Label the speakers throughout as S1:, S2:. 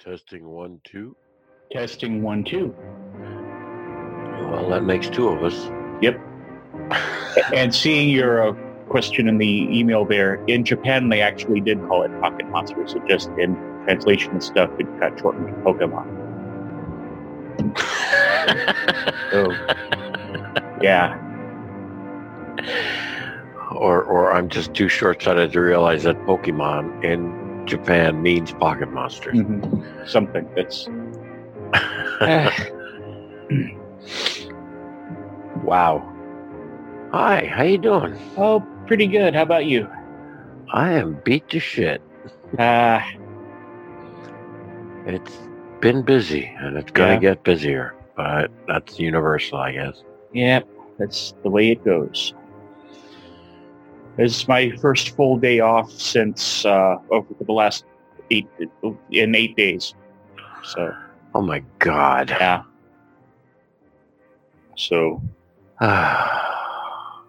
S1: Testing one, two.
S2: Testing one, two.
S1: Well, that makes two of us.
S2: Yep. And seeing your uh, question in the email there, in Japan they actually did call it Pocket Monsters. It just in translation and stuff, it got shortened to Pokemon. So yeah,
S1: or, or I'm just too short-sighted to realize that Pokemon in Japan means pocket monsters.
S2: Hmm. mm-hmm. something that's
S1: wow. Hi, how you doing?
S2: oh pretty good. How about you?
S1: I am beat to shit.
S2: Uh,
S1: It's been busy, and it's gonna
S2: Yeah.
S1: get busier. But that's universal, I guess.
S2: yeah, that's the way it goes. This is my first full day off since uh, over the last eight in eight days. So
S1: Oh my god.
S2: yeah. So
S1: Oh,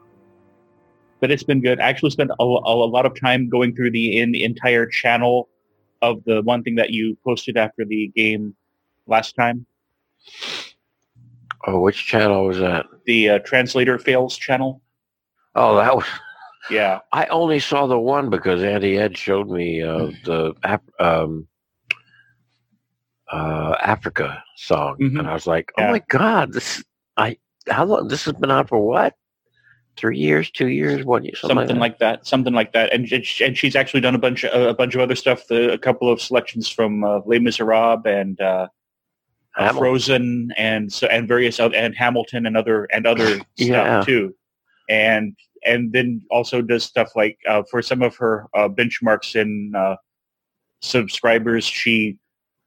S2: but it's been good. I actually spent a, a lot of time going through the in, entire channel of the one thing that you posted after the game last time,
S1: oh, which channel was that?
S2: the uh, translator fails channel.
S1: Oh, that was.
S2: Yeah,
S1: I only saw the one because Andy Ed showed me uh,
S2: Mm-hmm.
S1: the Af- um, uh, Africa song,
S2: Mhm.
S1: and I was like, "Oh
S2: Yeah.
S1: my god, this I how long this has been out for? What? Three years, two years, one year, something,
S2: something
S1: like,
S2: like that. Something like that. And and sh- and she's actually done a bunch of, a bunch of other stuff. The, a couple of selections from uh, Les Miserables and uh,
S1: that. Hamil-
S2: Frozen and so and various other and Hamilton and other and other
S1: Yeah.
S2: stuff too, and and then also does stuff like uh, for some of her uh, benchmarks and uh, subscribers, she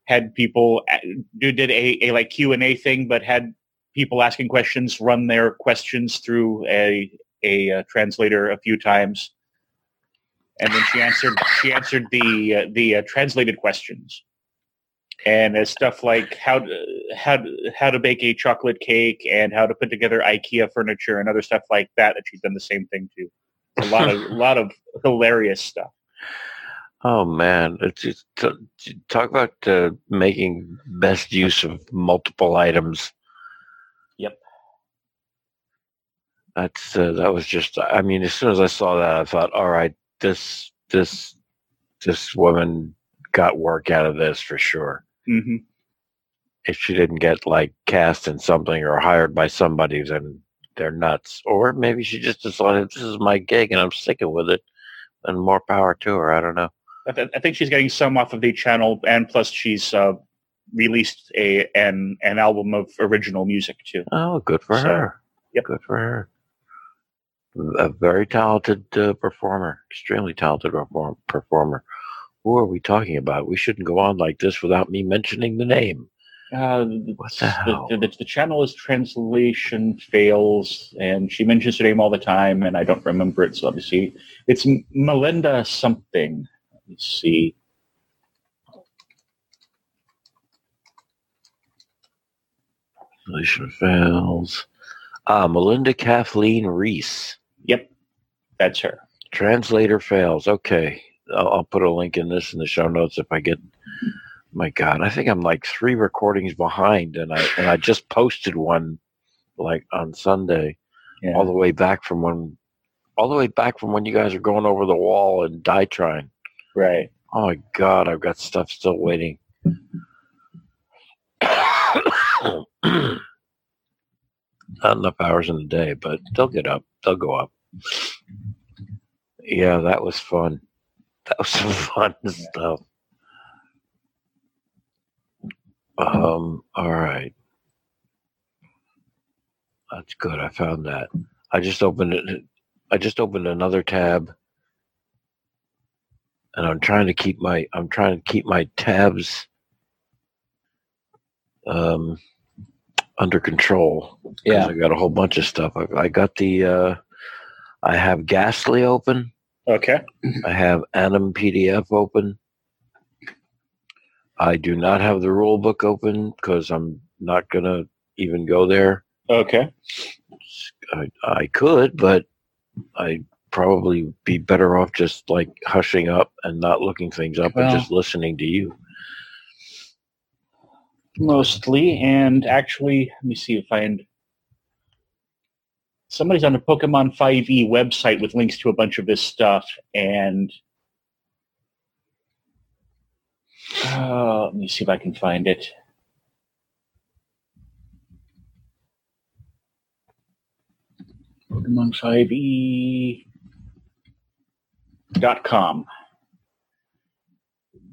S2: had people a- do did a, a like Q and A thing, but had people asking questions run their questions through a a uh, translator a few times, and then she answered she answered the uh, the uh, translated questions and it's stuff like how to, how to, how to bake a chocolate cake and how to put together IKEA furniture and other stuff like that. That she's done the same thing too. A lot of lot of hilarious stuff.
S1: Oh man, it's just, t- talk about uh, making best use of multiple items.
S2: Yep.
S1: That's uh, that was just. I mean, as soon as I saw that, I thought, all right, this this this woman got work out of this for sure.
S2: hmm
S1: If she didn't get like cast in something or hired by somebody, then they're nuts. Or maybe she just decided this is my gig and I'm sticking with it. And more power to her. I don't know.
S2: I, th- I think she's getting some off of the channel, and plus she's uh, released a an an album of original music too.
S1: Oh, good for
S2: So,
S1: her.
S2: yep.
S1: Good for her. A very talented uh, performer, extremely talented perform- performer. Who are we talking about? We shouldn't go on like this without me mentioning the name.
S2: Uh, the,
S1: What the hell?
S2: the, the, the channel is translation fails, and she mentions her name all the time, and I don't remember it. So let me see. It's M- Melinda something. Let me see.
S1: Alicia Fails. Ah, Melinda Kathleen Reese.
S2: Yep, that's her.
S1: Translator fails. Okay. I'll, I'll put a link in this in the show notes if I get. My God, I think I'm like three recordings behind, and I and I just posted one like on Sunday.
S2: Yeah.
S1: all the way back from when all the way back from when you guys were going over the wall and die trying.
S2: right.
S1: Oh my god, I've got stuff still waiting. Not enough hours in the day, but they'll get up. They'll go up. Yeah, that was fun. That was some fun stuff. Um, all right. That's good. I found that. I just opened it. I just opened another tab and I'm trying to keep my I'm trying to keep my tabs um, under control. 'cause
S3: Yeah.
S1: I got a whole bunch of stuff. I, I got the uh, I have Ghastly open.
S2: Okay.
S1: I have Atom PDF open. I do not have the rule book open because I'm not gonna even go there.
S2: Okay.
S1: I, I could, but I'd probably be better off just like hushing up and not looking things up
S2: Well-
S1: and just listening to you.
S2: Mostly, and actually, let me see if I can. Somebody's on the Pokemon 5e website with links to a bunch of this stuff, and uh, let me see if I can find it. Pokemon 5e dot com.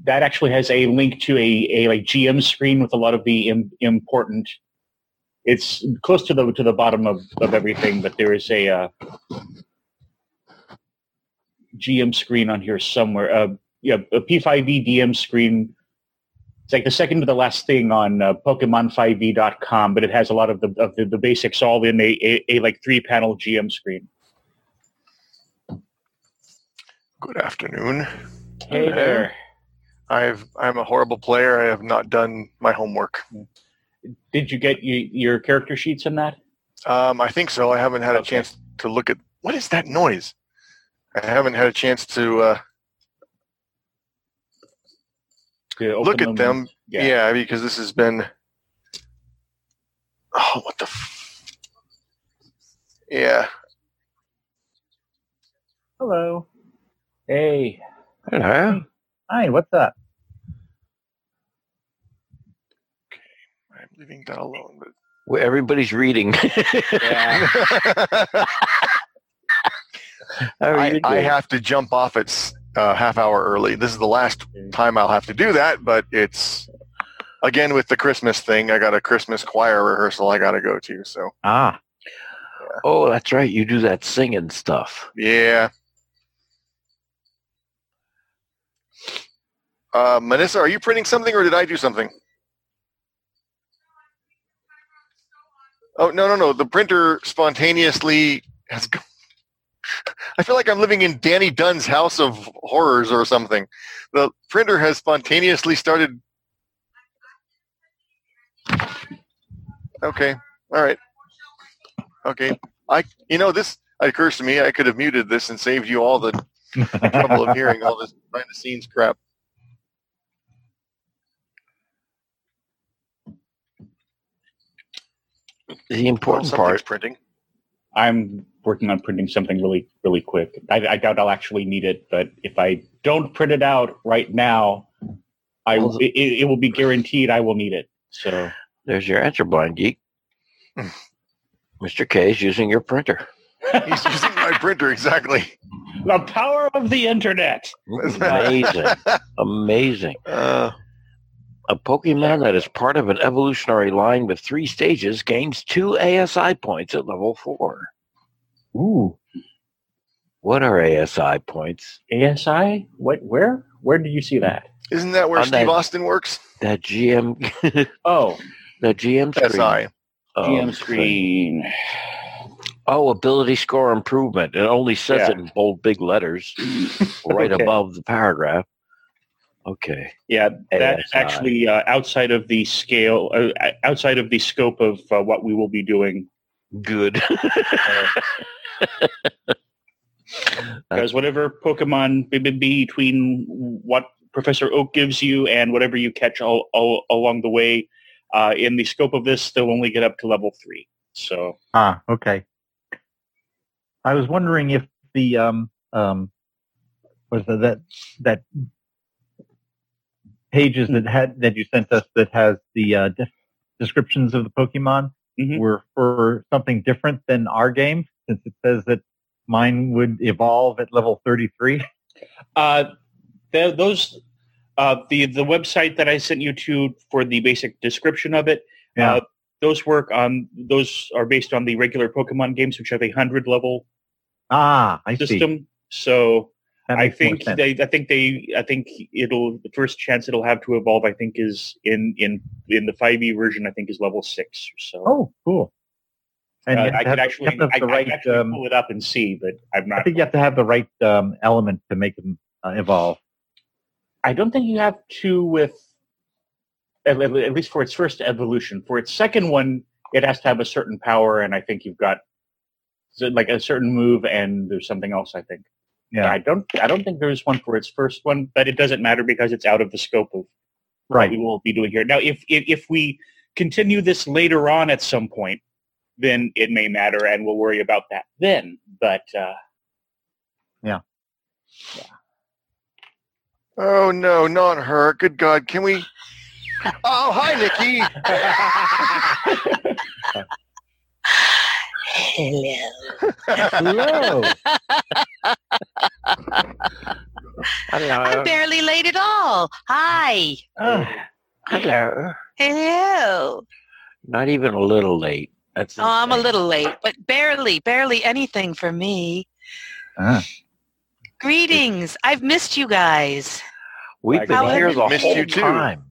S2: that actually has a link to a, a like GM screen with a lot of the Im- important. It's close to the to the bottom of, of everything, but there is a uh, GM screen on here somewhere. Uh, yeah, a P5e DM screen. It's like the second to the last thing on uh, Pokemon5e.com, but it has a lot of the of the, the basics all in a, a, a like three panel GM screen.
S4: Good afternoon.
S2: Hey there.
S4: I've I'm a horrible player. I have not done my homework.
S2: Did you get y- your character sheets in that?
S4: Um, I think so. I haven't had a
S2: Okay.
S4: chance to look at what is that noise. I haven't had a chance to uh,
S2: To open
S4: look at them. Yeah. because this has been. Oh, what the. F- yeah,
S2: Hello. Hey.
S1: Hello.
S2: Hi, what's up?
S4: I'm leaving that alone. But
S1: Well, everybody's reading.
S2: Yeah. Ah.
S1: How are
S4: I,
S1: you
S4: I
S1: doing?
S4: have to jump off at s- uh, half hour early. This is the last time I'll have to do that, but it's again with the Christmas thing. I got a Christmas choir rehearsal I got to go to. So
S2: ah.
S1: oh, that's right. You do that singing stuff.
S4: yeah. Uh, Manissa, are you printing something or did I do something? Oh no no no! The printer spontaneously has. go- I feel like I'm living in Danny Dunn's House of Horrors or something. The printer has spontaneously started. Okay, all right. Okay, I you know this it occurs to me I could have muted this and saved you all the trouble of hearing all this behind the scenes crap.
S1: The
S4: Well,
S1: important
S4: something's
S1: part.
S4: printing.
S2: I'm working on printing something really, really quick. I, I doubt I'll actually need it, but if I don't print it out right now, I
S1: Well,
S2: it, it it will be guaranteed I will need it. So
S1: There's your answer, blind geek. Mr. K is using your printer.
S4: He's using my printer exactly.
S2: the power of the internet.
S1: Amazing. Amazing.
S4: Uh,
S1: A Pokemon that is part of an evolutionary line with three stages gains two ASI points at level four.
S2: Ooh.
S1: What are ASI points?
S2: ASI? What? Where? Where did you see that?
S4: isn't that where
S1: On
S4: Steve
S1: that-
S4: Austin works?
S1: That GM,
S2: Oh,
S1: that GM screen.
S4: SI.
S1: um,
S2: GM
S1: thing.
S2: screen.
S1: Oh, ability score improvement. It only says
S2: Yeah.
S1: it in bold big letters right
S2: Oh, Okay.
S1: above the paragraph. Okay.
S2: Yeah, that is
S1: ASI.
S2: actually uh, outside of the scale, uh, outside of the scope of uh, what we will be doing.
S1: Good.
S2: Uh, Because whatever Pokemon b- b- between what Professor Oak gives you and whatever you catch all, all along the way, uh, in the scope of this, they'll only get up to level three. So
S5: Ah, okay. I was wondering if the um um was the, that that pages that had that you sent us that has the uh, de- descriptions of the Pokemon
S2: Mhm.
S5: were for something different than our game, since it says that mine would evolve at level thirty three.
S2: uh, th- those uh, the the website that I sent you to for the basic description of it. Uh, those work on those are based on the regular Pokemon games, which have a hundred level
S5: ah, I see.
S2: system. So
S5: That
S2: I
S5: makes more
S2: think
S5: sense.
S2: they, I think they, I think it'll the first chance it'll have to evolve. I think is in in in the five E version. I think is level six or so.
S5: Oh, cool. And
S2: Uh,
S5: you have
S2: I
S5: to
S2: could
S5: have-
S2: actually,
S5: you have to
S2: I
S5: have the
S2: could
S5: right,
S2: actually
S5: um,
S2: pull it up and see, but I'm
S5: I
S2: not.
S5: think you have to have the right um, element to make them uh, evolve.
S2: I don't think you have to with at, at- at least for its first evolution. For its second one, it has to have a certain power, and I think you've got so, like a certain move, and there's something else. I think.
S5: Yeah,
S2: I don't. I don't think there's one for its first one, but it doesn't matter because it's out of the scope of what we
S5: right.
S2: will be doing here. Now, if, if if we continue this later on at some point, then it may matter, and we'll worry about that then. But uh,
S4: Oh no, not her! Good God, can we? Oh, hi, Nikki.
S6: Hello.
S5: Hello.
S1: I don't
S6: I'm
S1: know.
S6: barely late at all. Hi.
S5: Ah,
S1: Hello.
S6: Hello.
S1: Not even a little late. That's
S6: Oh, I'm a
S1: insane.
S6: little late, but barely, barely anything for me.
S5: Ah.
S6: Greetings. I've missed you guys.
S1: We've been
S6: How
S1: here
S6: have
S1: the
S6: you
S4: missed
S1: whole
S4: you too?
S1: time.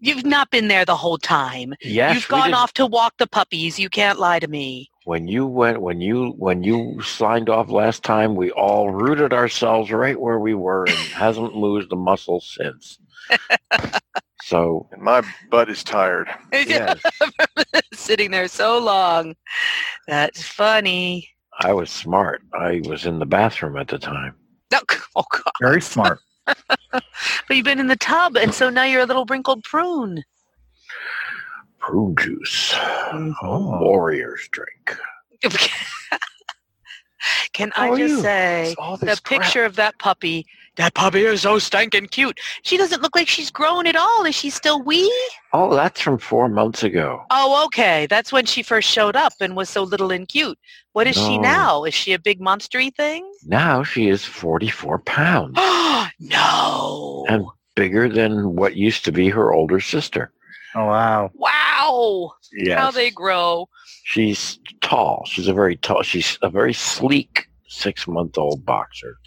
S6: You've not been there the whole time.
S1: Yes,
S6: You've
S1: we
S6: gone
S1: didn't-
S6: off to walk the puppies. You can't lie to me.
S1: When you went, when you when you signed off last time, we all rooted ourselves right where we were, and hasn't moved a muscle since. So
S4: And my butt is tired.
S1: yes,
S6: Sitting there so long. That's funny.
S1: I was smart. I was in the bathroom at the time.
S6: Oh, c- oh, God.
S5: very smart.
S6: But you've been in the tub, and so now you're a little wrinkled prune.
S1: Prune juice,
S6: Mm-hmm.
S5: Oh.
S1: warriors drink.
S6: Can
S1: How
S6: I
S1: are
S6: just
S1: you?
S6: say
S1: It's all
S6: the
S1: this crap.
S6: picture of that puppy? That puppy is so stinking cute. She doesn't look like she's grown at all. Is she still wee?
S1: Oh, that's from four months ago.
S6: Oh, okay. That's when she first showed up and was so little and cute. What is she
S1: No.
S6: now? Is she a big monstery thing?
S1: Now she is forty-four pounds,
S6: no.
S1: And- bigger than what used to be her older sister.
S5: Oh, wow.
S6: wow.
S1: Yes.
S6: How they grow.
S1: She's tall. She's a very tall. She's a very sleek six-month-old boxer.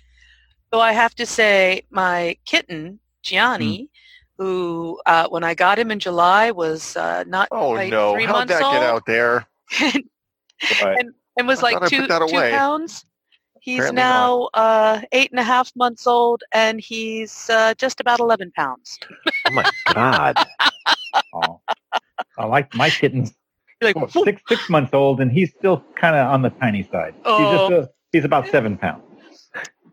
S6: So I have to say, my kitten Gianni,
S1: Hmm.
S6: who uh, when I got him in July was uh, not
S4: Oh
S6: Like
S4: no,
S6: three
S4: how'd
S6: months
S4: that get
S6: old?
S4: out there?
S2: but
S6: and was
S4: I
S6: like
S4: thought I
S6: two
S4: put that
S6: two
S4: away.
S6: pounds. He's
S4: Apparently
S6: now uh, eight and a half months old, and he's uh, just about eleven pounds.
S1: Oh my God!
S5: Oh. I like my kitten's
S6: You're like,
S5: well,
S6: "Whoop."
S5: six six months old, and he's still kind of on the tiny side.
S6: Oh.
S5: He's, just a, he's about seven pounds.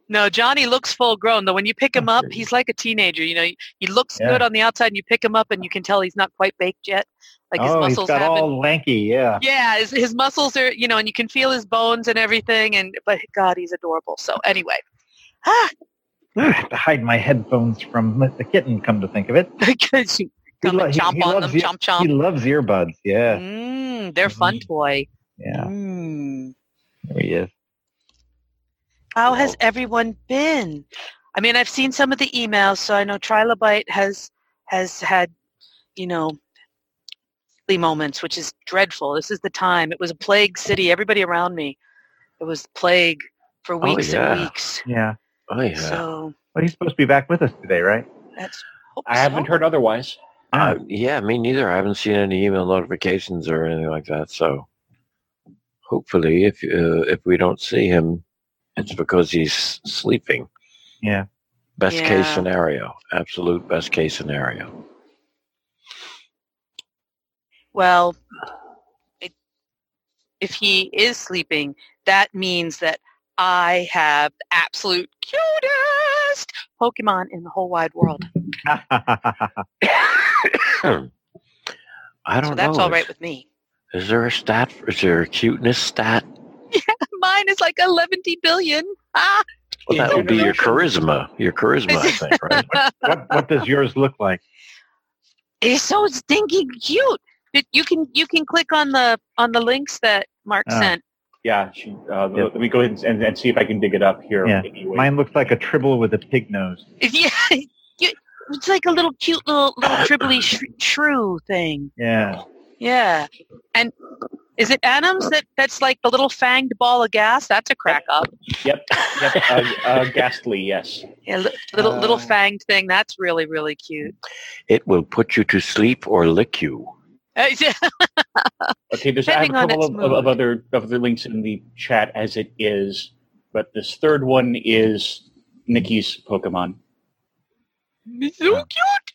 S6: no, Johnny looks full grown. Though when you pick him up, he's like a teenager. You know, he looks
S5: Yeah.
S6: good on the outside, and you pick him up, and you can tell he's not quite baked yet. Like his
S5: oh,
S6: muscles
S5: he's got
S6: haven't.
S5: all lanky. Yeah.
S6: yeah, his, his muscles are, you know, and you can feel his bones and everything. And but God, he's adorable. So anyway, ah,
S5: I have to hide my headphones from the kitten. Come to think of it,
S6: because you come
S5: lo-
S6: and chomp
S5: he
S6: on them,
S5: loves you.
S6: chomp chomp.
S5: he loves earbuds. Yeah.
S6: Mm, they're fun
S5: Mhm.
S6: toy.
S5: Yeah.
S6: Mm.
S5: There he is.
S6: How has everyone been? I mean, I've seen some of the emails, so I know Trilobite has has had, you know, ugly moments, which is dreadful. This is the time. It was a plague city. Everybody around me, it was plague for weeks and
S1: yeah.
S6: weeks.
S5: Oh, Yeah.
S1: Oh yeah.
S6: So
S5: Well, he's supposed to be back with us today, right?
S6: that's. hope
S2: I haven't
S6: so.
S2: heard otherwise.
S1: Uh, yeah, me neither. I haven't seen any email notifications or anything like that. So hopefully, if uh, if we don't see him, it's because he's sleeping.
S5: Yeah.
S1: Best case
S6: Yeah.
S1: scenario, absolute best case scenario.
S6: Well, it, if he is sleeping, that means that I have the absolute cutest Pokemon in the whole wide world.
S1: I Hmm. don't
S6: So that's
S1: know.
S6: all
S1: Is-
S6: right with me.
S1: Is there a stat? Is there a cuteness stat?
S6: Mine is like 11 billion. Ah,
S1: Well, that would be your
S2: Generation.
S1: charisma. Your charisma, I think, right?
S5: what What does yours look like?
S6: it's so stinking cute. It- you can you can click on the on the links that Mark
S5: Ah.
S6: sent.
S2: Yeah, she, uh,
S5: Yeah.
S2: let me go ahead and, and, and see if I can dig it up here.
S5: Yeah.
S2: Anyway.
S5: Mine looks like a tribble with a pig nose.
S6: If you, you, it's like a little cute little little tribbly sh- shrew thing.
S5: Yeah.
S6: Yeah, and Is it Adams that, that's like the little fanged ball of gas? That's a crack up.
S2: Yep. Yep. uh, uh, ghastly. Yes.
S6: Yeah, li- little little
S4: Uh.
S6: fanged thing. That's really really cute.
S1: It will put you to sleep or lick you.
S6: Uh, yeah.
S2: Okay. There's I have a
S6: Depending on
S2: couple
S6: its
S2: of, of, of
S6: mood.
S2: other of other links in the chat as it is, but this third one is Nikki's Pokemon. Uh,
S6: so cute.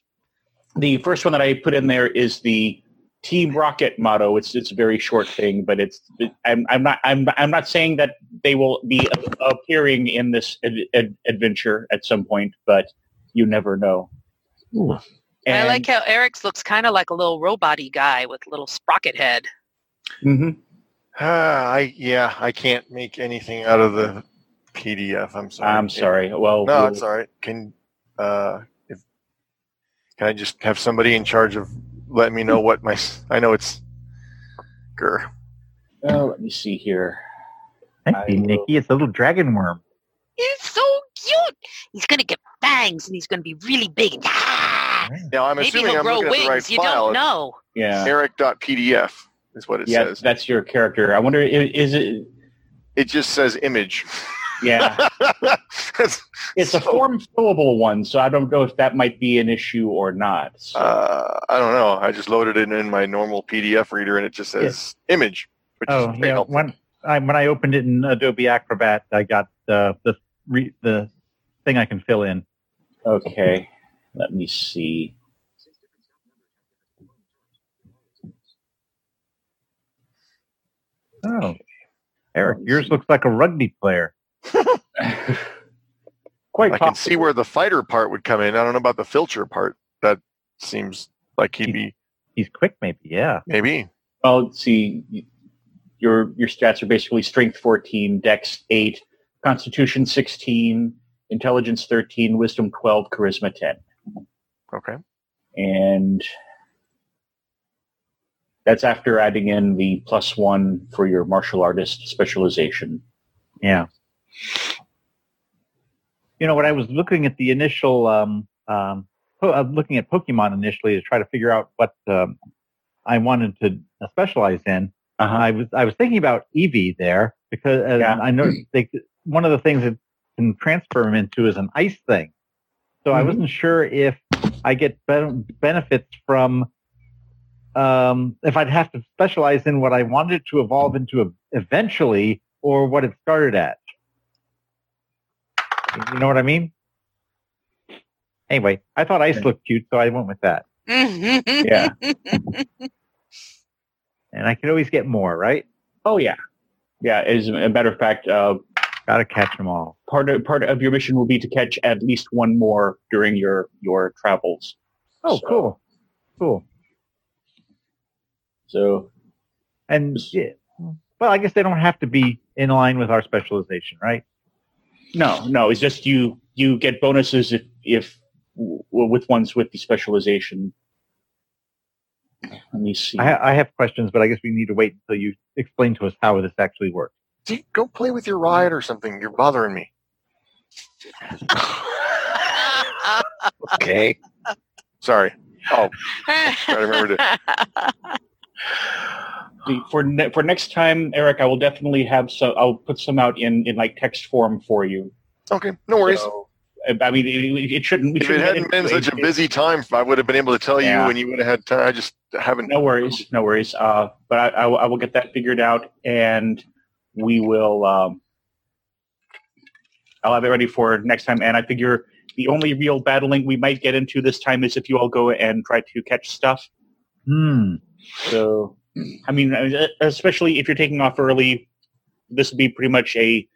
S2: The first one that I put in there is the Team Rocket motto. It's it's a very short thing, but it's I'm, I'm not I'm I'm not saying that they will be a- appearing in this ad- ad- adventure at some point, but you never know.
S1: Hmm.
S6: I like
S2: it.
S6: how Eric's looks kind of like a little robot-y guy with little sprocket head.
S2: mm-hmm.
S4: Ah, I yeah, I can't make anything out of the PDF. I'm sorry.
S2: I'm sorry. Well,
S4: No,
S2: we'll-
S4: it's all right. Can uh, if can I just have somebody in charge of letting me know what my s- I know it's. Grr.
S2: uh, let me see here.
S5: Thank you,
S2: I will-
S5: Nikki. It's a little dragon worm.
S6: He's so cute. He's gonna get fangs and he's gonna be really big. and
S4: Now I'm
S6: Maybe
S4: assuming
S6: he'll
S4: I'm
S6: grow
S4: looking at
S6: wings.
S4: the right
S6: you
S4: file.
S6: don't know.
S2: Yeah,
S4: Eric.pdf is what it
S2: yeah,
S4: says.
S2: that's your character. I wonder, i- is it?
S4: It just says image.
S2: Yeah,
S4: That's-
S2: it's a
S4: So-
S2: form fillable one, so I don't know if that might be an issue or not. So,
S4: uh, I don't know. I just loaded it in my normal PDF reader, and it just says image. Which
S5: Oh
S4: is very
S5: yeah,
S4: helpful.
S5: when I when I opened it in Adobe Acrobat, I got uh, the re, the thing I can fill in.
S2: okay, let me see.
S5: Oh, Eric, yours looks like a rugby player.
S2: Quite
S4: I can see where the fighter part would come in. I don't know about the filter part. That seems like he'd be
S5: He's quick, maybe. Yeah.
S4: maybe.
S2: Well, let's see, your your stats are basically strength 14, dex 8, constitution 16, intelligence 13, wisdom 12, charisma 10.
S4: Okay.
S2: And that's after adding in the plus 1 for your martial artist specialization.
S5: Yeah. You know, when I was looking at the initial, um, um, po- I was looking at Pokemon initially to try to figure out what um, I wanted to uh, specialize in. I was I was thinking about Eevee there because uh,
S2: Yeah.
S5: I know they, one of the things that can transfer them into is an ice thing. So I
S2: Mhm.
S5: wasn't sure if I get ben- benefits from um, if I'd have to specialize in what I wanted to evolve into a, eventually or what it started at. You know what I mean? Anyway, I thought ice looked cute, so I went with that.
S2: Yeah.
S5: And I could always get more, right?
S2: Oh, yeah. Yeah, as a matter of fact, uh,
S5: Gotta catch them all.
S2: part of part of your mission will be to catch at least one more during your your travels.
S5: Oh,
S2: So-
S5: cool, cool.
S2: So
S5: And yeah, well, I guess they don't have to be in line with our specialization, right?
S2: No, no, it's just you you get bonuses if if w- with ones with the specialization. Let me see.
S5: I, ha- I have questions, but I guess we need to wait until you explain to us how this actually works.
S4: See, go play with your ride or something. You're bothering me.
S1: Okay.
S4: Sorry. Oh, I remembered
S2: The- for ne- for next time, Eric, I will definitely have some. I'll put some out in in like text form for you.
S4: Okay. No worries.
S2: So, I- I mean, it, it shouldn't. We
S4: if it
S2: shouldn't get
S4: hadn't been
S2: into
S4: such a busy time, I would have been able to tell
S2: Yeah.
S4: you, and you would have had time. I just haven't.
S2: No worries, no worries. Uh, but I, I, will- I will get that figured out, and we will. Um, I'll have it ready for next time. And I figure the only real battling we might get into this time is if you all go and try to catch stuff.
S5: Hmm.
S2: So, I mean, uh, especially if you're taking off early, this would be pretty much a.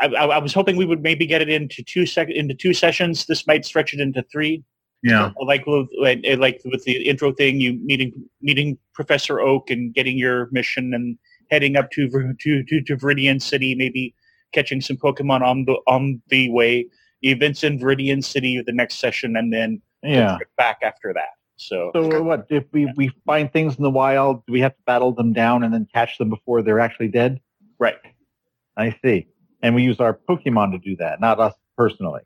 S2: I, I I was hoping we would maybe get it into two sec- into two sessions. This might stretch it into three
S5: Yeah.
S2: like with like- eh, like with the intro thing, you meeting meeting Professor Oak and getting your mission and heading up to Vir- to to, to Viridian City, maybe catching some Pokemon on the on the way. Events in Viridian City the next session, and then
S5: Yeah.
S2: back after that. So
S5: So uh, what if we we find things in the wild? Do we have to battle them down and then catch them before they're actually dead?
S2: right,
S5: I see. And we use our Pokemon to do that, not us personally.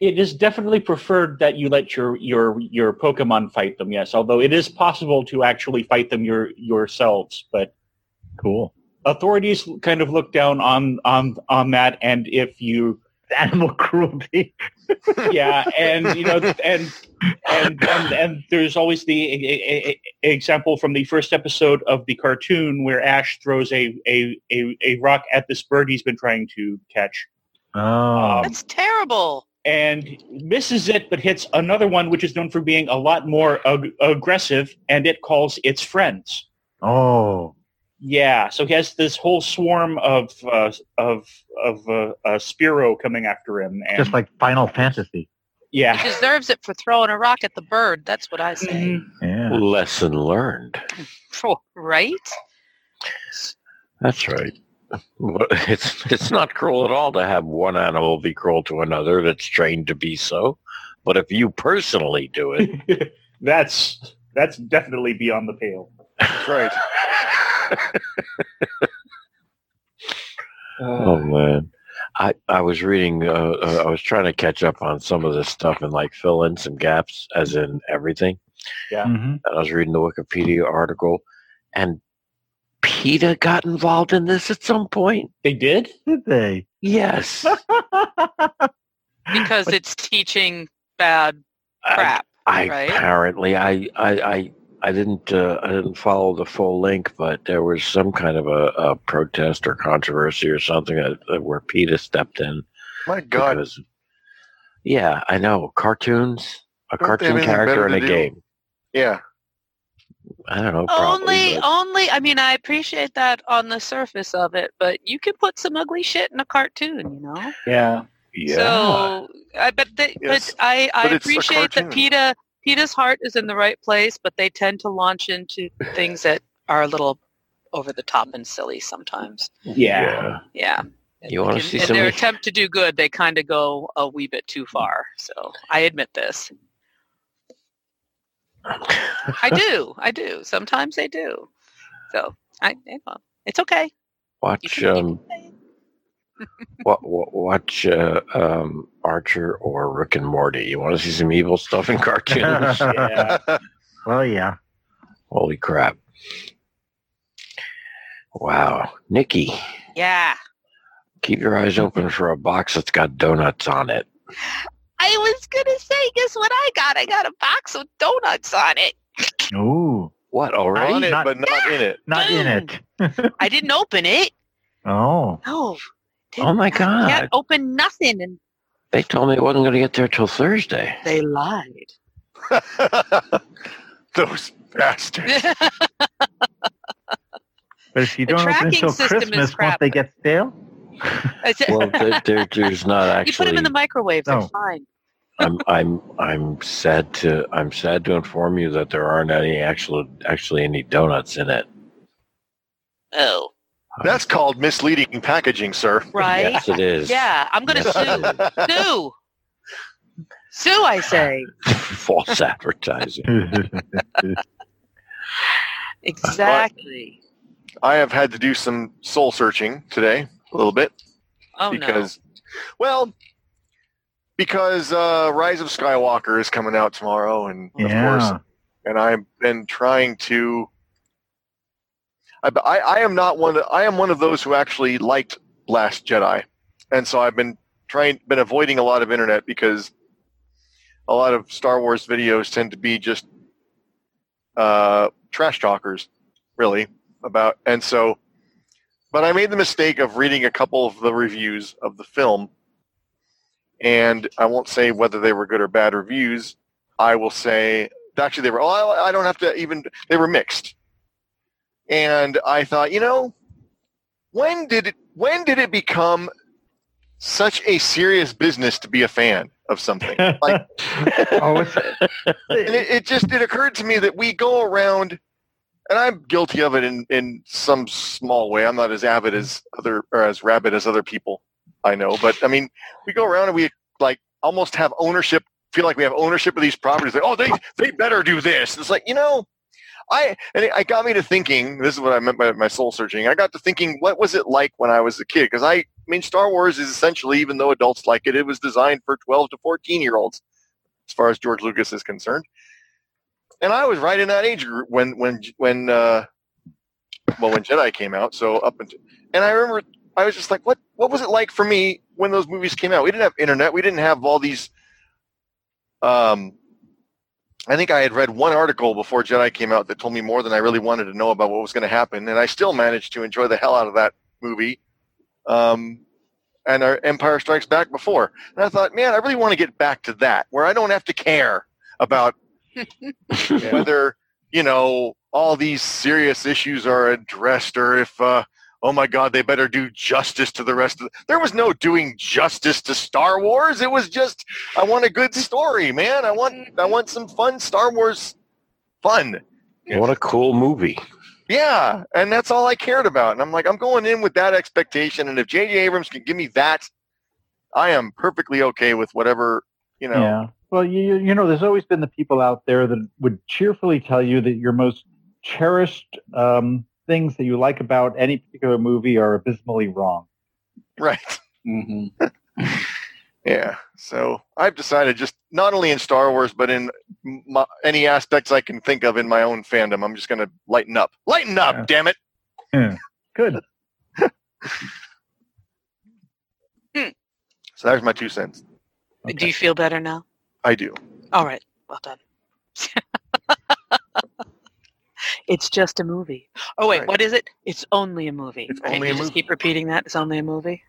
S2: it is definitely preferred that you let your your your Pokemon fight them. Yes, although it is possible to actually fight them your yourselves, but
S5: Cool.
S2: Authorities kind of look down on on on that, and if you
S5: Animal cruelty.
S2: yeah, and you know, and and and, and there's always the e- e- e- example from the first episode of the cartoon where Ash throws a a a, a rock at this bird he's been trying to catch,
S5: Oh.
S2: Um,
S6: That's terrible.
S2: and misses it, but hits another one which is known for being a lot more ag- aggressive, and it calls its friends.
S5: oh.
S2: Yeah, so he has this whole swarm of uh, of of uh, uh, Spiro coming after him, and
S5: Just like Final Fantasy.
S6: He
S2: yeah,
S6: deserves it for throwing a rock at the bird. That's what I say.
S2: Mhm.
S5: Yeah.
S1: Lesson learned.
S6: right?
S1: That's right. Well, It's it's not cruel at all to have one animal be cruel to another that's trained to be so. But if you personally do it,
S2: that's that's definitely beyond the pale.
S4: That's right.
S1: oh man, I I was reading, uh, uh, I was trying to catch up on some of this stuff and like fill in some gaps, as in everything.
S5: Mhm.
S1: And I was reading the Wikipedia article, and PETA got involved in this at some point.
S2: They did?
S5: Did they?
S1: Yes,
S6: Because it's teaching bad
S1: I-
S6: crap.
S1: I
S6: right?
S1: apparently I I I, I didn't uh, I didn't follow the full link, but there was some kind of a, a protest or controversy or something that, that where PETA stepped in.
S4: My God.
S1: because- yeah, I know cartoons, a
S4: Don't they
S1: cartoon
S4: have anything
S1: character
S4: better
S1: in
S4: to
S1: a
S4: do?
S1: game.
S4: Yeah.
S1: I don't know.
S6: only,
S1: Probably, but-
S6: only. I mean, I appreciate that on the surface of it, but you can put some ugly shit in a cartoon, you know.
S2: Yeah.
S1: yeah.
S6: So, I but they,
S4: Yes,
S6: but I I
S4: but it's a
S6: appreciate that
S4: cartoon.
S6: Peta Peta's heart is in the right place, but they tend to launch into things that are a little over the top and silly sometimes.
S2: Yeah.
S1: yeah.
S6: Yeah.
S1: You wanna
S6: In-
S1: see
S6: in their
S1: somebody-
S6: attempt to do good, they kind of go a wee bit too far. So I admit this. I do. I do. Sometimes they do. So I, I know. it's okay. You
S1: Watch
S6: can- you
S1: um, wa- wa- watch uh, um, Archer or Rick and Morty. You want to see some evil stuff in cartoons?
S2: Yeah.
S5: well, yeah.
S1: Holy crap. Wow. Nikki,
S6: Yeah.
S1: keep your eyes open for a box that's got donuts on it.
S6: I was gonna say, guess what I got? I got a box of donuts on it.
S5: Ooh.
S1: What, already?
S4: On it,
S5: Not-
S4: but not in it.
S5: Not in it.
S6: I didn't open it.
S5: Oh.
S6: No.
S1: Oh my
S6: Can't
S1: God.
S6: open nothing, and
S1: They told me it wasn't going to get there till Thursday.
S6: they lied.
S4: Those bastards.
S5: But if you
S6: The
S5: don't open
S6: tracking
S5: it until
S6: system is
S5: Christmas, won't
S6: crap.
S5: they get stale?
S6: I said-
S1: Well, there, there, there's not
S6: you put them
S1: actually.
S6: in the microwave. They're
S5: No.
S6: fine.
S1: I'm, I'm, I'm sad to, I'm sad to inform you that there aren't any actual, actually any donuts in it.
S6: Oh,
S4: That's called misleading packaging, sir.
S6: right?
S1: Yes, it is.
S6: Yeah, I'm gonna
S1: Yes,
S6: sue.
S1: it is.
S6: Sue. Sue, I say.
S1: False advertising.
S6: Exactly.
S4: I have had to do some soul searching today, a little bit,
S6: Oh
S4: because, well, because uh, Rise of Skywalker is coming out tomorrow, and of course,
S5: yeah.
S4: and I've been trying to. I, I, I am not one. Of, I am one of those who actually liked Last Jedi, and so I've been trying, been avoiding a lot of internet because a lot of Star Wars videos tend to be just uh, trash talkers, really about. And so, but I made the mistake of reading a couple of the reviews of the film, and I won't say whether they were good or bad reviews. I will say actually they were oh, I I don't have to even they were mixed. And I thought, you know, when did it when did it become such a serious business to be a fan of something? like
S5: oh, it's,
S4: and it, it just it occurred to me that we go around and I'm guilty of it in, in some small way. I'm not as avid as other or as rabid as other people I know, but I mean we go around and we like almost have ownership feel like we have ownership of these properties. Like, oh they they better do this. And it's like, you know, I and it, it got me to thinking, this is what I meant by my soul searching. I got to thinking what was it like when I was a kid? Because I, I mean Star Wars is essentially, even though adults like it, it was designed for twelve to fourteen year olds as far as George Lucas is concerned. And I was right in that age group when when when uh, well when Jedi came out. So up until, and I remember I was just like, what What was it like for me when those movies came out? We didn't have internet. We didn't have all these. Um, I think I had read one article before Jedi came out that told me more than I really wanted to know about what was going to happen, and I still managed to enjoy the hell out of that movie. Um, and our Empire Strikes Back before, and I thought, man, I really want to get back to that where I don't have to care about whether you know all these serious issues are addressed or if uh, oh my god they better do justice to the rest of the- there was no doing justice to star wars it was just i want a good story man i want i want some fun star wars fun
S1: What a cool movie.
S4: yeah and that's all i cared about and i'm like i'm going in with that expectation and if jj abrams can give me that i am perfectly okay with whatever you know
S5: Yeah. Well, you you- you know, there's always been the people out there that would cheerfully tell you that your most cherished um, things that you like about any particular movie are abysmally wrong.
S4: right
S2: Mm-hmm.
S4: Yeah. So I've decided just not only in Star Wars, but in my, any aspects I can think of in my own fandom, I'm just going to lighten up. Lighten up,
S5: Yeah.
S4: damn it.
S5: Good.
S4: So there's my two cents.
S6: Do
S5: Okay.
S6: you feel better now?
S4: I do.
S6: All right. Well done. it's just a movie. Oh wait,
S4: Right.
S6: what is it? It's only a movie.
S4: It's
S6: right?
S4: only
S6: you
S4: a
S6: just
S4: movie.
S6: keep repeating that. It's only a movie.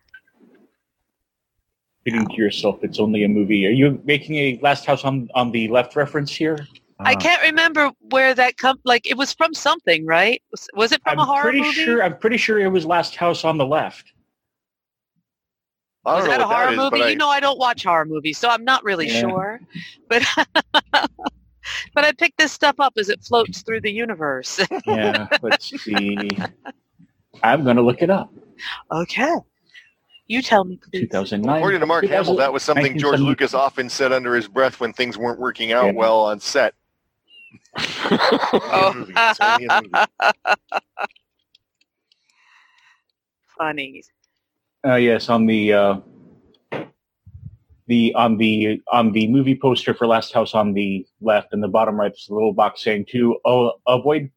S2: Hitting to yourself, it's only a movie. Are you making a Last House on, on the Left reference here?
S6: I
S4: Uh.
S5: Ah.
S6: can't remember where that come. Like it was from something, right? Was, was it from a
S2: I'm
S6: horror
S2: pretty
S6: movie?
S2: sure. I'm pretty sure it was Last House on the Left.
S4: I don't
S6: was
S4: know
S6: that a
S4: what Oh,
S6: horror
S4: that is,
S6: movie?
S4: but I,
S6: you know, I don't watch horror movies, so I'm not really
S2: Yeah.
S6: sure. But but I picked this stuff up as it floats through the universe.
S2: Yeah. let's see. I'm going to look it up.
S6: okay, you tell me, please.
S2: 2009.
S4: according to Mark Hamill, that was something George
S2: 1970
S4: Lucas often said under his breath when things weren't working out
S2: Yeah.
S4: well on set. Only
S6: Oh.
S4: a movie. It's only a movie.
S6: Funny.
S2: Uh, yes, on the uh, the on the on the movie poster for Last House on the left, in the bottom right, there's a little box saying to uh, avoid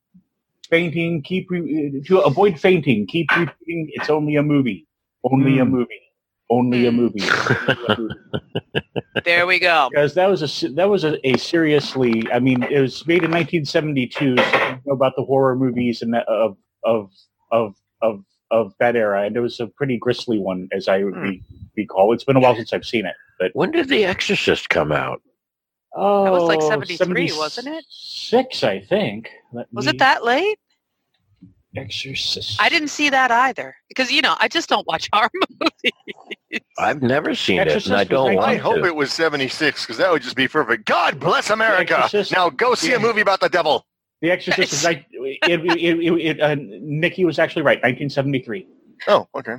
S2: fainting, keep re- to avoid fainting, keep repeating. It's only a movie, only a
S5: Hmm.
S2: movie, only a
S6: Hmm.
S2: movie.
S6: There we go.
S2: Because that was a se- that was a, a seriously, I mean, it was made in 1972. So you know about the horror movies and that, of of of of of that era, and it was a pretty grisly one, as I
S6: Hmm.
S2: re- recall. It's been a while since I've seen it.
S1: When did The Exorcist come out?
S2: Oh,
S6: was like 73, wasn't it?
S2: Six, I think. Let
S6: Was
S2: me-
S6: it that late?
S2: Exorcist?
S6: I didn't see that either because you know I just don't watch horror movies.
S1: I've never seen
S2: Exorcist
S1: it, and I
S2: was
S1: don't
S2: like-
S1: want
S4: I
S1: to.
S4: hope it was 76 because that would just be perfect. God bless America.
S2: Exorcist-
S4: Now go see
S2: Yeah.
S4: a movie about the devil.
S2: The Exorcist is like it. it, it, it uh, Nikki was actually right. 1973.
S4: Oh, okay.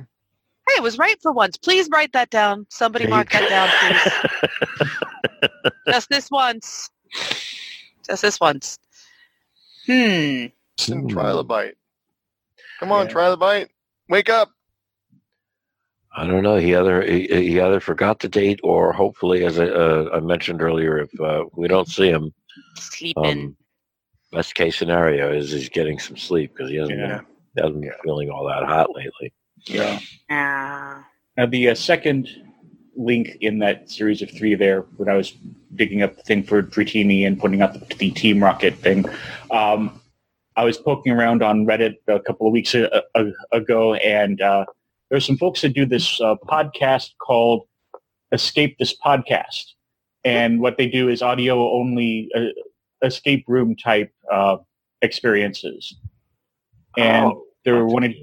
S6: Hey, it was right for once. Please write that down. Somebody
S1: There you
S6: mark that
S1: go.
S6: down, please. Just this once. Just this once. Hmm.
S4: Listen,
S1: Hmm.
S4: trilobite. Come on,
S2: Yeah.
S4: trilobite. Wake up.
S1: I don't know. He either he, he either forgot the date, or hopefully, as I, uh, I mentioned earlier, if uh, we don't see him,
S6: Sleeping.
S1: um, best case scenario is he's getting some sleep because he hasn't
S2: Yeah.
S1: been, hasn't been feeling all that hot lately.
S2: Yeah.
S6: Ah.
S2: Now the uh, second link in that series of three there, when I was digging up the thing for Dratini and pointing out the, the Team Rocket thing, um, I was poking around on Reddit a couple of weeks a, a, ago, and uh, there's some folks that do this uh, podcast called "Escape This Podcast," and what they do is audio only uh, escape room type uh, experiences. And
S1: Oh,
S2: there wanted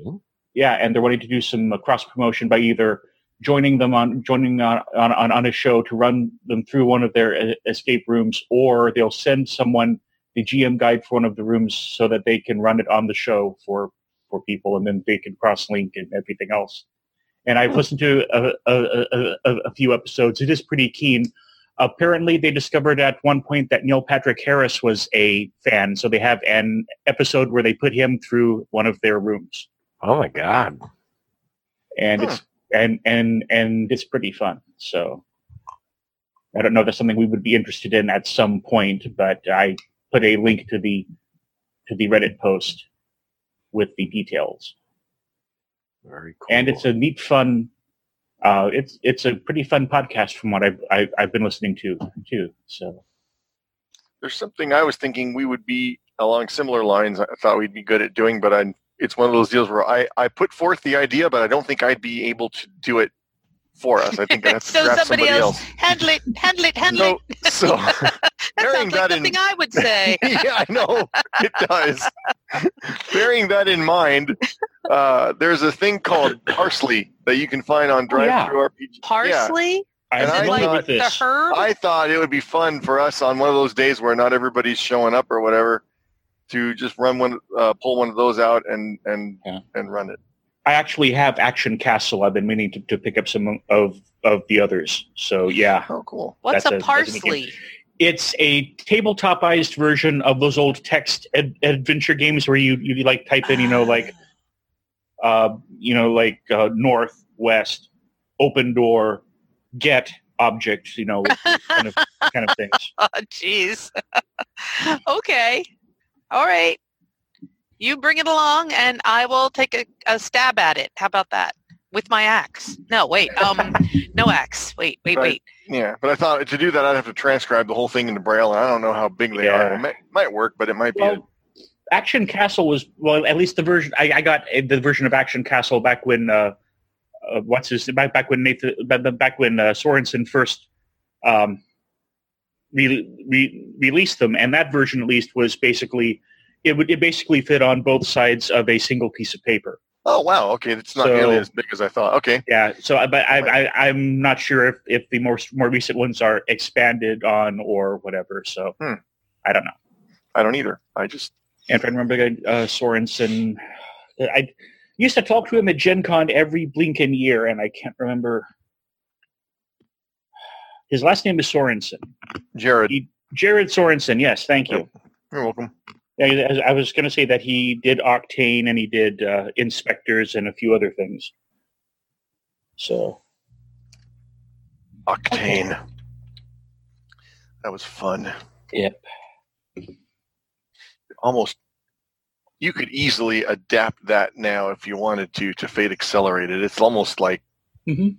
S2: yeah, and they're wanting to do some uh, cross promotion by either joining them on joining on, on on on a show to run them through one of their uh, escape rooms, or they'll send someone the GM guide for one of the rooms so that they can run it on the show for for people, and then they can cross link and everything else. And I've listened to a, a, a, a, a few episodes. It is pretty keen. Apparently, they discovered at one point that Neil Patrick Harris was a fan, so they have an episode where they put him through one of their rooms
S1: oh my god!
S2: and it's and and and it's pretty fun. So I don't know if that's something we would be interested in at some point, but I put a link to the to the Reddit post with the details.
S1: Very cool.
S2: And it's a neat, fun. Uh, it's it's a pretty fun podcast from what I've I, I've been listening to too. So
S4: There's something I was thinking we would be along similar lines. I thought we'd be good at doing, but I it's one of those deals where I I put forth the idea, but I don't think I'd be able to do it for us. I think I have to
S6: so
S4: grab
S6: somebody,
S4: somebody,
S6: else,
S4: else.
S6: handle it, handle it, handle it.
S4: So, so
S6: That
S4: bearing
S6: sounds like
S4: that in-
S6: something I would say.
S4: yeah, I know it does. Bearing that in mind, uh, there's a thing called parsley that you can find on Drive
S2: Oh, yeah.
S4: Through RPG.
S6: Parsley,
S2: I'm
S4: And I
S2: familiar
S4: thought
S2: with
S6: the
S2: this.
S6: herb.
S4: I thought it would be fun for us on one of those days where not everybody's showing up or whatever to just run one, uh, pull one of those out and and
S2: Yeah.
S4: and run it.
S2: I actually have Action Castle. I've been meaning to, to pick up some of of the others. So yeah,
S4: Oh, cool.
S2: That's
S6: What's a
S2: a- that's an
S6: parsley?
S2: it's a tabletopized version of those old text ad- adventure games where you you like type in you know like uh you know like uh, north west open door get objects you know kind of kind of things.
S6: Oh, jeez. okay. All right. You bring it along, and I will take a, a stab at it. How about that? With my axe. No, wait. Um, no axe. Wait, wait,
S4: Right.
S6: wait.
S4: Yeah, but I thought to do that I'd have to transcribe the whole thing into Braille, and I don't know how big they
S2: Yeah.
S4: are. It might, might work, but it might be.
S2: Well, Action Castle was well, at least the version I, I got uh, the version of Action Castle back when uh, uh, what's his back back when Nathan back- back back when uh, Sorensen first um, re, re, released them, and that version at least was basically it would it basically fit on both sides of a single piece of paper.
S4: oh wow, okay, it's not
S2: So-
S4: nearly as big as I thought. Okay,
S2: Yeah, so I- but I, I I'm not sure if if the more more recent ones are expanded on or whatever. So
S4: Hmm.
S2: I don't know.
S4: I don't either. I just
S2: And if I remember uh, Sorensen, I used to talk to him at Gen Con every blinking year, and I can't remember. His last name is Sorensen.
S4: Jared,
S2: Jared Sorensen, yes, thank you.
S4: you're welcome.
S2: I, I was going to say that he did Octane and he did uh, Inspectors and a few other things. So,
S4: Octane. That was fun.
S2: Yep.
S4: Almost. You could easily adapt that now if you wanted to to Fate Accelerated. It's almost like
S2: Mhm.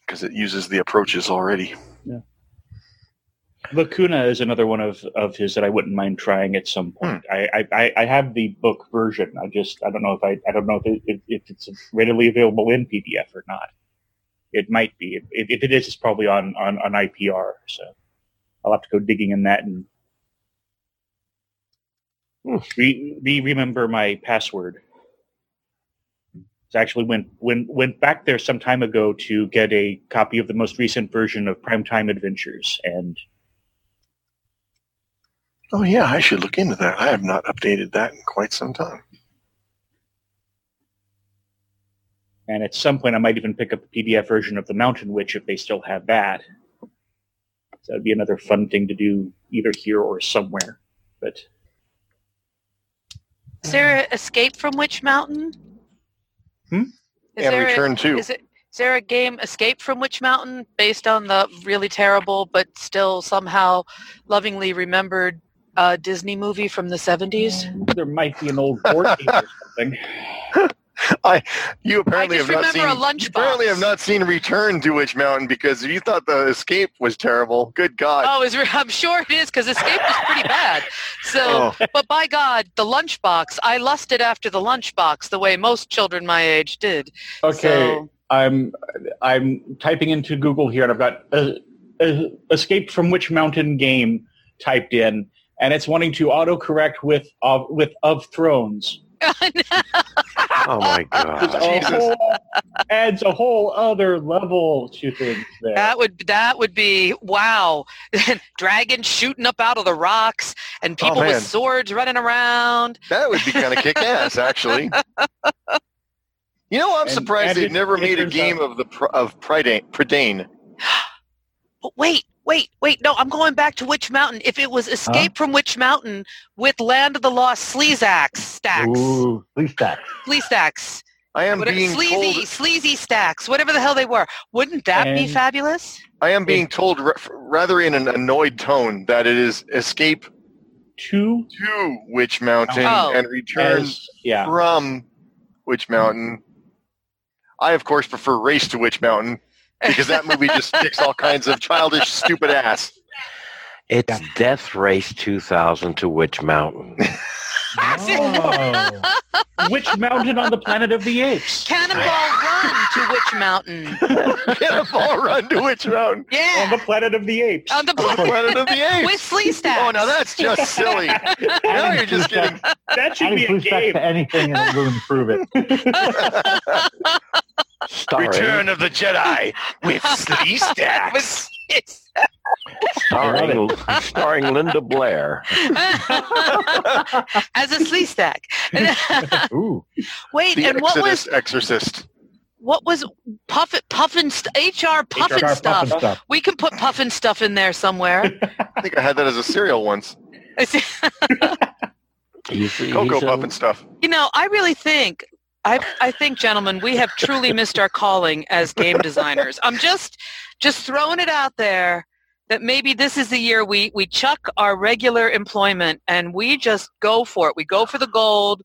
S4: because it uses the approaches already.
S2: Lacuna is another one of, of his that I wouldn't mind trying at some point. I I, I, I have the book version. I just I don't know if I I don't know if, it, if, if it's readily available in PDF or not. It might be. If, if it is, it's probably on, on on IPR. So I'll have to go digging in that and re, re remember my password. I actually went went went back there some time ago to get a copy of the most recent version of Primetime Adventures and.
S4: Oh yeah, I should look into that. I have not updated that in quite some time.
S2: And at some point, I might even pick up a PDF version of The Mountain Witch if they still have that. So that'd be another fun thing to do, either here or somewhere. But
S6: Is there an escape from which mountain?
S2: Hmm?
S6: Is
S4: and
S6: there a-
S4: return to
S6: is it? Is there a game Escape from Witch Mountain based on the really terrible but still somehow lovingly remembered uh, Disney movie from the 70s?
S2: there might be an old board game or something.
S4: I you apparently
S6: I
S4: have
S6: just
S4: not seen
S6: remember a
S4: you apparently
S6: lunchbox.
S4: have not seen Return to Witch Mountain because you thought the escape was terrible. Good God.
S6: Oh, is, I'm sure it is because Escape was pretty bad.
S4: Oh.
S6: So, but by God, the lunchbox. I lusted after the lunchbox the way most children my age did. So,
S2: I'm I'm typing into Google here, and I've got uh, uh, "Escape from Witch Mountain" game typed in, and it's wanting to autocorrect with of with of Thrones.
S1: Oh my
S2: It's
S1: god!
S2: a
S4: Jesus.
S2: whole- adds a whole other level to things there.
S6: That would that would be wow! Dragons shooting up out of the rocks and
S4: Oh,
S6: people
S4: man.
S6: with swords running around.
S4: That would be kind of kick ass, actually. You know, I'm
S2: And-
S4: surprised
S2: and
S4: they've
S2: it-
S4: never
S2: it
S4: made a
S2: turns
S4: game of the pr- of Prydan- Prydain.
S6: But wait, wait, wait. No, I'm going back to Witch Mountain. If it was Escape from Witch Mountain with Land of the Lost Sleazax stacks,
S5: Ooh, please stack.
S6: Sleazestacks,
S4: I am
S6: whatever,
S4: being
S6: sleazy,
S4: told.
S6: sleazy stacks, whatever the hell they were. Wouldn't that be
S2: And-
S6: fabulous?
S4: I am being told, r rather in an annoyed tone, that it is Escape
S2: two.
S4: to Witch Mountain
S6: Oh.
S4: and returns
S2: as- yeah.
S4: from Witch Mountain. I, of course, prefer Race to Witch Mountain because that movie just kicks all kinds of childish, stupid ass.
S1: It's Death Race 2000 to Witch Mountain.
S2: Oh. Which mountain on the planet of the apes?
S6: Cannonball Run to Witch Mountain.
S4: Cannonball Run to Witch Mountain.
S2: On
S6: Yeah.
S2: the planet of the apes.
S6: On the
S4: The
S6: block
S4: Planet of the Apes.
S6: with flea stacks.
S4: Oh, now that's just silly. Now you're just getting.
S2: that should
S5: Adding
S2: be a
S5: blue stacks
S2: game.
S5: to anything and it will improve it.
S1: Starring,
S4: of the Jedi with Slee
S6: With- it's-
S1: starring, starring Linda Blair.
S6: As a flea stack.
S5: Ooh.
S6: Wait,
S4: The
S6: and what
S4: Exodus
S6: was
S4: Exorcist.
S6: what was Puffin Puffin st- HR Puffin
S5: Star
S6: stuff?
S5: Puffin stuff.
S6: We can put Puffin stuff in there somewhere.
S4: I think I had that as a cereal once.
S1: He's,
S4: Cocoa
S1: he's in-
S4: Puff and stuff.
S6: You know, I really think I I think, gentlemen, we have truly missed our calling as game designers. I'm just just throwing it out there that maybe this is the year we we chuck our regular employment and we just go for it. We go for the gold,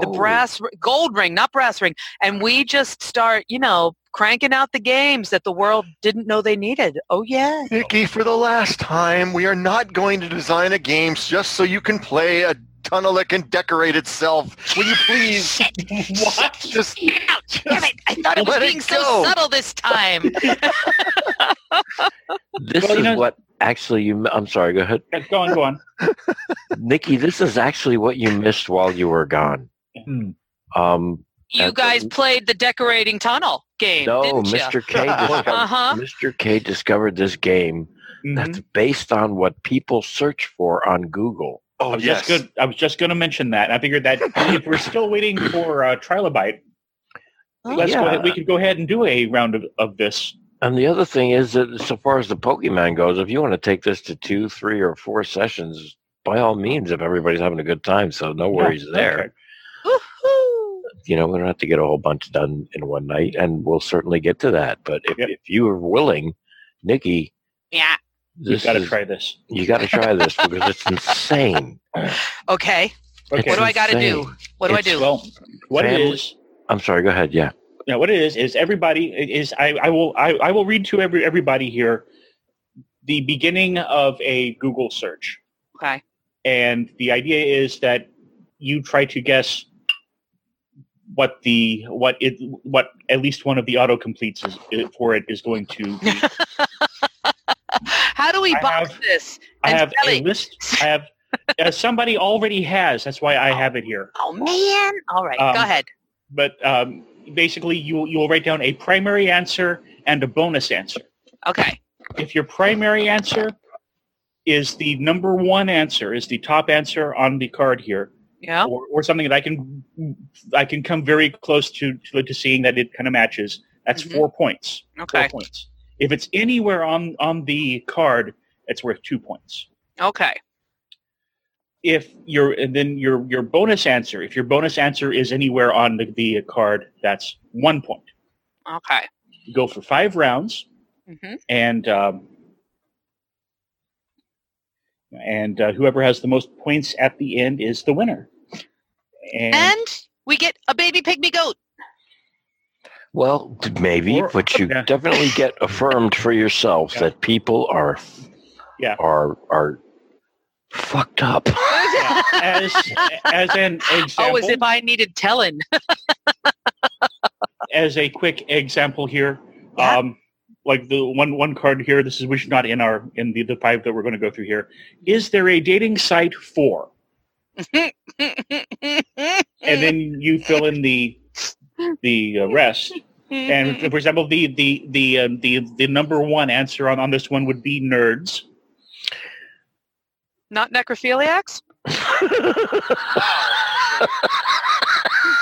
S6: the
S1: Oh,
S6: brass r- gold ring, not brass ring, and we just start, you know, cranking out the games that the world didn't know they needed. Oh yeah.
S4: Nikki, for the last time, we are not going to design a game just so you can play a tunnel that can decorate itself. Will you please?
S2: What?
S4: Just
S6: Ouch, damn it. I thought it was
S4: Let it
S6: being so
S4: go.
S6: subtle this time.
S1: This
S2: Well, you
S1: is
S2: know-
S1: what actually you. I'm sorry. Go ahead,
S2: Go on, go on.
S1: Nikki. This is actually what you missed while you were gone.
S5: Hmm.
S1: Um,
S6: You
S1: That's-
S6: guys played the decorating tunnel game,
S1: no,
S6: didn't you?
S1: Mr. K.
S6: Uh
S1: Discovered,
S6: huh.
S1: Mr. K. discovered this game that's
S2: Mhm.
S1: based on what people search for on Google.
S2: I
S4: oh
S2: was
S4: yes,
S2: just good. I was just going to mention that. I figured that if we're still waiting for uh, Trilobite,
S6: Oh,
S2: let's go
S1: Yeah.
S2: ahead, we could go ahead and do a round of, of this.
S1: And the other thing is that, so far as the Pokemon goes, if you want to take this to two, three, or four sessions, by all means, if everybody's having a good time, so no worries there.
S2: Okay.
S6: Woohoo!
S1: you know, we don't have to get a whole bunch done in one night, and we'll certainly get to that. But if,
S2: Yep.
S1: if you are willing, Nikki,
S6: Yeah.
S2: We've
S1: this
S2: got to
S1: is-
S2: try this.
S1: You got to try this because it's insane.
S6: Okay.
S2: Okay.
S6: What do I got to do?
S1: insane.
S6: What do I
S1: It's
S6: do?
S2: Well, what it
S1: Family-
S2: is?
S1: I'm sorry. Go ahead. Yeah.
S2: Now, what it is is everybody it is. I, I will. I, I will read to every everybody here the beginning of a Google search,
S6: Okay.
S2: and the idea is that you try to guess what the what it what at least one of the autocompletes is, for it is going to. Be.
S6: How do we
S2: I
S6: box
S2: have-
S6: this?
S2: I
S6: And
S2: have
S6: Sally.
S2: a list. I have uh, somebody already has. That's why I have it here.
S6: Oh man! All right, go
S2: Um,
S6: ahead.
S2: But um, basically, you you will write down a primary answer and a bonus answer.
S6: Okay.
S2: if your primary answer is the number one answer, is the top answer on the card here,
S6: Yeah.
S2: or, or something that I can I can come very close to to, to seeing that it kind of matches. That's
S6: Mhm.
S2: four points.
S6: Okay.
S2: Four points. If it's anywhere on on the card, it's worth two points.
S6: Okay.
S2: If your and then your your bonus answer, if your bonus answer is anywhere on the, the card, that's one point.
S6: Okay.
S2: You go for five rounds.
S6: hmm
S2: and um, and uh, whoever has the most points at the end is the winner. And,
S6: And we get a baby pygmy goat.
S1: Well, d- maybe,
S2: Or-
S1: but you
S2: yeah.
S1: definitely get affirmed for yourself
S2: Yeah.
S1: that people are,
S2: Yeah.
S1: are are fucked up.
S2: yeah, as as an example,
S6: oh, as if I needed telling.
S2: as a quick example here,
S6: Yeah.
S2: um, like the one one card here, this is which is not in our in the, the five that we're going to go through here. Is there a dating site for? And then you fill in the the uh, rest. And for example, the the the um, the the number one answer on, on this one would be nerds.
S6: not necrophiliacs.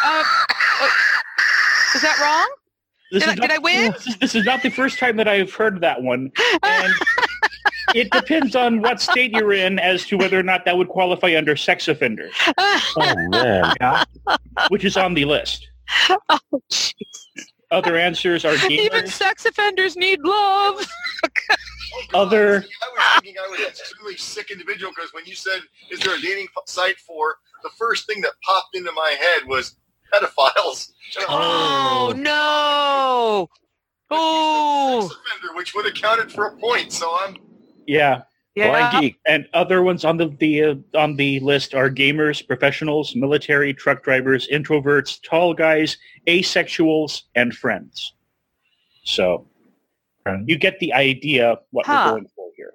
S6: Uh, is that wrong?
S2: This
S6: Did
S2: is
S6: I- did I win?
S2: This is, this is not the first time that I've heard that one. And it depends on what state you're in as to whether or not that would qualify under sex offender,
S1: oh man!
S5: Yeah.
S2: which is on the list.
S6: oh, jeez.
S2: Other answers are
S6: Even
S2: gamers.
S6: sex offenders need love.
S2: Other
S4: I was thinking I was an extremely sick individual because when you said, "Is there a dating p- site for?" the first thing that popped into my head was pedophiles. And I-
S6: Oh, no. Oh.
S4: Sex offender, which would have counted for a point. So I'm
S2: yeah,
S6: Yeah.
S1: Blind geek.
S2: and other ones on the, the uh, on the list are gamers, professionals, military, truck drivers, introverts, tall guys, asexuals, and friends. So you get the idea what
S6: Huh.
S2: we're going for here.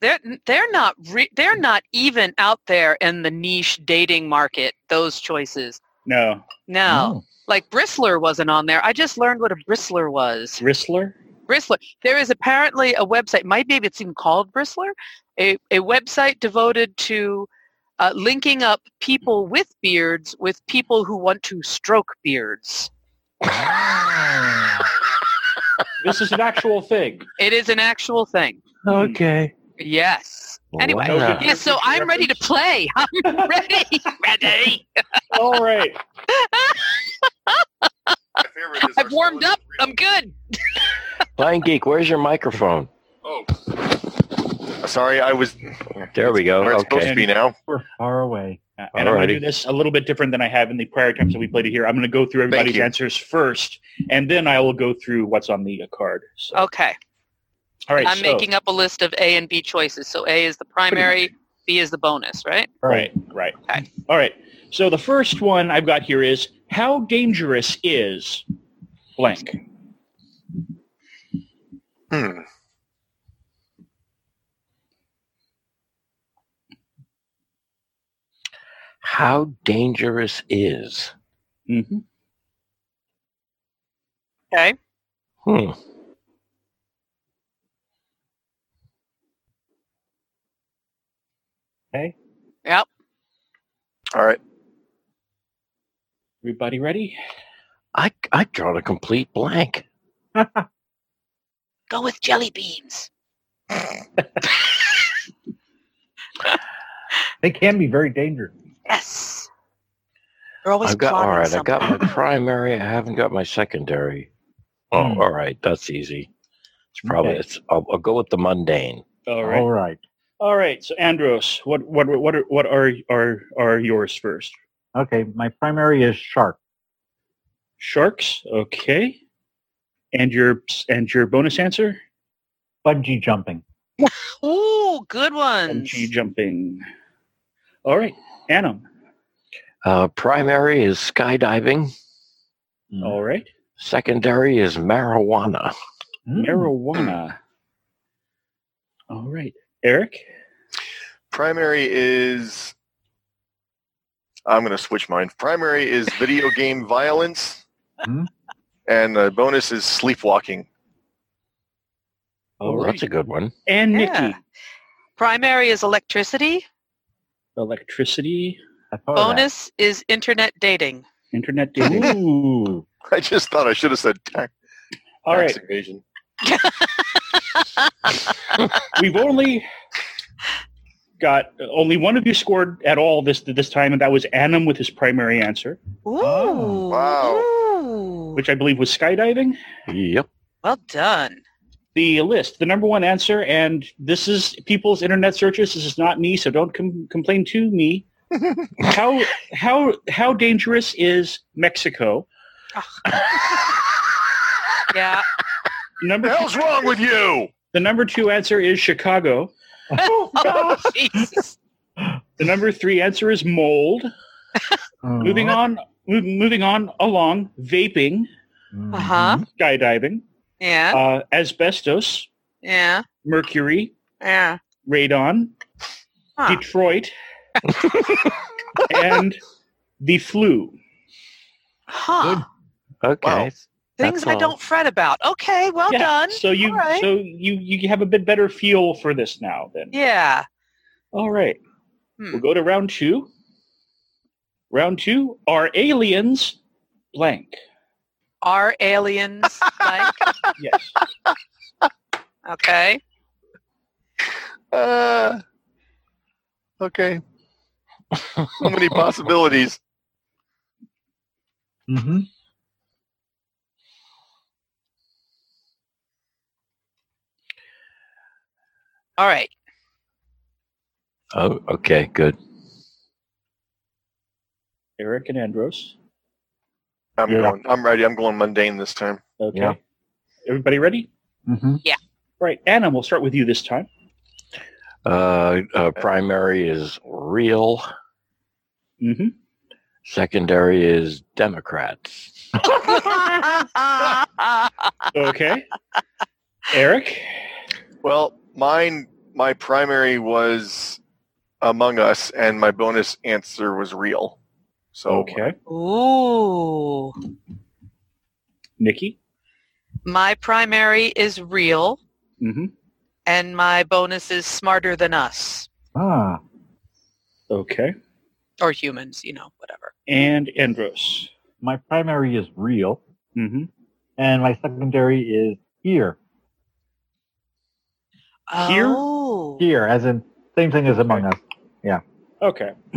S6: They're they're not re- they're not even out there in the niche dating market. Those choices.
S2: No,
S6: No. Like Bristler wasn't on there. I just learned what a Bristler was.
S2: Bristler.
S6: Bristler. There is apparently a website, might maybe it's even called Bristler, a, a website devoted to uh, linking up people with beards with people who want to stroke beards.
S2: This is an actual thing.
S6: It is an actual thing.
S5: Okay.
S6: Yes. Anyway.
S1: Wow.
S2: Okay.
S6: Yes, so I'm ready to play. I'm ready. ready.
S2: All right.
S4: my favorite. Is
S6: I've
S4: our
S6: warmed
S4: solid-
S6: up. I'm good.
S1: Blind geek, where's your microphone?
S4: Oh, sorry, I was.
S1: There we go.
S4: Where it's supposed
S1: Okay.
S4: to be now.
S5: We're far away.
S2: Uh, and I'm going
S1: Alrighty.
S2: to do this a little bit different than I have in the prior times that we played it here. I'm going to go through everybody's
S4: you.
S2: answers first, and then I will go through what's on the uh, card. So,
S6: Okay.
S2: all right,
S6: I'm
S2: so,
S6: making up a list of A and B choices. So A is the primary, B is the bonus, right?
S2: right, right,
S6: Okay.
S2: all right. So the first one I've got here is how dangerous is blank?
S4: Hmm.
S1: How dangerous is?
S2: Mm-hmm.
S6: Okay.
S1: Hmm.
S6: Yep.
S4: All right.
S2: Everybody ready?
S1: I I drawn a complete blank.
S6: Go with jelly beans.
S5: They can be very dangerous.
S6: Yes. They're always
S1: I've got all
S6: plotting
S1: right.
S6: something.
S1: I've got my primary. I haven't got my secondary. Oh,
S5: Hmm.
S1: all right. That's easy. It's probably
S5: Okay.
S1: it's. I'll, I'll go with the mundane.
S2: All right,
S5: All right.
S2: all right. So Andros, what what what are what are are are yours first?
S5: Okay. My primary is shark.
S2: Sharks, okay. And your and your bonus answer?
S5: Bungee jumping.
S6: Ooh, good ones.
S2: Bungee jumping. All right, Anam.
S1: Uh, primary is skydiving. Hmm.
S2: All right.
S1: Secondary is marijuana. Hmm.
S2: Hmm. Marijuana. All right. Eric?
S4: Primary is. I'm going to switch mine. Primary is video game violence,
S5: Hmm.
S4: and the bonus is sleepwalking.
S1: Oh, that's a good one.
S2: And Nikki.
S6: Yeah. Primary is electricity.
S2: Electricity,
S5: I thought of that.
S6: Bonus is internet dating.
S2: internet dating.
S5: Ooh.
S4: I just thought I should have said tax,
S2: All
S4: tax
S2: right.
S4: evasion.
S2: We've only got uh, only one of you scored at all this this time, and that was Anam with his primary answer,
S6: Ooh.
S5: Oh,
S4: wow.
S6: Ooh.
S2: which I believe was skydiving.
S1: Yep.
S6: well done.
S2: The list, the number one answer, and this is people's internet searches. This is not me, so don't com- complain to me. how how how dangerous is Mexico?
S6: Yeah.
S2: Number
S4: The
S2: two,
S4: hell's wrong with you?
S2: the number two answer is Chicago.
S6: oh, Jesus.
S2: The number three answer is mold.
S5: Mm-hmm.
S2: Moving on, mov- moving on along, vaping,
S5: Mm-hmm.
S6: Uh
S2: Uh-huh.
S6: huh.
S2: skydiving,
S6: Yeah.
S2: uh, asbestos,
S6: Yeah.
S2: mercury,
S6: Yeah.
S2: radon,
S6: Huh.
S2: Detroit, and the flu.
S6: Huh.
S1: Okay.
S6: Things
S1: That's
S6: I
S1: all.
S6: don't fret about. Okay. Well
S2: Yeah,
S6: done.
S2: So you,
S6: All right.
S2: so you, you have a bit better feel for this now. Then,
S6: Yeah.
S2: all right,
S6: Hmm.
S2: we'll go to round two. Round two are aliens blank.
S6: Are aliens like?
S2: Yes.
S6: Okay.
S4: Uh, okay. So many possibilities.
S5: hmm
S6: All right.
S1: Oh, okay, good.
S2: Eric and Andros.
S4: I'm
S5: Yeah.
S4: going. I'm ready. I'm going mundane this time.
S2: Okay.
S1: Yeah.
S2: Everybody ready?
S1: Mm-hmm.
S2: All right, Anna, we'll start with you this time.
S1: Uh, uh, primary is real.
S2: Mm-hmm.
S1: Secondary is Democrats.
S2: Okay. Eric.
S4: Well, mine. My primary was Among Us, and my bonus answer was real. So
S1: Oh,
S2: Okay.
S6: Ooh.
S2: Nikki.
S6: My primary is real,
S2: Mm-hmm.
S6: and my bonus is smarter than us
S5: Ah,
S2: Okay.
S6: or humans. You know, whatever.
S2: And Andros.
S5: my primary is real,
S2: Mm-hmm.
S5: and my secondary is here.
S2: Here?
S6: Oh.
S5: Here, as in same thing as Among Us.
S2: Okay.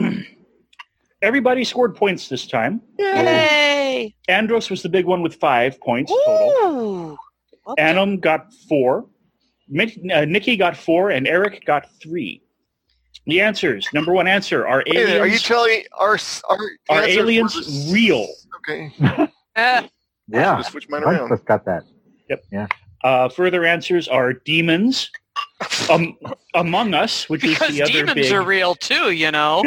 S2: Everybody scored points this time.
S6: Yay!
S2: Andros was the big one with five points total.
S6: Ooh. Okay.
S2: Adam got four. Mick, uh, Nikki got four, and Eric got three. The answers. Number one answer are
S4: Wait a minute,
S2: aliens.
S4: are you telling our s- our
S2: Are
S4: answers were
S2: aliens
S4: the-
S2: real?
S4: Okay,
S6: Uh,
S5: Yeah,
S4: just switch mine
S5: bunch of
S4: around.
S5: us got that.
S2: uh, further answers are demons. Um, among us, which
S6: because
S2: is the other
S6: demons
S2: big.
S6: are real too, you know.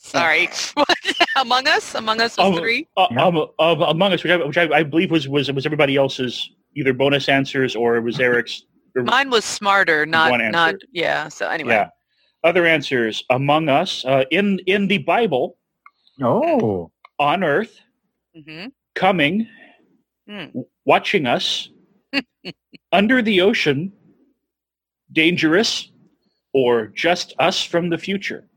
S6: Sorry. Among Us? Among Us was
S2: Oh.
S6: three?
S2: uh,
S5: Yeah.
S2: um, of among us, which, I, which I, I believe was, was was everybody else's either bonus answers or it was Eric's. or-
S6: Mine was smarter, not,
S2: One answer.
S6: not, yeah. So anyway.
S2: Yeah. Other answers among us uh, in in the Bible
S5: Oh,
S2: on Earth
S6: hmm
S2: coming,
S6: Hmm.
S2: w- watching us, under the ocean, dangerous, or just us from the future.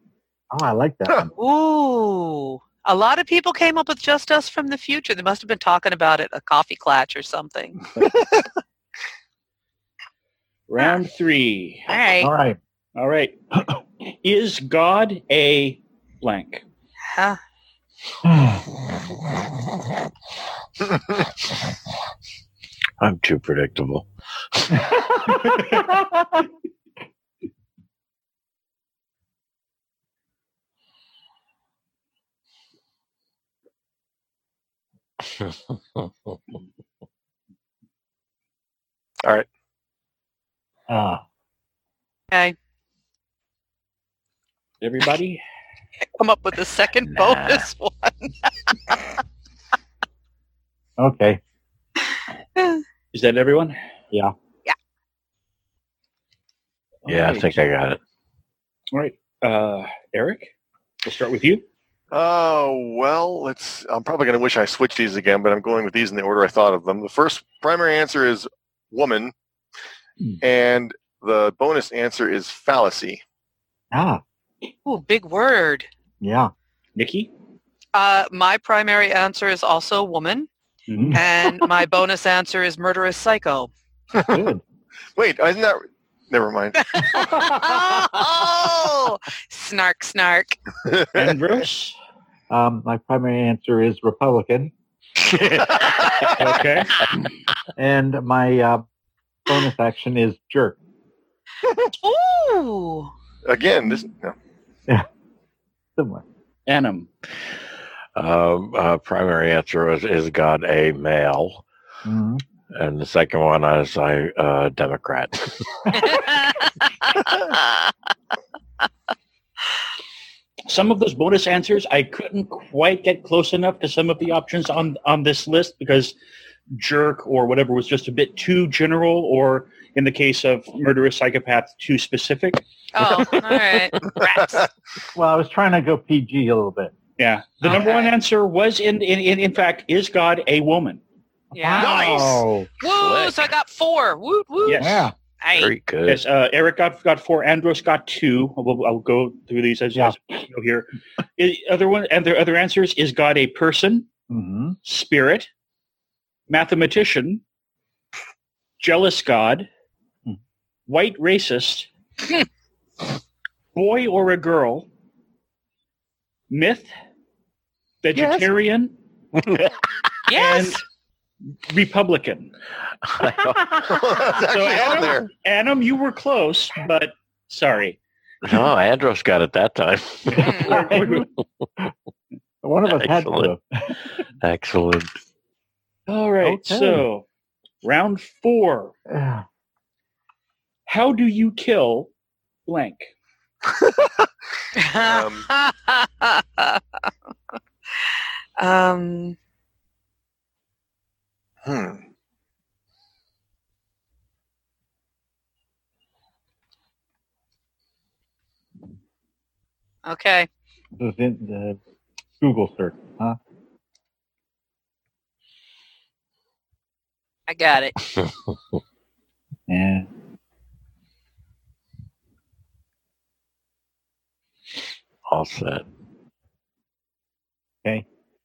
S5: oh, I like that. one.
S6: Ooh. A lot of people came up with just us from the future. They must have been talking about it, a coffee clatch or something.
S2: Round
S6: Ah.
S2: three.
S6: All right.
S5: All right.
S2: All right. Is God a blank?
S6: Huh.
S1: I'm too predictable.
S5: Ah,
S6: Okay.
S2: Everybody?
S6: Come up with a second
S1: Nah.
S6: bonus one.
S5: okay.
S2: Is that everyone?
S5: Yeah.
S6: Yeah.
S1: Yeah,
S2: All
S1: I
S2: right.
S1: think I got it.
S2: All right. Uh, Eric, we'll start with you.
S4: Oh well, let's. I'm probably going to wish I switched these again, but I'm going with these in the order I thought of them. The first primary answer is woman,
S5: Hmm.
S4: and the bonus answer is fallacy.
S5: Ah,
S6: Ooh, big word.
S5: yeah.
S2: Nikki?
S6: Uh, my primary answer is also woman,
S1: Mm-hmm.
S5: Mhm.
S6: and my bonus answer is murderous psycho.
S5: Good.
S4: Wait, isn't that? Never mind.
S6: oh, snark, snark.
S2: Andros?
S5: Um, my primary answer is Republican,
S2: Okay.
S5: and my uh, bonus action is jerk.
S6: Ooh.
S4: Again, this. No.
S5: Similar.
S2: Anum.
S1: Um, uh, primary answer is is God a male,
S5: Mhm.
S1: and the second one is I uh, Democrat.
S6: Oh,
S2: some of those bonus answers I couldn't quite get close enough to some of the options on on this list because jerk or whatever was just a bit too general or in the case of murderous psychopath too specific
S6: oh, all right. Rats.
S5: Well, I was trying to go PG a little bit.
S2: yeah the number
S6: Okay.
S2: one answer was in in, in in fact is god a woman
S6: Yeah.
S5: Wow.
S6: Woo! So I got four. Woot woot.
S2: Yes.
S5: Oh, Yeah.
S6: Hey.
S1: Very good.
S2: yes uh, eric got got four andros got two i'll, I'll go through these as,
S5: Yeah.
S2: as we go here I- other one and their other answers is god a person
S5: hmm
S2: spirit mathematician jealous god
S5: Hmm.
S2: white racist boy or a girl myth vegetarian
S6: Yes.
S2: and Republican.
S4: That's actually
S2: So
S4: on there.
S2: Adam, Adam, you were close, but sorry.
S1: No, Andros got it that time.
S5: One of us had to.
S1: Excellent. Excellent.
S2: All right.
S5: Okay.
S2: So round four.
S5: Ugh.
S2: How do you kill blank?
S6: Ah.
S4: Um,
S6: um,
S4: Hmm.
S6: okay.
S5: This is in the Google search, huh?
S6: I got it.
S5: Yeah.
S1: All set.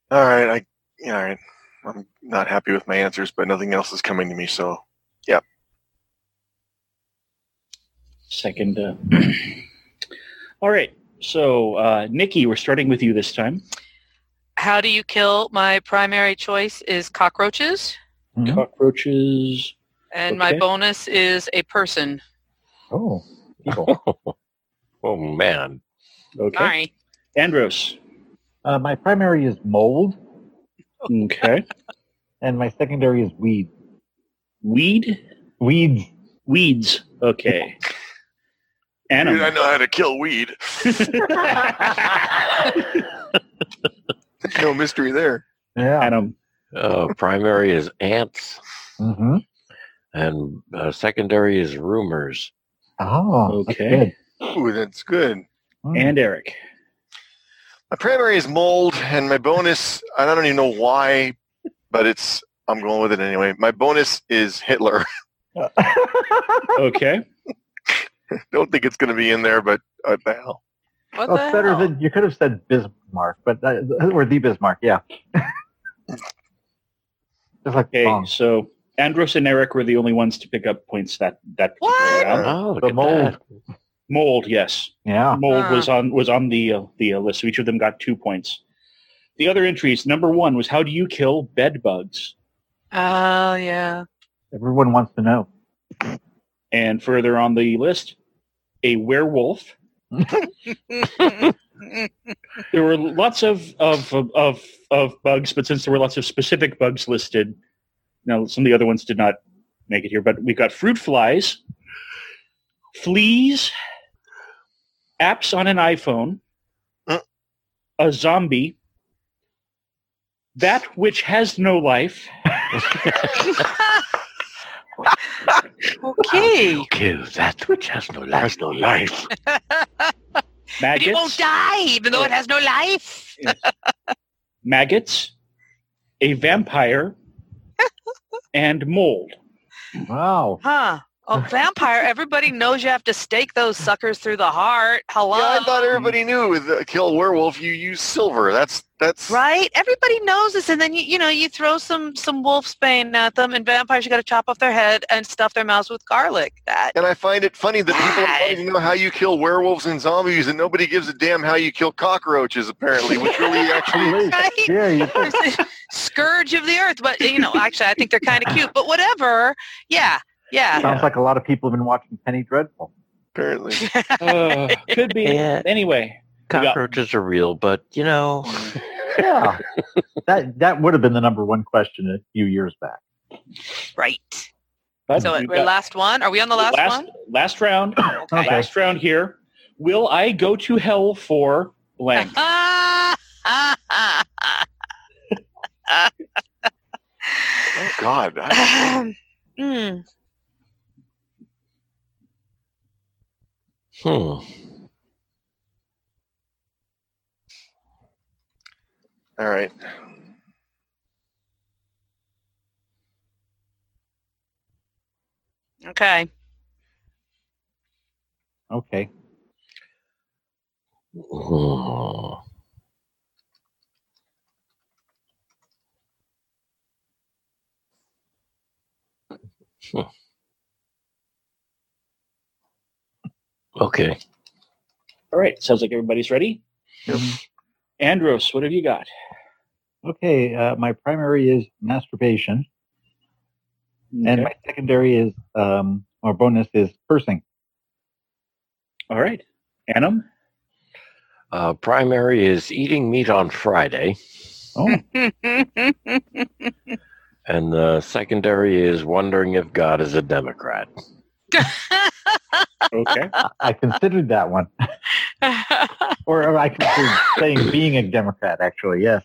S4: All right. I yeah, all right. I'm not happy with my answers, but nothing else is coming to me. So
S2: Second. Uh, all right. So uh, Nikki, we're starting with you this time.
S6: How do you kill? My primary choice is cockroaches,
S5: Mhm.
S2: Cockroaches.
S6: and
S2: Okay.
S6: my bonus is a person.
S5: Oh, people.
S1: oh man.
S2: Okay.
S6: Sorry.
S2: Andros.
S5: uh, my primary is mold,
S2: Okay.
S5: and my secondary is weed.
S2: Weed.
S5: Weeds.
S2: Weeds. Okay.
S4: Dude, I
S2: Adam.
S4: know how to kill weed. no mystery there.
S5: Yeah.
S2: Adam.
S1: Uh, primary is ants,
S5: Mm-hmm.
S1: and uh, secondary is rumors.
S5: Oh, that's
S2: Okay.
S5: good.
S4: Ooh, that's good.
S5: Mm.
S2: And Eric.
S4: My primary is mold, and my bonus, I don't even know why, but it's, I'm going with it anyway. My bonus is Hitler.
S5: Mm.
S2: Okay.
S4: don't think it's going to be in there, but uh, the hell.
S6: What
S5: Well,
S6: the
S5: it's Oh, better
S6: hell?
S5: than you could have said Bismarck, but that, or the Bismarck, yeah. Just like
S2: Okay,
S5: Bong.
S2: so Andros and Eric were the only ones to pick up points that that particular
S6: What?
S2: round.
S1: Oh, look
S5: The
S1: at
S5: mold.
S1: that.
S2: mold. Yes,
S5: Yeah.
S2: mold
S6: Ah.
S2: was on was on the uh, the uh, list. So each of them got two points. The other entries. Number one was how do you kill bed bugs?
S6: Oh yeah.
S5: Everyone wants to know.
S2: And further on the list, a werewolf. There were lots of of of of, of bugs, but since there were lots of specific bugs listed, now some of the other ones did not make it here. But we got fruit flies, fleas, apps on an iPhone,
S4: Uh.
S2: a zombie, that which has no life,
S6: okay.
S1: Kill that which has no life. Has no life.
S6: But
S2: maggots,
S6: it won't die, even though it has no life.
S2: maggots, a vampire, and mold.
S5: Wow.
S6: Huh. Oh, vampire! Everybody knows you have to stake those suckers through the heart. Hello,
S4: Yeah, I thought everybody knew with uh, kill werewolf you use silver. That's that's
S6: right? Everybody knows this, and then you you know you throw some some wolfsbane at them, and vampires you got to chop off their head and stuff their mouths with garlic. That
S4: And I find it funny that people
S6: Bad.
S4: wanting to know how you kill werewolves and zombies, and nobody gives a damn how you kill cockroaches. Apparently, which really actually
S6: right?
S5: Yeah, you think-
S6: Scourge of the earth, but you know, actually, I think they're kind of cute. But whatever, yeah, yeah.
S5: sounds like a lot of people have been watching Penny Dreadful.
S4: apparently.
S2: Uh, could be
S1: Yeah.
S2: anyway.
S1: Cockroaches are real, but you know,
S5: Yeah. that that would have been the number one question a few years back.
S6: Right.
S2: But
S6: So
S2: we
S6: we're
S2: got-
S6: last one. Are we on the last, one?
S2: last round.
S5: Okay.
S2: Last round here. Will I go to hell for blank?
S4: Oh God, I-
S6: Hmm.
S1: hmm.
S4: All right.
S6: Okay.
S5: Okay.
S1: Hmm. Hmm. Okay.
S2: All right. Sounds like everybody's ready.
S6: Mm-hmm.
S2: Andros, what have you got?
S5: Okay. Uh, my primary is masturbation. and my secondary is um, or bonus is cursing.
S2: All right. Annam?
S1: Uh, primary is eating meat on Friday,
S5: Oh,
S1: and the secondary is wondering if God is a Democrat.
S2: Okay.
S5: I considered that one, or, or I considered saying being a Democrat. Actually, yes.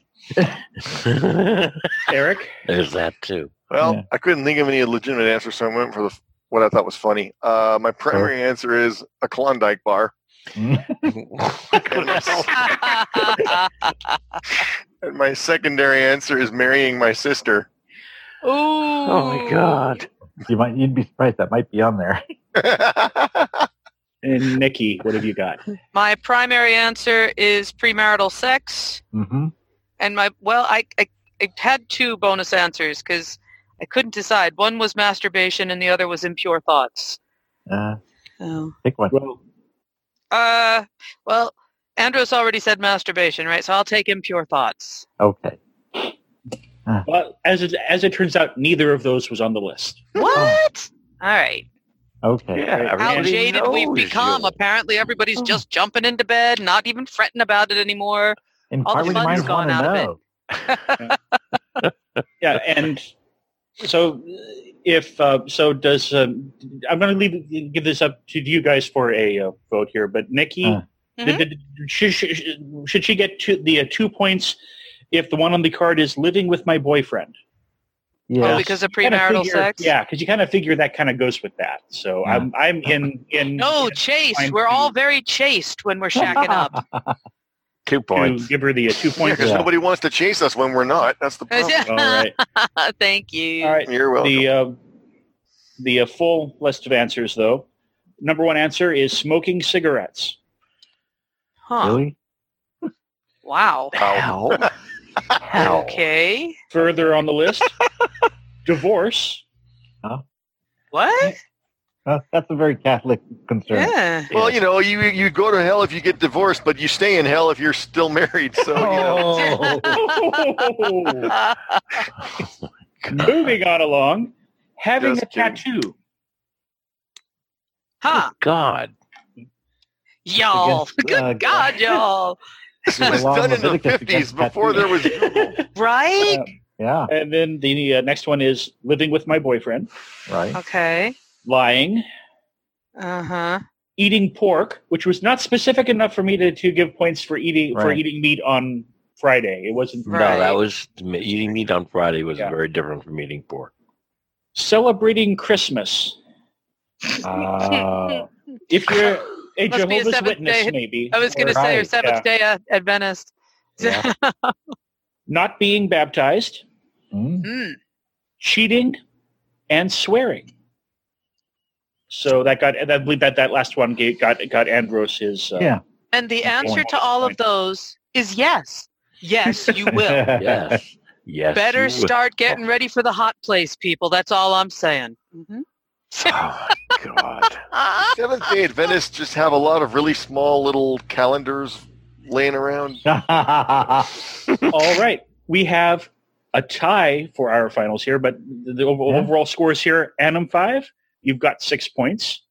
S1: There's
S2: Eric?
S1: that too.
S4: Well,
S5: Yeah.
S4: I couldn't think of any legitimate answer, so I went for the what I thought was funny. Uh, my primary answer is a Klondike bar, and my, and my secondary answer is marrying my sister.
S6: Ooh.
S1: oh my God.
S5: You might you'd be surprised that might be on there.
S2: And Nikki, what have you got?
S6: My primary answer is premarital sex,
S5: hmm
S6: and my well, I I, I had two bonus answers because I couldn't decide. One was masturbation, and the other was impure thoughts.
S5: Uh,
S6: Oh.
S5: pick one.
S2: Well,
S6: Uh, well, Andros already said masturbation, right? So I'll take impure thoughts.
S5: Okay.
S2: well as, it, as it turns out, neither of those was on the list.
S6: What? All right.
S5: Okay.
S1: Yeah,
S6: How
S1: everybody
S6: jaded we've
S1: knows
S6: become.
S1: you.
S6: Apparently, everybody's
S1: Oh.
S6: just jumping into bed, not even fretting about it anymore.
S5: And
S6: All
S5: why
S6: the
S5: would you
S6: fun's
S5: mind
S6: gone
S5: want to
S6: out of it.
S5: know?
S2: Yeah, and so if uh, so, does um, I'm going to leave give this up to you guys for a uh, vote here. But Nikki,
S5: Uh.
S6: Mhm.
S2: did- did- should, she- should she get two, the uh, two points if the one on the card is living with my boyfriend?
S5: Yeah.
S6: Oh, because of
S2: Kinda
S6: premarital
S2: figure-
S6: sex.
S2: Yeah, because you kind of figure that kind of goes with that. So
S5: Yeah.
S2: I'm I'm in in
S6: No,
S2: to
S6: chaste.
S2: Fine.
S6: We're all very chaste when we're shacking up.
S1: Two points.
S2: give her the uh, two points.
S4: Because
S5: Yeah.
S4: nobody wants to chase us when we're not. That's the problem.
S2: All right,
S6: Thank you.
S2: all right.
S4: You're welcome.
S2: The uh, the uh, full list of answers, though. Number one answer is smoking cigarettes.
S6: Huh.
S5: Really?
S6: Wow.
S1: How? How?
S6: Okay.
S2: Further on the list, divorce.
S6: What?
S5: Uh, that's a very Catholic concern.
S6: Yeah.
S4: Well, you know, you you go to hell if you get divorced, but you stay in hell if you're still married. So, you know,
S5: Oh.
S2: Oh. Moving
S6: Uh,
S2: on along, having
S4: Just
S2: a tattoo.
S6: huh.
S1: God.
S6: Y'all.
S5: Against,
S6: Oh, Good
S5: uh,
S6: God, y'all.
S4: this
S5: The
S4: was
S5: law of
S4: done in the
S5: Leviticus
S4: fifties
S5: against
S4: before there was Google.
S6: Right?
S5: Yeah.
S2: And then the uh, next one is living with my boyfriend,
S5: Right.
S6: Okay.
S2: lying,
S6: Uh huh.
S2: eating pork, which was not specific enough for me to, to give points for eating for
S5: Right.
S2: eating meat on Friday. It wasn't
S6: Right.
S1: No, that was eating meat on Friday was
S2: Yeah.
S1: very different from eating pork.
S2: celebrating Christmas.
S5: Uh,
S2: If you're a
S6: Must be a
S2: Jehovah's
S6: Seventh
S2: Witness,
S6: Day-
S2: maybe.
S6: I was going
S2: or-
S6: to say, or
S5: Right,
S6: Seventh Day Day Adventist.
S5: Yeah.
S2: not being baptized,
S5: mm,
S6: Mm.
S2: cheating, and swearing. So that got, I believe that that last one gave, got got Andros his. Uh,
S5: yeah.
S6: And the
S2: Good
S6: answer
S2: point.
S6: to all of
S2: Good
S6: those is yes. Yes, you will.
S1: Yes. Yes.
S6: Better
S1: you would.
S2: Oh.
S6: start getting ready for the hot place, people. That's all I'm saying. Mm-hmm. hmm
S1: Oh, my God.
S4: Seventh Day Adventists just have a lot of really small little calendars laying around.
S2: All right, we have a tie for our finals here, but the, the over-
S5: Yeah.
S2: overall scores here: Annam five, you've got six points.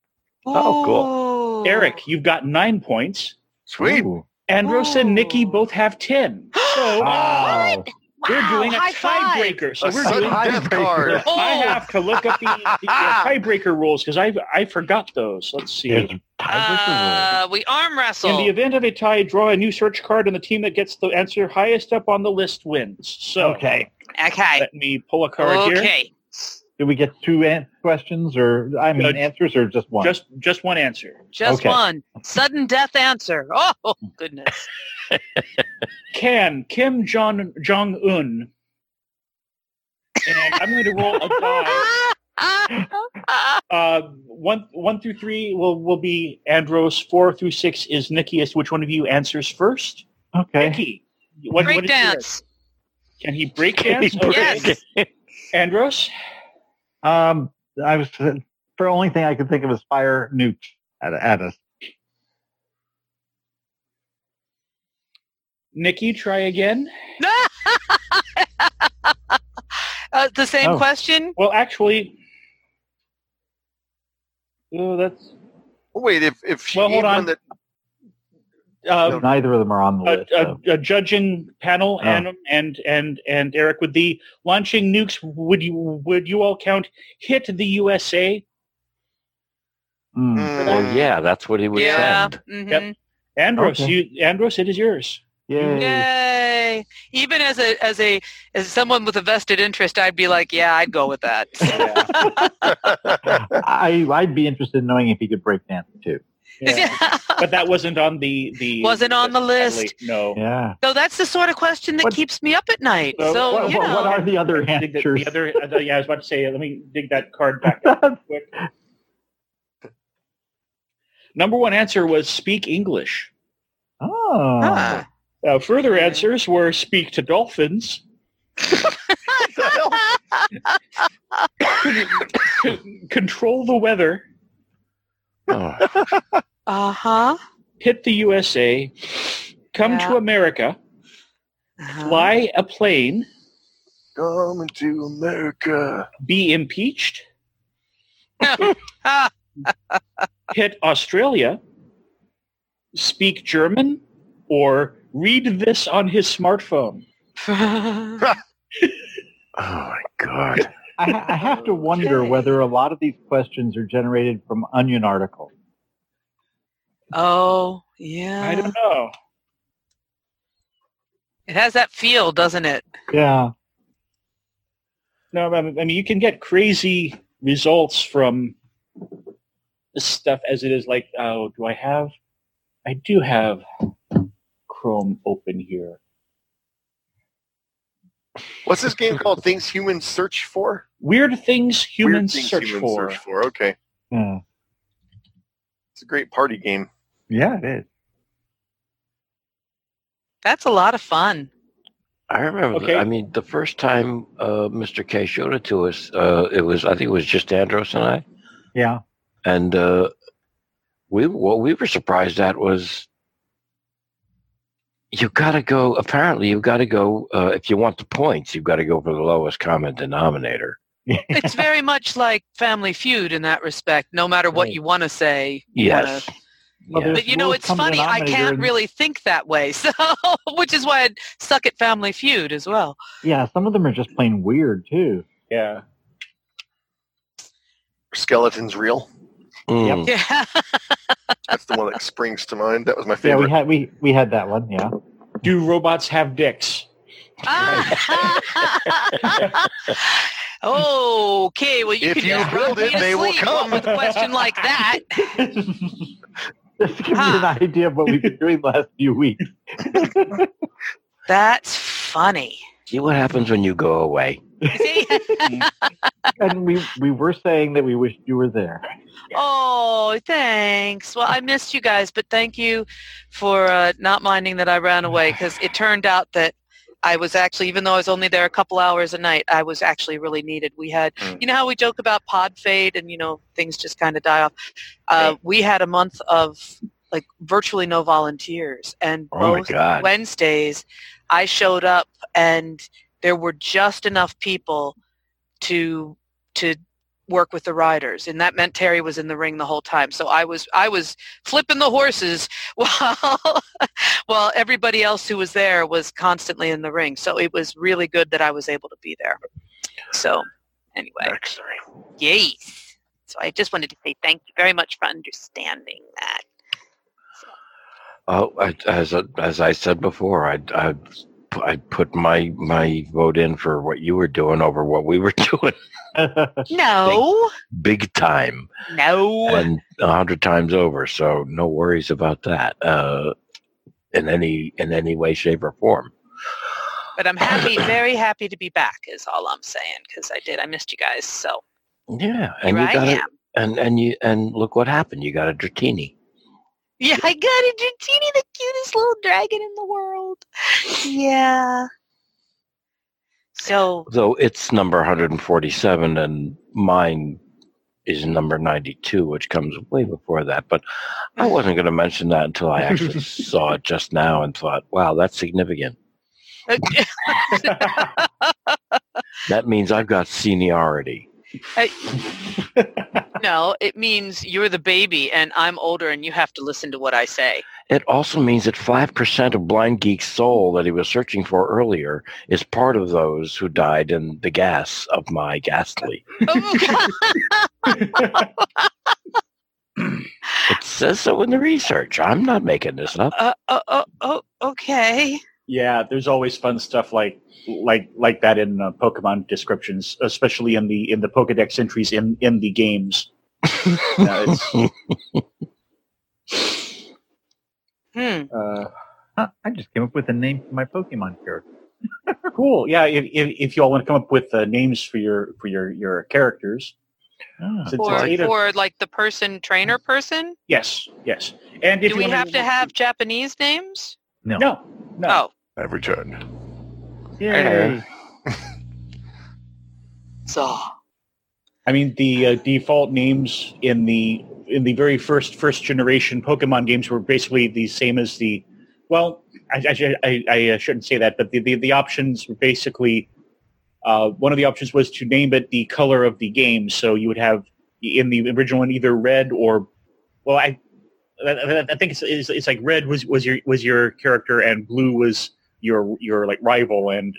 S1: Oh,
S6: cool.
S2: Eric, you've got nine points.
S4: Sweet.
S5: Ooh.
S2: Andros and Nikki
S6: Ooh.
S2: both have ten. So
S5: Wow.
S2: we're doing a
S6: high five.
S2: tiebreaker. So
S4: A
S2: we're doing
S4: sudden death card.
S6: Oh.
S2: I have to look up the, the uh, tiebreaker rules because I I forgot those. Let's see.
S5: There's
S6: Uh, we arm
S2: In
S6: wrestle.
S2: the event of a tie, draw a new search card, and the team that gets the answer highest up on the list wins. So
S5: Okay.
S6: okay.
S2: let me pull a card here.
S6: Okay.
S5: Did we get two an- questions or I mean
S2: Judge-
S5: answers or just one?
S2: Just just one answer.
S6: Just
S5: Okay.
S6: one. Sudden death answer. Oh,
S2: Hmm.
S6: goodness.
S2: Can Kim Jong Jong Un? And I'm going to roll a die. Uh, one one through three will will be Andros. Four through six is Nikki. As to which one of you answers first?
S5: okay.
S2: Nikki. What, what
S6: Break
S2: is
S6: dance.
S2: yours? Can he break
S1: Can he
S2: dance? Okay.
S6: Yes.
S2: Andros.
S5: Um, I was for only thing I could think of was fire nukes at, at us.
S2: Nikki, try again.
S6: uh, the same
S5: Oh.
S6: question?
S2: Oh. Well, actually, Oh, that's
S4: Well, Oh, wait, if if she
S2: Well,
S4: needs
S2: hold on.
S4: one that
S2: uh,
S5: Neither of them are on the
S2: a,
S5: list.
S2: a,
S5: so.
S2: a judging panel,
S5: Oh.
S2: and and and and Eric, with the launching nukes, would you would you all count hit the USA
S5: Mm.
S4: Mm,
S1: Well, yeah, that's what he would
S6: yeah.
S1: send.
S6: mhm.
S2: Yep. Andros,
S5: Okay.
S2: you, Andros, it is yours.
S5: Yay.
S6: Yay! Even as a as a as someone with a vested interest, I'd be like, yeah, I'd go with that.
S5: I, I'd be interested in knowing if he could break dance too.
S2: Yeah. but that wasn't on the the
S6: Wasn't on the list.
S2: No,
S5: Yeah.
S6: So that's the sort of question that
S5: What-
S6: keeps me up at night. So,
S2: So
S5: what,
S6: you
S5: what-
S6: know,
S5: what are the other
S2: Dig the,
S5: answers?
S2: the other, uh, yeah, I was about to say. Let me dig that card back. quick. Number one answer was speak English.
S5: oh.
S6: huh.
S2: Uh, further answers were speak to dolphins, control the weather,
S1: Oh,
S6: Uh huh.
S2: hit the USA, come
S6: Yeah.
S2: to America,
S6: Uh-huh.
S2: fly a plane,
S4: come to America.
S2: be impeached,
S6: Ah,
S2: hit Australia, speak German, or read this on his smartphone.
S6: Uh-huh.
S1: oh my god.
S5: I, ha- I have to wonder
S6: Okay.
S5: whether a lot of these questions are generated from Onion articles.
S6: oh yeah.
S2: I don't know.
S6: It has that feel, doesn't it?
S5: Yeah.
S2: No, I mean, I mean, you can get crazy results from this stuff as it is. Like, oh, do I have? I do have Chrome open here.
S4: What's this game called? Things humans search for.
S2: Weird things
S4: Weird
S2: humans,
S4: things
S2: search,
S4: humans
S2: for.
S4: search for. Okay,
S5: Yeah.
S4: it's a great party game.
S5: Yeah, it is.
S6: That's a lot of fun.
S1: I remember.
S2: Okay.
S1: The, I mean, the first time uh, Mr. K showed it to us, uh, it was I think it was just Andros and I,
S5: Yeah.
S1: and uh, we what we were surprised at was you got to go. Apparently, you've got to go uh, if you want the points. You've got to go for the lowest common denominator.
S6: It's very much like Family Feud in that respect. No matter what
S5: Right.
S6: you want to say, you wanna-
S1: Yes.
S5: Well,
S1: Yeah.
S5: there's
S6: But you know,
S5: lowest
S6: it's
S5: common
S6: funny. I
S5: denominator
S6: can't
S5: and-
S6: really think that way, so which is why I suck at Family Feud as well.
S5: Yeah, some of them are just plain weird too.
S2: Yeah.
S4: Skeletons real.
S1: Mm.
S6: Yeah.
S4: That's the one that springs to mind. That was my
S5: Yeah,
S4: favorite.
S5: we had we we had that one. Yeah.
S2: Do robots have dicks?
S6: Ah. okay. Well, you
S4: If
S6: could
S4: you
S6: just
S4: build it,
S6: run me to
S4: they will
S6: sleep
S4: come.
S6: with a question like that.
S5: Just to give you an
S6: Ah.
S5: idea of what we've been doing the last few weeks.
S6: That's funny.
S1: See what happens when you go away.
S6: See?
S5: And we we were saying that we wished you were there.
S6: Oh, thanks. Well, I missed you guys, but thank you for uh, not minding that I ran away because it turned out that I was actually, even though I was only there a couple hours a night, I was actually really needed. We had,
S4: Mm.
S6: you know how we joke about pod fade and, you know, things just kind of die off. Uh, We had a month of like virtually no volunteers and
S1: Oh my
S6: both
S1: god.
S6: Wednesdays, I showed up and there were just enough people to to work with the riders, and that meant Terry was in the ring the whole time. So I was I was flipping the horses while while everybody else who was there was constantly in the ring. So it was really good that I was able to be there. So anyway,
S4: Excellent.
S6: yes. So I just wanted to say thank you very much for understanding that.
S1: Oh, I, as I- as I said before, I I I put my my vote in for what you were doing over what we were doing,
S6: No,
S1: big time
S6: no.
S1: and a hundred times over. So no worries about that. Uh, in any in any way, shape, or form.
S6: But I'm happy, very happy to be back. Is all I'm saying because I did. I missed you guys. So
S1: Yeah,
S6: here
S1: and you
S6: I
S1: got it.
S6: am.
S1: And and you and look what happened. You got a Dratini.
S6: Yeah, I got a Dratini, the cutest little dragon in the world. Yeah. So
S1: though it's number 147 and mine is number 92 which comes way before that but i wasn't going to mention that until i actually saw it just now and thought wow that's significant that means i've got seniority
S6: I- no, it means you're the baby and I'm older and you have to listen to what I say.
S1: It also means that 5% of Blind Geek's soul that he was searching for earlier is part of those who died in the gas of my ghastly.
S6: Oh, God.
S1: It says so in the research. I'm not making this up.
S6: uh, oh, oh, oh, okay.
S2: Yeah, there's always fun stuff like like like that in uh, Pokemon descriptions, especially in the in the Pokedex entries in in the games. Yeah, it's,
S6: Hmm.
S2: uh,
S5: Huh, I just came up with a name for my Pokemon character.
S2: cool. Yeah, if, if if you all want to come up with uh, names for your for your your characters,
S5: Ah.
S2: since it's
S6: Or,
S2: eight of-
S6: or like the person trainer person?
S2: yes, yes. And if you
S6: Do we
S2: wanna-
S6: have to have Japanese names?
S2: no no?
S6: Oh,
S4: I've returned.
S5: Yay.
S6: so
S2: I mean, the uh, default names in the in the very first first generation Pokemon games were basically the same as the. Well, I, I, should- I, I uh, shouldn't say that, but the the, the options were basically. Uh, one of the options was to name it the color of the game, so you would have in the original one either red or, well, I, I, I think it's, it's it's like red was was your was your character and blue was your your like rival and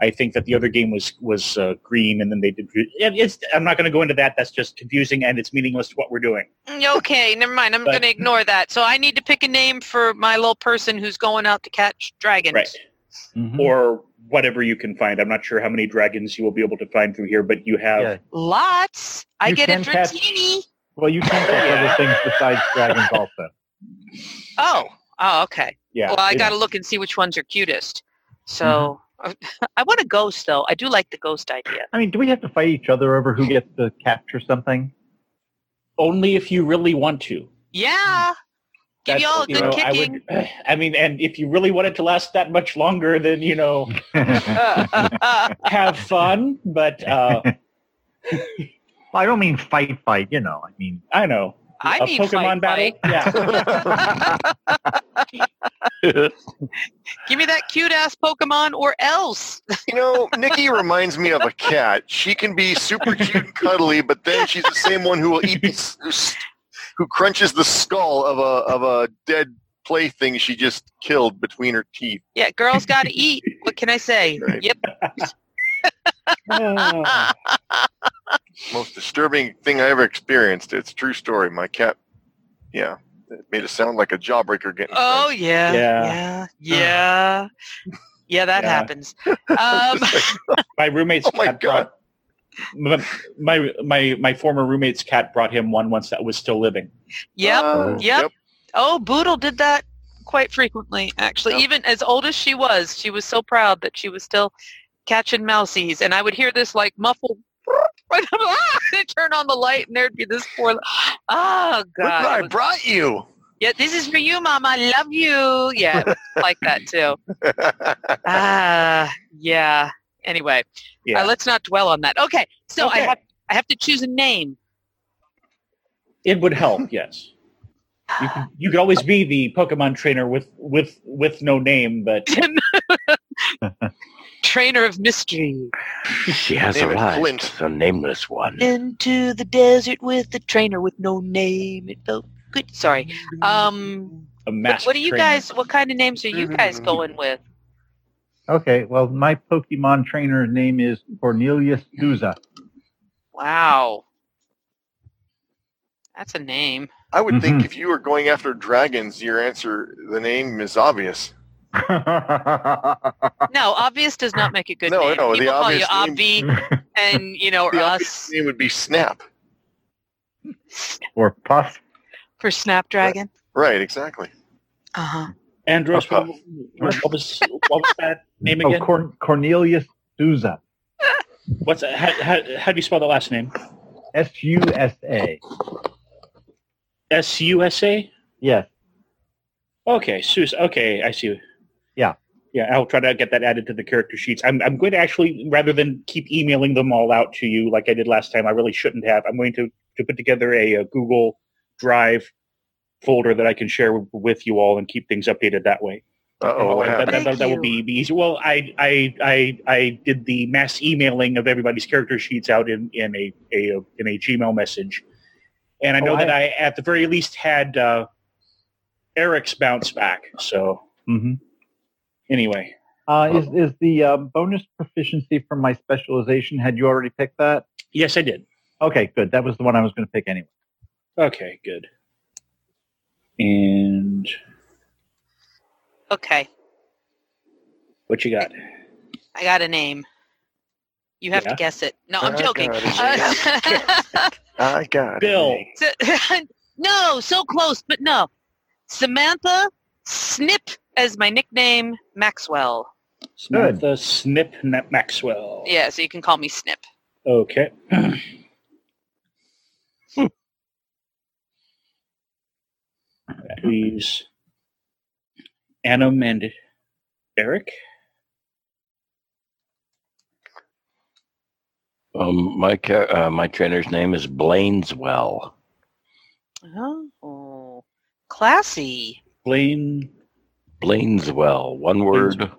S2: I think that the other game was was uh, green, and then they did. and It's, I'm not going to go into that. That's just confusing, and it's meaningless to what we're doing.
S6: Mm, okay, never mind. I'm
S2: But-
S6: going to ignore that. So I need to pick a name for my little person who's going out to catch dragons.
S2: Right.
S5: Mhm.
S2: Or whatever you can find. I'm not sure how many dragons you will be able to find through here, but you have.
S5: Yeah.
S6: Lots. I
S5: You
S6: get
S5: can
S6: a
S5: catch-
S6: dratini.
S5: Well, you can catch other things besides dragons also.
S6: Oh, oh, okay.
S2: yeah, Mm-hmm.
S6: well, I
S2: it's-
S6: got to look and see which ones are cutest. So I want a ghost, though. I do like the ghost idea.
S5: I mean, do we have to fight each other over who gets to capture something?
S2: Only if you really want to.
S6: Yeah. Give
S2: Mm. That's-
S6: y'all a
S2: you
S6: good
S2: know, I,
S6: kicking.
S2: would, I mean, and if you really want it to last that much longer, then you know,
S5: well,
S2: have fun. But uh,
S5: I don't mean fight, fight. You know, I mean,
S2: I know
S6: I
S2: a
S6: mean,
S2: Pokemon
S6: fight,
S2: battle. Yeah.
S6: fight. Give me that cute ass Pokemon or else.
S4: You know, Nikki reminds me of a cat. She can be super cute and cuddly, but then she's the same one who will eat, the, s- who, s- who crunches the skull of a of a dead plaything she just killed between her teeth.
S6: Yeah, girls got to eat. What can I say?
S4: Right.
S6: Yep.
S2: Ah.
S4: Most disturbing thing I ever experienced. It's a true story. My cat, yeah, it made it sound like a jawbreaker getting.
S6: Oh yeah. Yeah.
S2: Yeah.
S6: Yeah. Yeah, that
S2: Yeah.
S6: happens. Um,
S2: my roommate's
S4: Oh my
S2: cat brought my my my former roommate's cat brought him one once that was still living.
S6: yep.
S4: Uh,
S6: yep. Oh, Boodle did that quite frequently, actually.
S2: Oh.
S4: Yep.
S6: Even as old as she was, she was so proud that she was still catching mousies. And I would hear this like muffled. and I'd turn on the light, and there'd be this poor. li- Oh
S4: Look what
S6: God!
S4: I brought you.
S6: Yeah, this is for you, Mom. I love you. Yeah, it was like that too. Ah, yeah. Anyway,
S2: Yeah.
S6: uh, let's not dwell on that. Okay, so I
S2: Okay.
S6: have I have to choose a name.
S2: It would help, yes. You could, you could always be the Pokemon trainer with with with no name, but
S6: Trainer of mystery.
S1: she has
S4: Name it
S1: arrived.
S4: Flint.
S1: The nameless one.
S6: Into the desert with the trainer with no name. It felt good. Sorry. Um,
S2: a
S6: what,
S2: master.
S6: what are you
S2: trainer.
S6: guys? What kind of names are you guys going with?
S5: okay. Well, my Pokemon trainer's name is Cornelius Duza.
S6: Wow, that's a name.
S4: I would think
S5: Mhm.
S4: if you were going after dragons, your answer, the name is obvious.
S6: No, obvious does not make a good
S4: No,
S6: name.
S4: no, the
S6: People call you
S4: obvious
S6: Obvi, and you know, or
S4: The
S6: us
S4: obvious name would be Snap.
S5: or Puff.
S6: for Snapdragon.
S4: Right, exactly.
S6: Uh huh.
S2: Andros, what,
S4: Uh,
S2: what was what was that name
S5: Oh,
S2: again?
S5: Corn Cornelius Duza.
S2: What's that? How, how, how do you spell the last name?
S5: S U S A.
S2: S U S A.
S5: Yes.
S2: Okay, Sus. Okay, I see.
S5: Yeah.
S2: yeah. I'll try to get that added to the character sheets. I'm I'm going to actually rather than keep emailing them all out to you like I did last time. I really shouldn't have. I'm going to to put together a, uh Google Drive folder that I can share w- with you all and keep things updated that way.
S4: oh, what
S2: that,
S4: happened?
S2: that, that, that will
S6: Thank
S2: be, be easy. Well, I, I I I did the mass emailing of everybody's character sheets out in in a, a in a Gmail message, and I know
S5: Oh, I-
S2: that I at the very least had uh, Eric's bounce back. So
S5: Mm-hmm.
S2: anyway,
S5: Uh,
S1: Uh-huh.
S5: is is the um, bonus proficiency from my specialization? Had you already picked that?
S2: yes, I did.
S5: Okay, good. That was the one I was going to pick anyway.
S2: Okay, good. And
S6: Okay,
S2: what you got?
S6: I got a name. You have
S2: Yeah.
S6: to guess it. No, I'm
S4: I
S6: joking.
S4: got
S6: Uh,
S4: I got
S2: Bill.
S4: it.
S6: So- no, so close, but no. Samantha Snip as my nickname, Maxwell.
S5: Good.
S2: Samantha Snip Na- Maxwell.
S6: Yeah, so you can call me Snip.
S2: Okay. Please. Adam and Eric.
S1: Um, my ca- uh, my trainer's name is Blaineswell.
S6: Oh, classy.
S2: Blaine.
S1: Blaineswell, one word,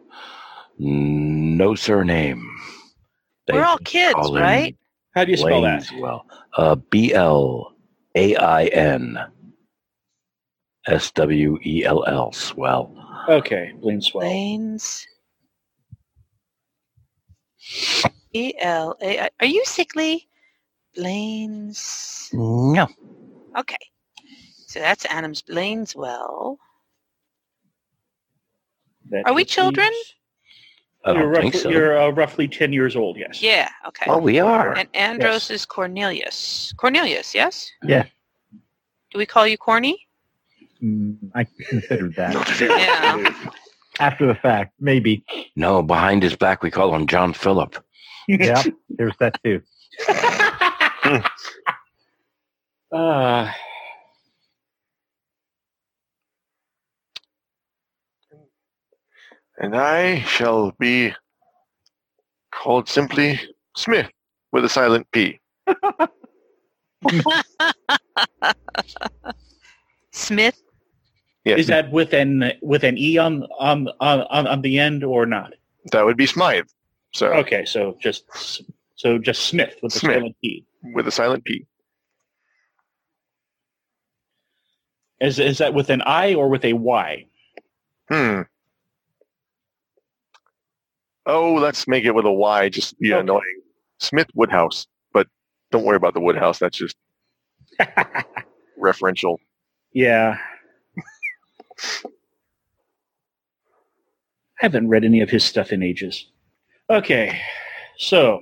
S1: no surname.
S6: We're all kids,
S1: call him
S6: right?
S2: How do you spell that?
S1: Blaineswell. Uh, B L A I N S W E L L. Swell.
S2: Okay, Blaine Swell.
S6: Lanes. E L A. I- Are you sickly? Lanes.
S1: No.
S6: Okay. So that's Adam's Blaineswell.
S2: That
S6: Are we
S2: is-
S6: children?
S1: I don't
S2: you're
S1: think
S2: roughly,
S1: so.
S2: you're uh, roughly 10 years old, yes.
S6: Yeah, okay.
S1: Oh, we are.
S6: And Andros
S2: Yes.
S6: is Cornelius. Cornelius, yes?
S5: Yeah.
S6: Do we call you corny?
S5: Mm, I considered that
S6: Yeah.
S5: after the fact, maybe.
S1: No, behind his back, we call him John Phillip.
S5: Yeah, there's that too.
S2: Uh,
S4: And I shall be called simply Smith with a silent P.
S6: Smith?
S4: Yes,
S2: is
S4: that-,
S2: that with an with an e on on on on on the end or not?
S4: would be Smythe. So
S2: Okay, so just so just Smith with the
S4: Smith.
S2: silent P.
S4: with a silent P.
S2: Is is that with an I or with a Y?
S4: Hmm. Oh, let's make it with a Y. Just be
S2: Okay.
S4: annoying. Smith Woodhouse, but don't worry about the Woodhouse. That's just referential.
S2: yeah. I haven't read any of his stuff in ages. Okay, so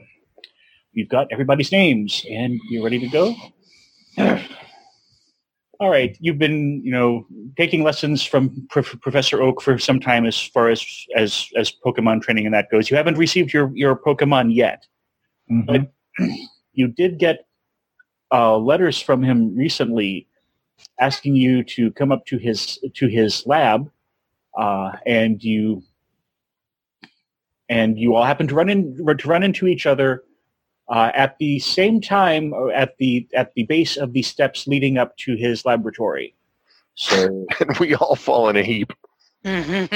S2: we've got everybody's names, and you're ready to go. All right, you've been, you know, taking lessons from Prof- Professor Oak for some time as far as as as Pokemon training and that goes. You haven't received your your Pokemon yet.
S5: Mhm.
S2: you did get uh, letters from him recently asking you to come up to his to his lab uh, and you and you all happen to run in to run into each other uh, at the same time or at the at the base of the steps leading up to his laboratory so
S4: and we all fall in a heap.
S6: Mhm.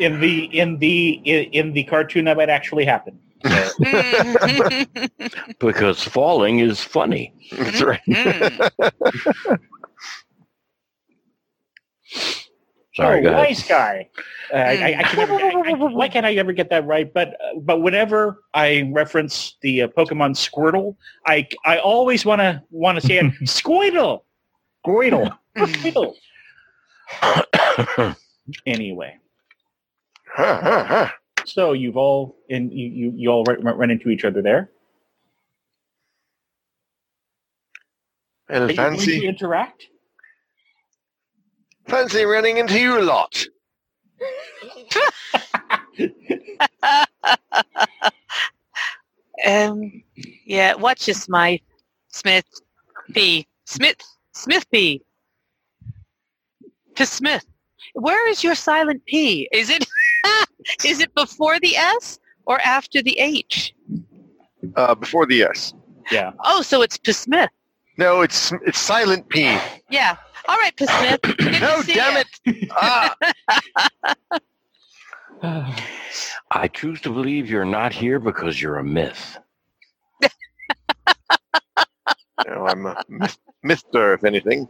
S2: in the in the in, in the cartoon that might actually happen
S6: Mm.
S1: Because falling is funny.
S4: That's right.
S6: Mm.
S1: Sorry,
S2: oh,
S1: go ahead.
S2: wise guy. Uh, I, I can never get, I, I- why can't I ever get that right? But uh, but whenever I reference the uh, Pokemon Squirtle, I I always want to want to say it Squirtle,
S5: Goidle.
S2: Squirtle. anyway,
S4: Huh, huh, huh.
S2: so you've all and you you, you all run, run into each other there.
S4: And
S2: Are you going to
S4: fancy,
S2: interact?
S4: fancy running into you lot.
S6: um, yeah, watch this, my Smith P. Smith, Smith P. To Smith. Where is your silent P? Is it is it before the S or after the H?
S4: Uh, before the S.
S2: Yeah.
S6: Oh, so it's to Smith.
S4: No, it's it's silent P.
S6: Yeah. All right, P. Smith. Good to
S4: No,
S6: see
S4: damn
S6: ya.
S4: it. Ah,
S1: I choose to believe you're not here because you're a myth.
S4: no, know, I'm a mis- mister, if anything.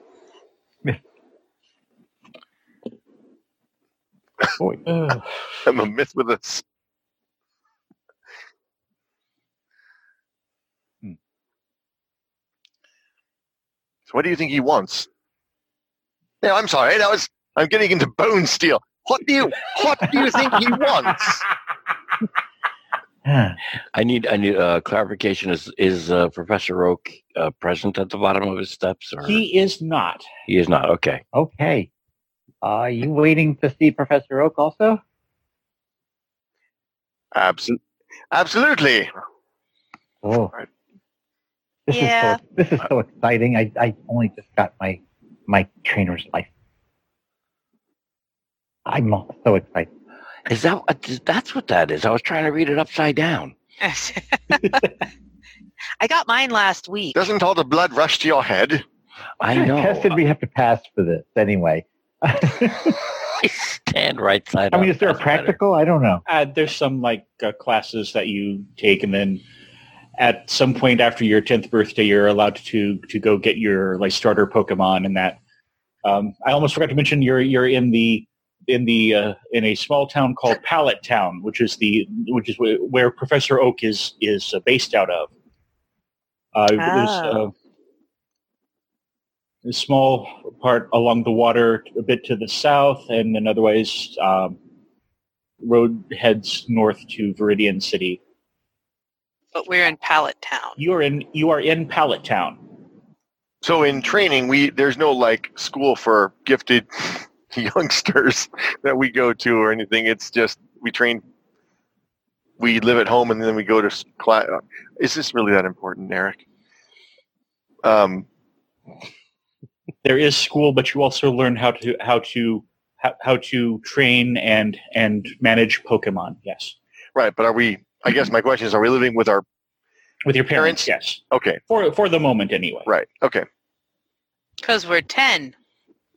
S5: Boy. Ugh.
S4: I'm a myth with a s-
S5: Hmm.
S4: So what do you think he wants? Yeah, I'm sorry. That was I'm getting into bone steel. What do you what do you think he wants?
S1: I need I need uh, clarification. Is is uh, Professor Oak uh, present at the bottom of his steps, or he,
S2: He is not.
S1: is not? Okay.
S5: okay. Are you waiting to see Professor Oak also?
S4: Absol- absolutely.
S5: Oh.
S4: Right.
S5: This
S6: Yeah.
S5: is so, this is so exciting. I, I only just got my my trainer's license. I'm all so excited.
S1: Is that what- that's what that is? I was trying to read it upside down.
S6: I got mine last week.
S4: Doesn't all the blood rush to your head?
S1: I know.
S5: Test did we have to pass for this anyway? I
S1: I stand right side.
S5: mean,
S1: up.
S5: is there a
S1: That's better.
S5: practical? I don't know.
S2: Uh, there's some like uh, classes that you take, and then at some point after your tenth birthday, you're allowed to to go get your like starter Pokemon, and that. Um, I almost forgot to mention you're you're in the in the uh, in a small town called Pallet Town, which is the which is wh- where Professor Oak is is uh, based out of. Uh, There's uh, a small part along the water, a bit to the south, and then otherwise um, road heads north to Viridian City.
S6: But we're in Pallet Town.
S2: You are in you are in Pallet Town.
S4: So in training, we there's no like school for gifted youngsters that we go to or anything. It's just we train. We live at home and then we go to s- class. Is this really that important, Eric? Um,
S2: There is school, but you also learn how to how to how, how to train and and manage Pokemon. Yes,
S4: right, but are we? I guess my question is: Are we living with our?
S2: with your parents.
S4: Parents?
S2: Yes,
S4: Okay,
S2: for for the moment anyway.
S4: right, okay,
S6: Because we're 10.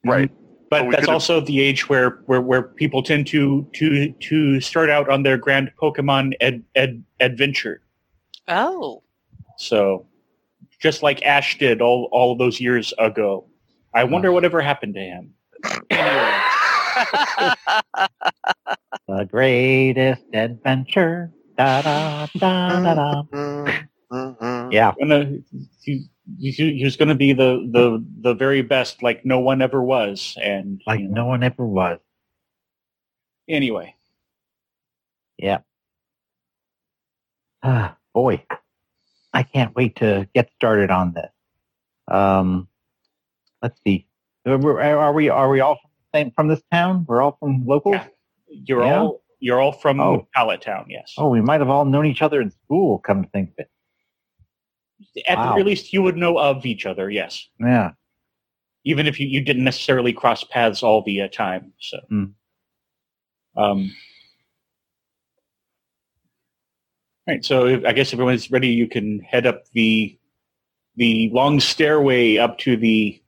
S4: right.
S2: Mm-hmm. But
S4: But we
S2: that's
S4: could've-
S2: also the age where, where where people tend to to to start out on their grand Pokemon ed, ed, adventure.
S6: Oh.
S2: So, just like Ash did all all those years ago. I wonder whatever happened to him.
S5: The greatest adventure. Da da da da da.
S4: Mm, mm, mm.
S5: Yeah.
S2: gonna he, he, he was gonna be the, the the very best like no one ever was and
S5: Like
S2: you know,
S5: no one ever was.
S2: anyway
S5: Ah, boy, I can't wait to get started on this. Um, let's see. Are we are we, are we all from, the same, from this town? We're all from local?
S2: Yeah. you're
S5: Yeah.
S2: all you're all from
S5: Oh.
S2: Pallet Town yes
S5: Oh, we might have all known each other in school, come to think of it.
S2: at the
S5: wow.
S2: very least you would know of each other yes
S5: Yeah.
S2: even if you, you didn't necessarily cross paths all the uh, time so
S5: Mm.
S2: um all right so if, I guess everyone's ready you can head up the the long stairway up to the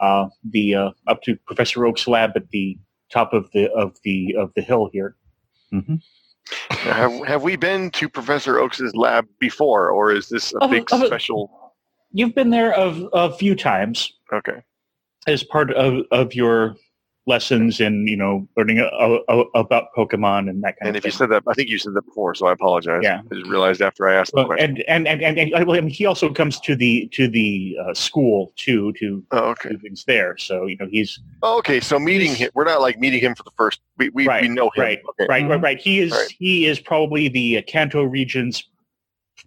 S2: uh, the uh, up to Professor Oak's lab at the top of the of the of the hill here.
S5: hmm
S4: Have, have we been to Professor Oaks' lab before, or is this a
S2: Of-
S4: big
S2: of-
S4: special?
S2: You've been there a, a few times
S4: Okay,
S2: as part of, of your lessons in you know learning a, a, about Pokemon and that kind of
S4: and if
S2: thing.
S4: you said that, I think you said that before, so I apologize.
S2: Yeah.
S4: I just realized after I asked the
S2: Well,
S4: question.
S2: and and and, and, and well, I mean, he also comes to the to the uh, school too to
S4: Oh, okay.
S2: do things there. So you know he's
S4: Oh, okay, so meeting
S2: He's-
S4: him, we're not like meeting him for the first. We we, we
S2: Right,
S4: know him.
S2: right,
S4: Okay.
S2: right, right,
S5: Mhm.
S2: right. He is
S4: Right.
S2: he is probably the uh, Kanto region's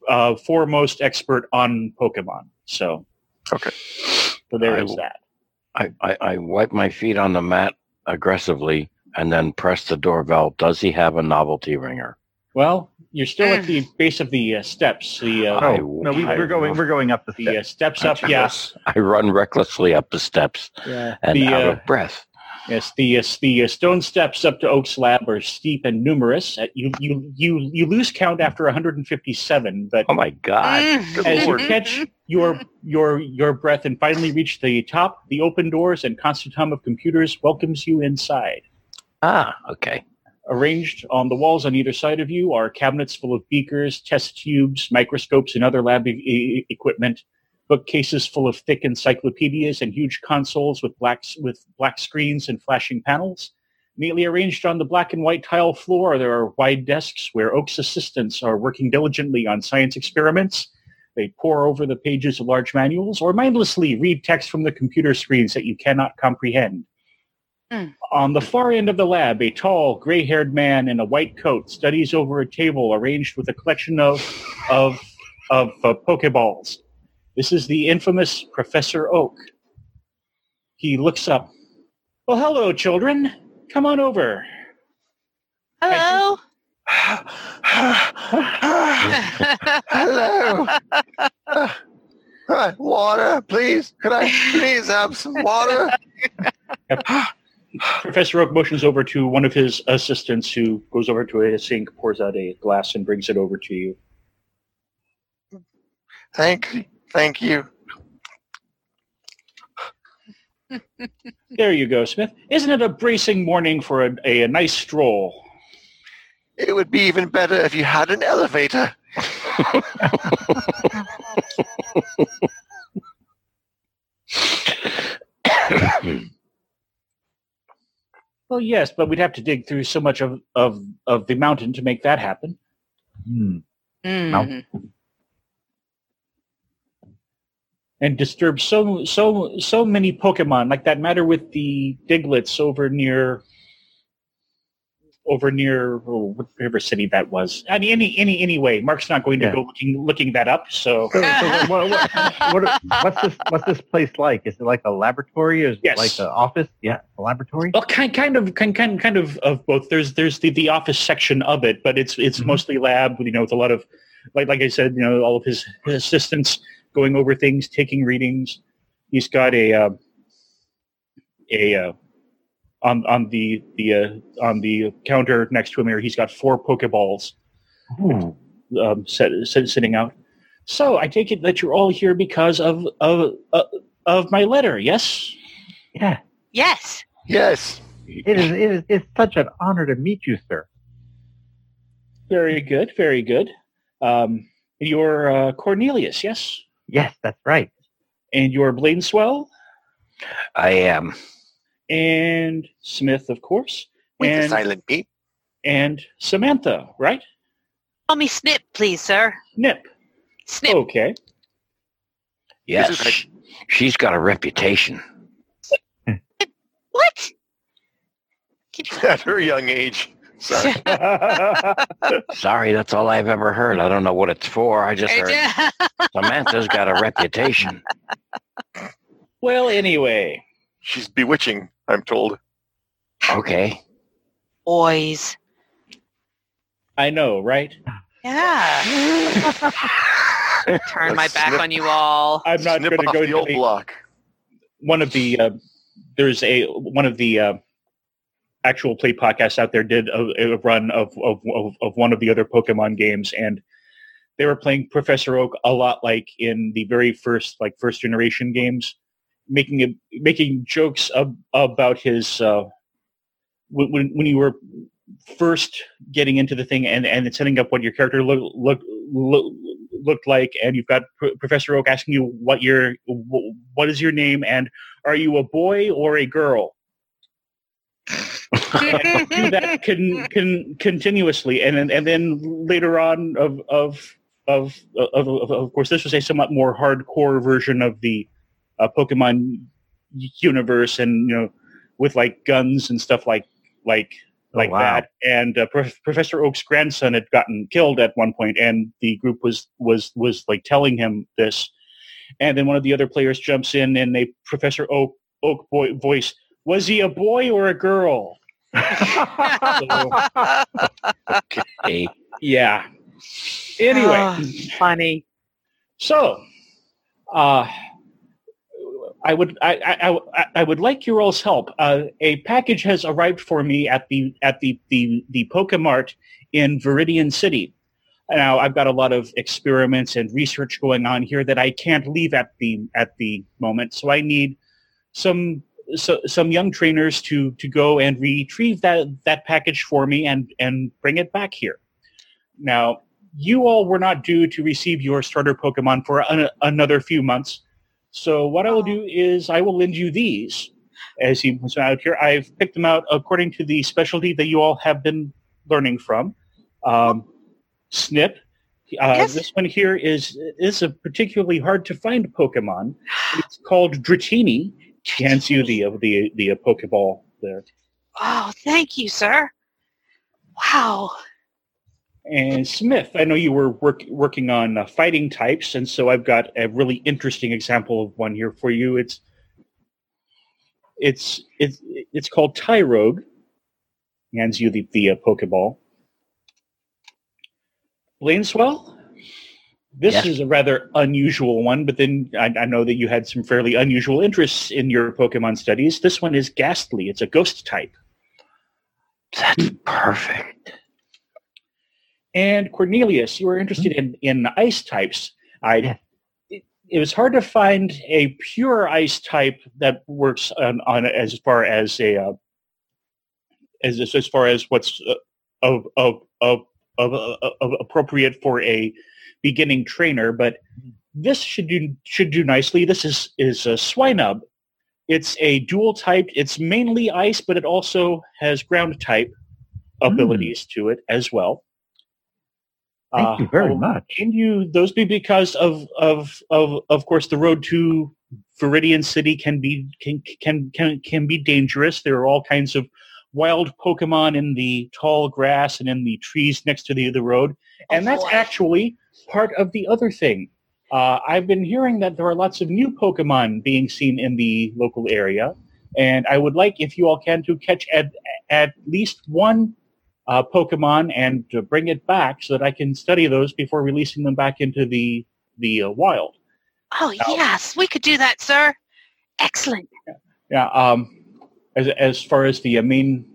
S2: uh, foremost expert on Pokemon. So
S4: Okay.
S2: so there
S1: I
S2: is
S1: will-
S2: that.
S1: I, I, I wipe my feet on the mat aggressively and then press the doorbell. Does he have a novelty ringer?
S2: Well, you're still at the base of the uh, steps. The uh,
S1: I-
S5: Oh, no, we, we're going. We're going up the
S2: the uh,
S5: steps.
S2: steps up. Yes,
S1: I run recklessly up the steps
S2: yeah.
S1: and
S2: The,
S1: out
S2: uh,
S1: of breath.
S2: yes. The uh, s- the uh, stone steps up to Oak's lab are steep and numerous. Uh, you you you you lose count after 157, but
S1: Oh my God.
S4: Good
S2: As you
S4: lord.
S2: catch your your your breath and finally reach the top, the open doors and constant hum of computers welcomes you inside.
S1: Ah, okay.
S2: Arranged on the walls on either side of you are cabinets full of beakers, test tubes, microscopes, and other lab e- e- equipment. bookcases full of thick encyclopedias and huge consoles with black, with black screens and flashing panels. Neatly arranged on the black and white tile floor, there are wide desks where Oak's assistants are working diligently on science experiments. They pore over the pages of large manuals or mindlessly read text from the computer screens that you cannot comprehend.
S6: Mm.
S2: On the far end of the lab, a tall, gray-haired man in a white coat studies over a table arranged with a collection of of of uh, pokeballs. This is the infamous Professor Oak. He looks up. Well, hello, children. Come on over.
S6: Hello.
S4: Hello. Uh, uh, water, please. Could I please have some water?
S2: Professor Oak motions over to one of his assistants, who goes over to a sink, pours out a glass, and brings it over to you.
S4: Thank, thank you.
S2: There you go, Smith. Isn't it a bracing morning for a, a, a nice stroll?
S4: It would be even better if you had an elevator.
S2: Well, yes, but we'd have to dig through so much of, of, of the mountain to make that happen.
S5: Hmm.
S6: Mm.
S2: and disturb so so so many Pokemon, like that matter with the Diglets over near over near oh, whatever city that was. I mean, any any anyway, Mark's not going to
S5: Yeah.
S2: go looking looking that up. So
S5: So, so what, what, what, what's this? What's this place like? Is it like a laboratory? Is
S2: Yes.
S5: it like an office? Yeah, a laboratory.
S2: well, kind kind of kind kind kind of of both. There's there's the the office section of it, but it's it's
S5: Mhm.
S2: mostly lab. You know, with a lot of like like I said, you know, all of his, his assistants going over things, taking readings. He's got a uh, a uh, on on the the uh, on the counter next to him here. He's got four Pokeballs
S5: Ooh.
S2: um, set, sit, sitting out. So I take it that you're all here because of of uh, of my letter, yes?
S5: Yeah,
S6: Yes.
S4: Yes.
S5: it is. It is. It's such an honor to meet you, sir.
S2: Very good, very good. Um, you're uh, Cornelius, yes,
S5: Yes, that's right.
S2: and you're Blainswell
S1: I am.
S2: and Smith, of course,
S4: With the
S2: and
S4: silent P.
S2: and Samantha, right?
S6: Call me Snip, please, sir.
S2: Nip.
S6: Snip.
S2: Okay.
S1: Yes.
S4: This is like-
S1: sh- She's got a reputation.
S6: What? Keep
S4: At her young age. Sorry.
S1: Sorry, that's all I've ever heard. I don't know what it's for. I just heard
S6: Yeah.
S1: Samantha's got a reputation.
S2: Well, anyway,
S4: She's bewitching, I'm told.
S1: Okay.
S6: Boys.
S2: I know, right?
S6: Yeah. Turn my
S4: Let's
S6: back
S4: snip-
S6: on you all.
S2: I'm not
S4: Snip
S2: going to
S4: off
S2: go
S4: the
S2: into
S4: old
S2: the-
S4: block.
S2: one of the uh, there's a one of the uh, actual play podcasts out there did a, a run of, of of of one of the other Pokemon games, and they were playing Professor Oak a lot like in the very first like first generation games, making a, making jokes ab- about his uh, when when when you were first getting into the thing and and setting up what your character look look look looked like and you've got Pro- professor oak asking you what your wh- what is your name and are you a boy or a girl? And do that con, con, continuously, and then and then later on of of of of, of, of course this was a somewhat more hardcore version of the uh, Pokemon universe, and you know with like guns and stuff like like
S5: Oh,
S2: like
S5: wow.
S2: that. And uh, Prof- Professor Oak's grandson had gotten killed at one point, and the group was was was like telling him this. And then one of the other players jumps in, and they Professor Oak Oak boy voice was he a boy or a girl?
S1: Hey,
S2: Yeah. Anyway,
S6: Ah. funny.
S2: so uh, I would I, I, I, I would like your all's help. Uh, a package has arrived for me at the at the the the Pokemart in Viridian City. Now I've got a lot of experiments and research going on here that I can't leave at the at the moment. So I need some so, some young trainers to to go and retrieve that that package for me and and bring it back here. Now you all were not due to receive your starter Pokemon for an, another few months. So what I will do is I will lend you these. As he was out here, I've picked them out according to the specialty that you all have been learning from. Um, Snip. Uh,
S6: Yes.
S2: This one here is is a particularly hard to find Pokemon. It's called Dratini. He hands you the the the uh, Pokeball there,
S6: Oh, thank you, sir. Wow.
S2: and Smith. I know you were work, working on uh, fighting types, and so I've got a really interesting example of one here for you. It's it's it's it's called Tyrogue. He hands you the the uh, Pokeball. Blainswell. This
S3: Yes.
S2: is a rather unusual one, but then I, I know that you had some fairly unusual interests in your Pokemon studies. This one is Ghastly. It's a ghost type.
S1: That's perfect.
S2: And Cornelius, you were interested in, in ice types. I
S5: Yeah.
S2: it, it was hard to find a pure ice type that works on, on as far as a uh, as as far as what's uh, of of of of, of, of appropriate for a beginning trainer, but this should do should do nicely. This is is a Swinub. It's a dual type. It's mainly ice, but it also has ground type abilities to it as well.
S5: Thank
S2: Uh,
S5: you very
S2: I'll
S5: much.
S2: Can you those be because of of of of course the road to Viridian City can be can can can can be dangerous. There are all kinds of wild Pokemon in the tall grass and in the trees next to the the road,
S6: Oh,
S2: and that's actually part of the other thing. Uh, I've been hearing that there are lots of new Pokemon being seen in the local area, and I would like, if you all can, to catch at at least one uh, Pokemon and to bring it back so that I can study those before releasing them back into the the uh, wild.
S6: Oh,
S2: Wow.
S6: yes, we could do that, sir. Excellent.
S2: Yeah. Um, as as far as the uh, main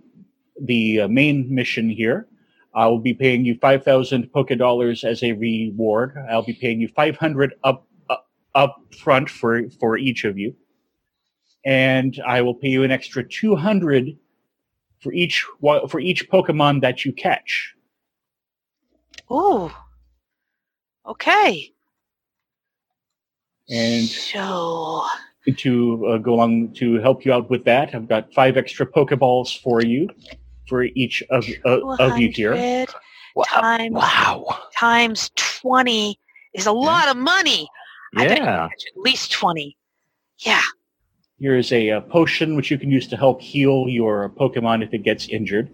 S2: the uh, main mission here, I will be paying you five thousand poke dollars as a reward. I'll be paying you five hundred up up up front for for each of you, and I will pay you an extra two hundred for each wa- for each Pokemon that you catch.
S6: Ooh. Okay.
S2: And
S6: so,
S2: to uh, go along to help you out with that, I've got five extra Pokeballs for you for each of uh, of you here.
S6: 200
S3: Wow.
S6: times
S3: Wow.
S6: times 20 is a lot of money. I bet you
S5: Yeah.
S6: catch at least 20. Yeah.
S2: Here is a, uh potion which you can use to help heal your Pokemon if it gets injured,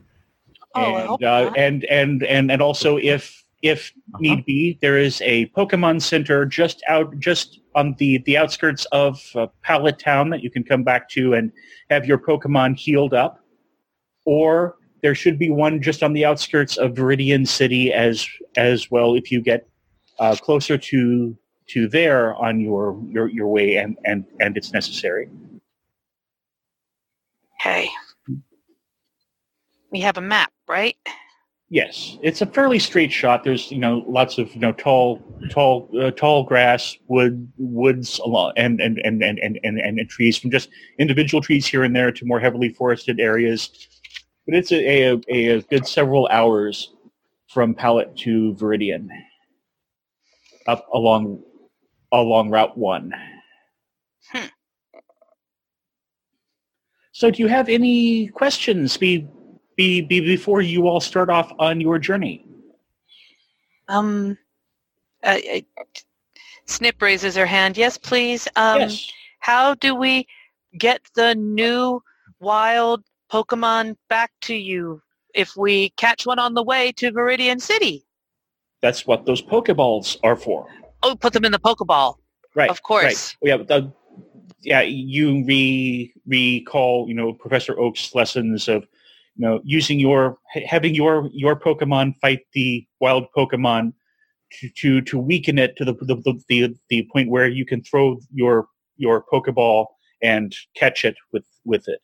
S6: Oh, I hope
S2: and, uh,
S6: not. Uh-huh.
S2: and and and and also if if need be, there is a Pokemon Center just out just on the the outskirts of uh, Pallet Town that you can come back to and have your Pokemon healed up, or there should be one just on the outskirts of Viridian City as as well if you get uh, closer to to there on your your, your way and, and and it's necessary.
S6: Okay. We have a map, right?
S2: Yes, it's a fairly straight shot. There's you know lots of you know tall, tall, uh, tall grass, wood, woods along, and and and and and and, and, and trees from just individual trees here and there to more heavily forested areas. But it's a a, a, a good several hours from Pallet to Viridian, up along along Route One.
S6: Hmm.
S2: So, do you have any questions? Be be, be before you all start off on your journey.
S6: Um, uh, uh, Snip raises her hand. Yes, please. Um,
S2: yes.
S6: How do we get the new wild Pokemon back to you if we catch one on the way to Viridian City?
S2: That's what those Pokeballs are for.
S6: Oh, put them in the Pokeball.
S2: Right.
S6: Of course.
S2: Right. Yeah. but the- yeah. You re recall, you know, Professor Oak's lessons of, you know, using your ha- having your your Pokemon fight the wild Pokemon to to, to weaken it to the the, the the the point where you can throw your your Pokeball and catch it with with it.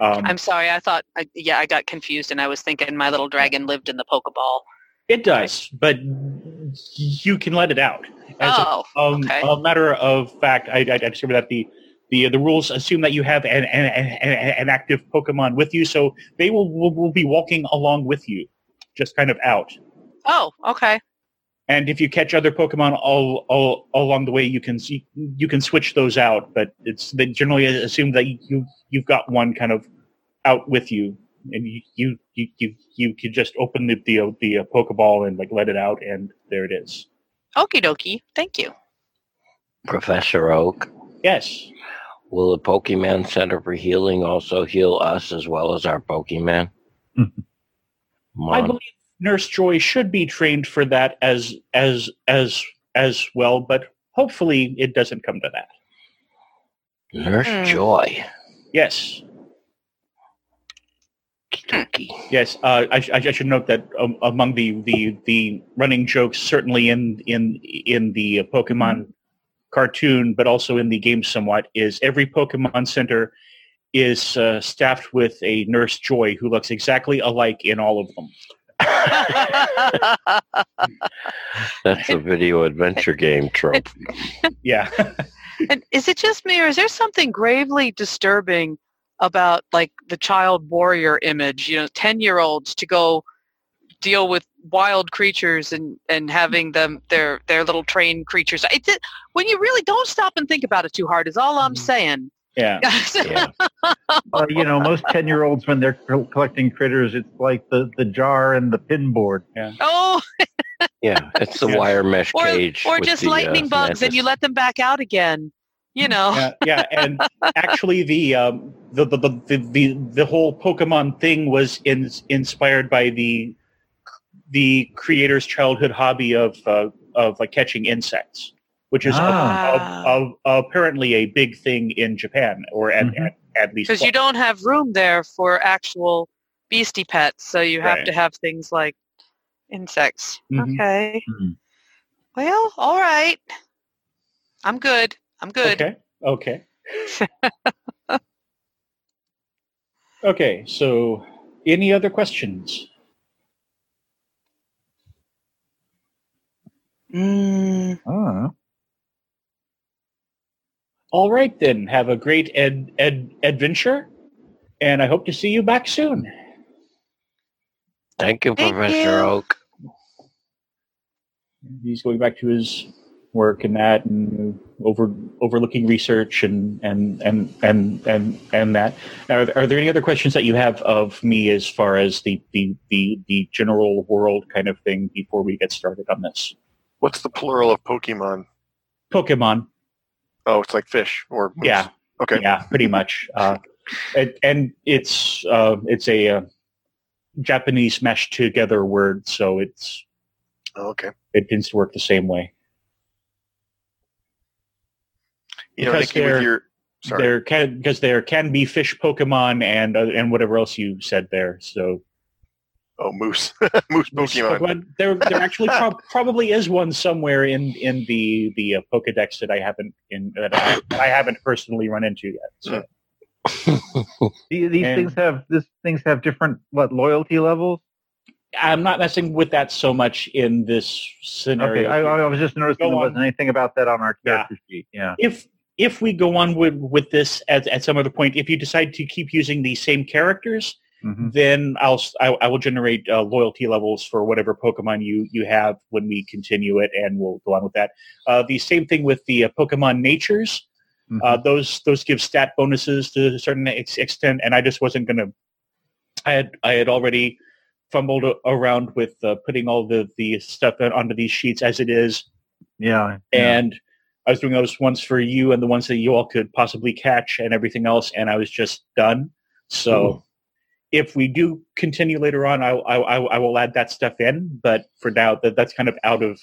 S2: Um,
S6: I'm sorry. I thought, I, yeah, I got confused and I was thinking my little dragon lived in the Pokeball.
S2: it does, but you can let it out. As a-
S6: oh,
S2: Um,
S6: okay.
S2: A matter of fact, I, I I discovered that the the the rules assume that you have an an, an, an an active Pokemon with you, so they will, will will be walking along with you, just kind of out.
S6: Oh, okay.
S2: And if you catch other Pokemon all, all, all along the way, you can see, you can switch those out. But it's they generally assume that you you've got one kind of out with you, and you you you you, you could just open the the, uh, the uh, Pokeball and like let it out, and there it is.
S6: Okie dokie. Thank you.
S1: Professor Oak,
S2: Yes,
S1: will the Pokemon Center for Healing also heal us as well as our Pokemon?
S2: I
S1: Mon-
S2: believe Nurse Joy should be trained for that as as as as well, but hopefully it doesn't come to that.
S1: Nurse
S6: Mm.
S1: Joy.
S2: Yes,
S1: Okey-dokey.
S2: yes. Uh, I, sh- I should note that um, among the, the the running jokes, certainly in in in the Pokemon cartoon, but also in the game somewhat, is every Pokemon Center is uh, staffed with a Nurse Joy who looks exactly alike in all of them.
S1: That's a video adventure game trope.
S2: Yeah.
S6: And is it just me, or is there something gravely disturbing about like the child warrior image? You know, ten-year-olds to go deal with wild creatures and and having them their their little trained creatures. It's it, when you really don't stop and think about it too hard. Is all I'm
S5: Mhm.
S6: saying.
S2: yeah.
S1: Mm-hmm. Yeah.
S5: Well, Uh, you know, most 10 year olds, when they're col- collecting critters, it's like the, the jar and the pin board.
S6: oh,
S1: Yeah, it's the
S2: Yeah.
S1: wire mesh
S6: or
S1: cage.
S6: or
S1: with
S6: just
S1: the, uh,
S6: lightning bugs, and
S1: Mantis. Mm.
S6: you let them back out again. You know.
S2: yeah, yeah, and actually, the um, the, the, the the the the whole Pokemon thing was in, inspired by the the creator's childhood hobby of uh, of like catching insects, which is a-
S6: Ah.
S2: a- a- apparently a big thing in Japan, or at
S5: Mhm.
S2: at, at least
S6: because you don't have room there for actual beastie pets, so you have
S2: Right.
S6: to have things like insects.
S2: Mhm.
S6: Okay.
S5: Mhm.
S6: Well, all right. I'm good. I'm good.
S2: Okay. Okay. okay. So, any other questions?
S6: Mm,
S5: Oh,
S2: All right, then. Have a great ed, ed adventure, and I hope to see you back soon.
S1: Thank you,
S6: Thank
S1: Professor
S6: you.
S1: Oak.
S2: He's going back to his work and that, and over overlooking research and and and and and, and that. Are, are there any other questions that you have of me as far as the the the, the general world kind of thing before we get started on this?
S4: What's the plural of Pokemon?
S2: Pokemon,
S4: Oh, it's like fish or moose.
S2: yeah,
S4: Okay.
S2: yeah, pretty much. Uh, and, and it's uh, it's a uh, Japanese mashed together word, so it's
S4: Oh, okay.
S2: it tends to work the same way.
S4: You know,
S2: Because
S4: Nikki, with
S2: they're-
S4: your sorry.
S2: There can because there can be fish Pokemon and uh, and whatever else you said there. So
S4: Oh, moose, moose Pokemon.
S2: there there actually prob probably is one somewhere in in the the uh, Pokedex that I haven't in that I, I haven't personally run into yet.
S5: Hmm.
S2: So
S5: these, these
S2: And-
S5: things have this things have different what loyalty levels.
S2: I'm not messing with that so much in this scenario.
S5: Okay, I, I was just noticing
S2: Go
S5: there
S2: on.
S5: wasn't anything about that on our
S2: Yeah.
S5: character sheet. Yeah.
S2: if if we go on with with this at at some other point, if you decide to keep using the same characters,
S5: hmm
S2: then I'll s- I, I will generate uh, loyalty levels for whatever Pokemon you you have when we continue it, and we'll go on with that. Uh, the same thing with the uh, Pokemon natures;
S5: mm-hmm.
S2: uh, those those give stat bonuses to a certain ex- extent, and I just wasn't gonna. I had I had already fumbled a- around with uh, putting all the the stuff on- onto these sheets as it is,
S5: yeah. yeah.
S2: and I was doing those ones for you and the ones that you all could possibly catch and everything else, and I was just done. So if we do continue later on, I, I, I I will add that stuff in. But for now, that that's kind of out of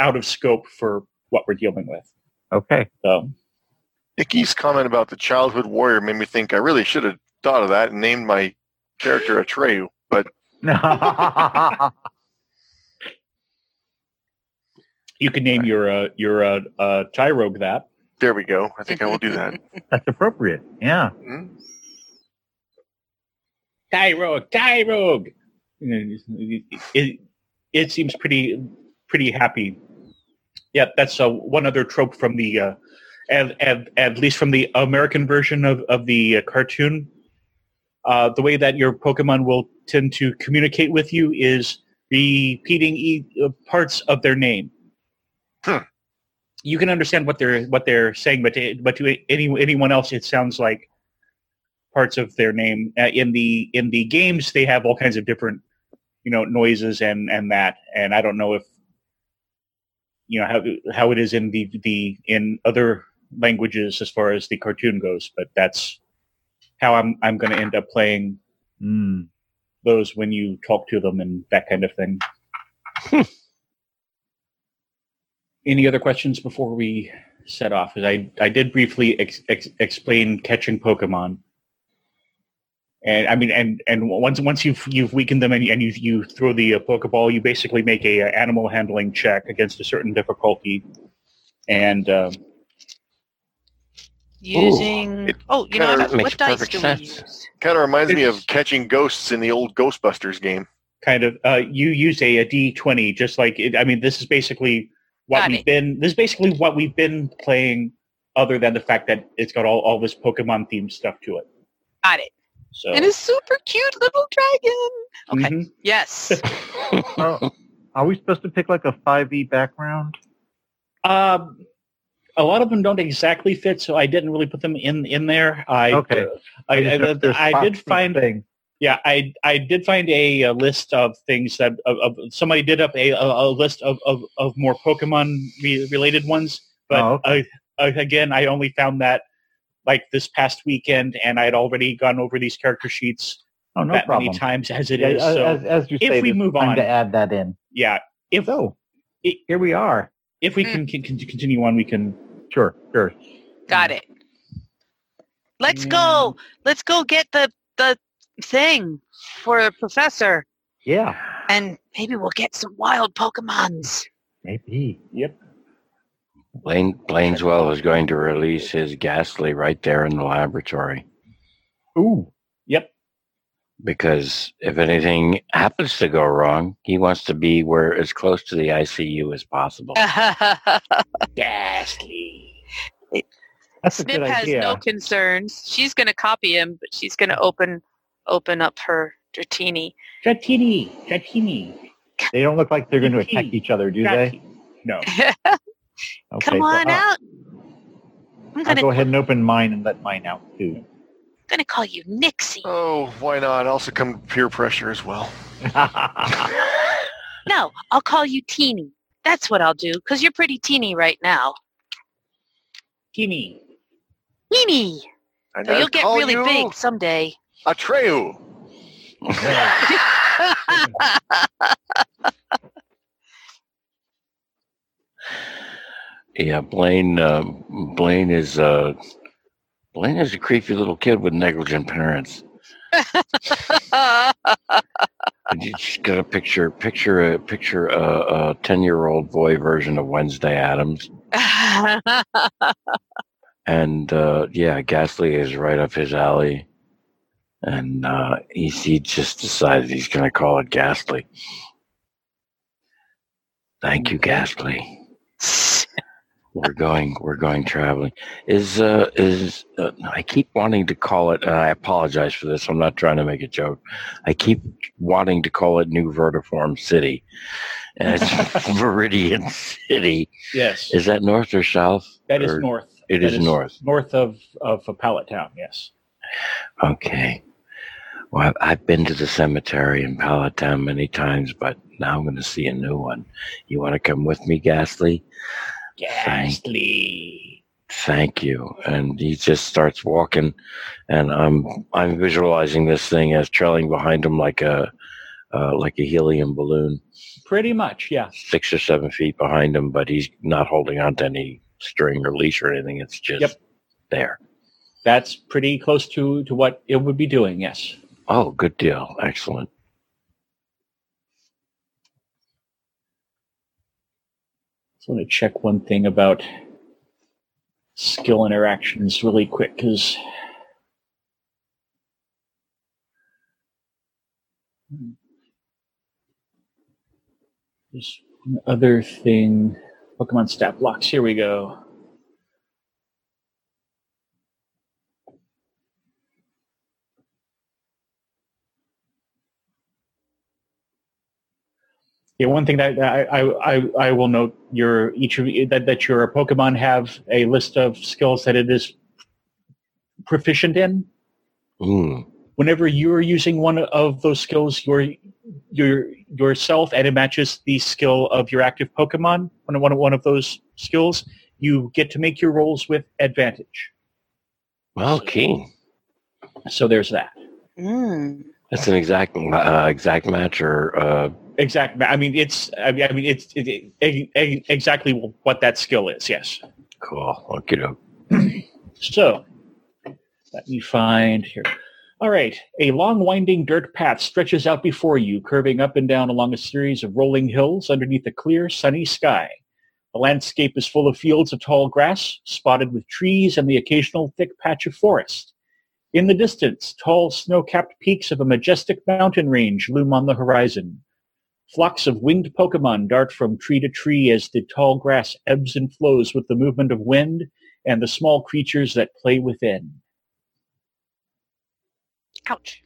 S2: out of scope for what we're dealing with.
S5: okay.
S2: So
S4: Nikki's comment about the childhood warrior made me think I really should have thought of that and named my character Atreyu. But
S2: you can name your uh, your uh, uh, Tyrogue that.
S4: there we go. I think I will do that.
S5: That's appropriate. Yeah.
S4: Mm.
S2: Tyrogue, Tyrogue. You know, It, it seems pretty pretty happy. Yeah, that's uh, one other trope from the, uh, at, at, at least from the American version of, of the uh, cartoon. Uh, the way that your Pokemon will tend to communicate with you is repeating e- uh, parts of their name.
S4: Hmm.
S2: You can understand what they're what they're saying, but to, but to any anyone else, it sounds like parts of their name. Uh, in the in the games, they have all kinds of different you know noises and and that. And I don't know if you know how how it is in the the in other languages as far as the cartoon goes, but that's how I'm I'm going to end up playing
S5: Mm.
S2: those when you talk to them and that kind of thing. Hmm. Any other questions before we set off? 'Cause I, I did briefly ex- ex- explain catching Pokemon. And I mean, and, and once once you've you've weakened them and, and you you throw the uh, Pokeball, you basically make a uh, animal handling check against a certain difficulty, and uh,
S6: Using oh, you know
S4: kinda
S6: I forgot,
S1: makes
S6: what dice
S1: perfect
S6: do we
S1: sense.
S6: use?
S4: Kind of reminds me of
S2: It's-
S4: catching ghosts in the old Ghostbusters game.
S2: kind of uh, you use a, a d20 just like it, i mean this is basically what
S6: Got
S2: we've
S6: it.
S2: been this is basically what we've been playing other than the fact that it's got all, all this pokemon themed stuff to it
S6: Got it.
S2: so
S6: And a super cute little dragon. Okay.
S2: Mhm.
S6: Yes.
S5: Oh, are we supposed to pick like a 5e background?
S2: um, a lot of them don't exactly fit so i didn't really put them in in there i
S5: Okay.
S2: i,
S5: just
S2: I,
S5: know if there's
S2: I
S5: spots
S2: did
S5: for
S2: find
S5: things.
S2: Yeah, I I did find a, uh list of things that of, of, somebody did up a, a a list of, of, of more Pokemon re- related ones, but
S5: Oh,
S2: I, I, again, I only found that like this past weekend, and I had already gone over these character sheets
S5: Oh, no
S2: that
S5: problem.
S2: many times as it
S5: Yeah,
S2: is.
S5: as,
S2: so
S5: as, as you
S2: if
S5: say,
S2: we
S5: there's
S2: move
S5: time
S2: on-
S5: to add that in.
S2: yeah, if
S5: So here we are.
S2: if we can, can, can continue on, we can.
S5: Sure, sure.
S6: Got it. Let's go. Let's go get the the thing for professor,
S5: Yeah,
S6: and maybe we'll get some wild Pokemons.
S5: maybe.
S2: Yep.
S1: Blaine Blaineswell is going to release his Ghastly right there in the laboratory
S5: Ooh,
S2: Yep.
S1: because if anything happens to go wrong, he wants to be where as close to the ICU as possible.
S2: Ghastly.
S5: that's a
S6: Snip
S5: good
S6: has
S5: idea.
S6: no concerns. She's going to copy him, but she's going to open open up her Dratini.
S2: Dratini. Dratini.
S5: they don't look like they're going to attack
S2: Gee,
S5: each other, do they?
S2: Dratini. No.
S5: Okay,
S6: Come
S5: so
S6: on
S5: I'll-
S6: out. I'm
S5: I'll
S6: going
S5: go
S6: to
S5: ahead and open mine and let mine out too.
S6: going to call you Nixie.
S4: Oh, why not? I'll succumb to peer pressure as well.
S6: No, I'll call you Teeny. That's what I'll do, because you're pretty teeny right now.
S2: Teeny.
S6: Teeny.
S4: And
S6: So
S4: I
S6: you'll get
S4: call
S6: really
S4: you
S6: big someday.
S4: Atreyu.
S1: Yeah, Blaine. Uh, Blaine is uh, Blaine is a creepy little kid with negligent parents. And You just got a picture, picture, a picture, uh, a a ten-year-old boy version of Wednesday Adams, and uh, yeah, Ghastly is right up his alley, and uh, he he just decided he's going to call it Ghastly. Thank you, Ghastly. We're going. We're going traveling. Is uh is uh, I keep wanting to call it, and I apologize for this. I'm not trying to make a joke. I keep wanting to call it New Vertiform City, and it's Viridian City.
S2: Yes.
S1: Is that north or south?
S2: that is
S1: or-
S2: north.
S1: It
S2: That
S1: is north.
S2: North of of a pallet town. Yes.
S1: Okay. Well, I've- I've been to the cemetery in Palatine many times, but now I'm going to see a new one. You want to come with me, Ghastly?
S2: Ghastly.
S1: thank you and he just starts walking and i'm i'm visualizing this thing as trailing behind him like a uh, like a helium balloon
S2: Pretty much. Yeah.
S1: six or seven feet behind him but he's not holding on to any string or leash or anything it's just
S2: Yep.
S1: there
S2: That's pretty close to to what it would be doing. Yes.
S1: oh good deal excellent
S2: just want to check one thing about skill interactions really quick because there's one other thing pokemon stat blocks here we go Yeah, one thing that I, I, I, I will note your each of you- that that your Pokemon have a list of skills that it is proficient in.
S1: Mm.
S2: Whenever you are using one of those skills, your your yourself and it matches the skill of your active Pokemon. One one one of those skills, you get to make your rolls with advantage.
S1: Okay.
S2: So there's that.
S6: Mm.
S1: That's an exact uh, exact match or uh,
S2: Exactly. I mean, it's. I mean, I mean, it's it, it- e- e- exactly what that skill is. Yes.
S1: cool. Okay, doke.
S2: So, let me find here. All right. A long, winding dirt path stretches out before you, curving up and down along a series of rolling hills underneath a clear, sunny sky. The landscape is full of fields of tall grass, spotted with trees and the occasional thick patch of forest. In the distance, tall, snow-capped peaks of a majestic mountain range loom on the horizon. Flocks of winged Pokemon dart from tree to tree as the tall grass ebbs and flows with the movement of wind and the small creatures that play within.
S6: Ouch.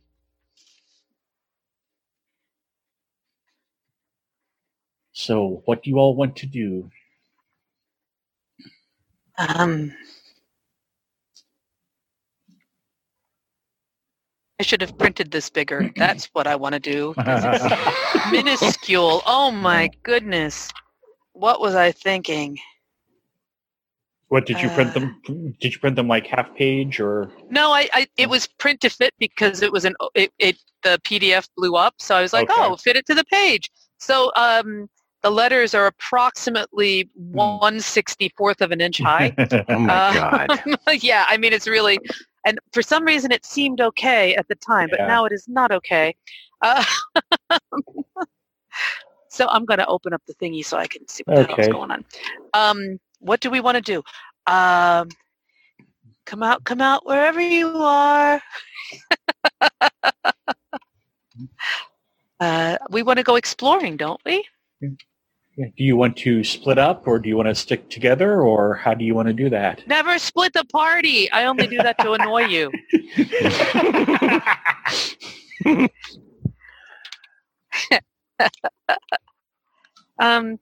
S2: So, what do you all want to do?
S6: Um. I should have printed this bigger. That's what I want to do. 'cause it's minuscule. Oh my goodness. What was I thinking?
S2: What did you print
S6: Uh.
S2: them? Did you print them like half page or?
S6: No, I, I it was print to fit because it was an it, it the PDF blew up, so I was like,
S2: Okay.
S6: oh, fit it to the page. So um, the letters are approximately one sixty fourth of an inch high.
S1: Oh my
S6: Uh,
S1: god.
S6: yeah, I mean it's really, and for some reason it seemed okay at the time, but
S2: Yeah.
S6: now it is not okay. Uh, so I'm going to open up the thingy so I can see what the hell's
S2: Okay.
S6: going on. Um, what do we want to do? Um, come out, come out, wherever you are. uh, we want to go exploring, don't we?
S2: Do you want to split up, or do you want to stick together, or how do you want to do that?
S6: Never split the party. I only do that to annoy you. Um,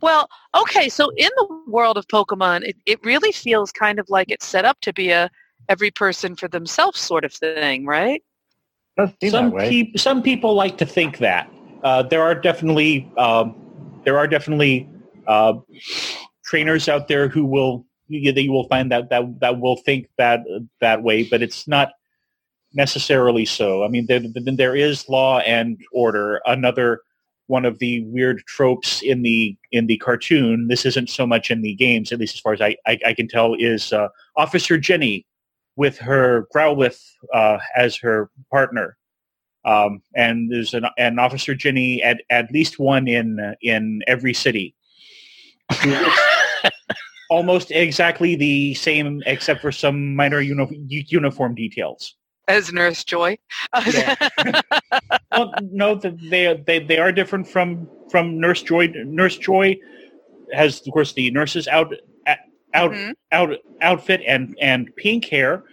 S6: well, okay, so in the world of Pokemon, it, it really feels kind of like it's set up to be a every person for themselves sort of thing, right?
S5: does seem
S2: some
S5: that way.
S2: peop- some people like to think that uh, there are definitely um, there are definitely uh, trainers out there who will you, that you will find that that that will think that that way, but it's not necessarily so. I mean, there, there there is law and order. Another one of the weird tropes in the in the cartoon. This isn't so much in the games, at least as far as I I, I can tell, is uh, Officer Jenny with her Growlithe uh, as her partner um, and there's an, an officer Ginny at at least one in uh, in every city. Who looks almost exactly the same, except for some minor uni- u- uniform details.
S6: As Nurse Joy.
S2: Yeah. Well, no, th- they they they are different from from Nurse Joy. Nurse Joy has, of course, the nurse's out out
S6: Mhm.
S2: out outfit and and pink hair.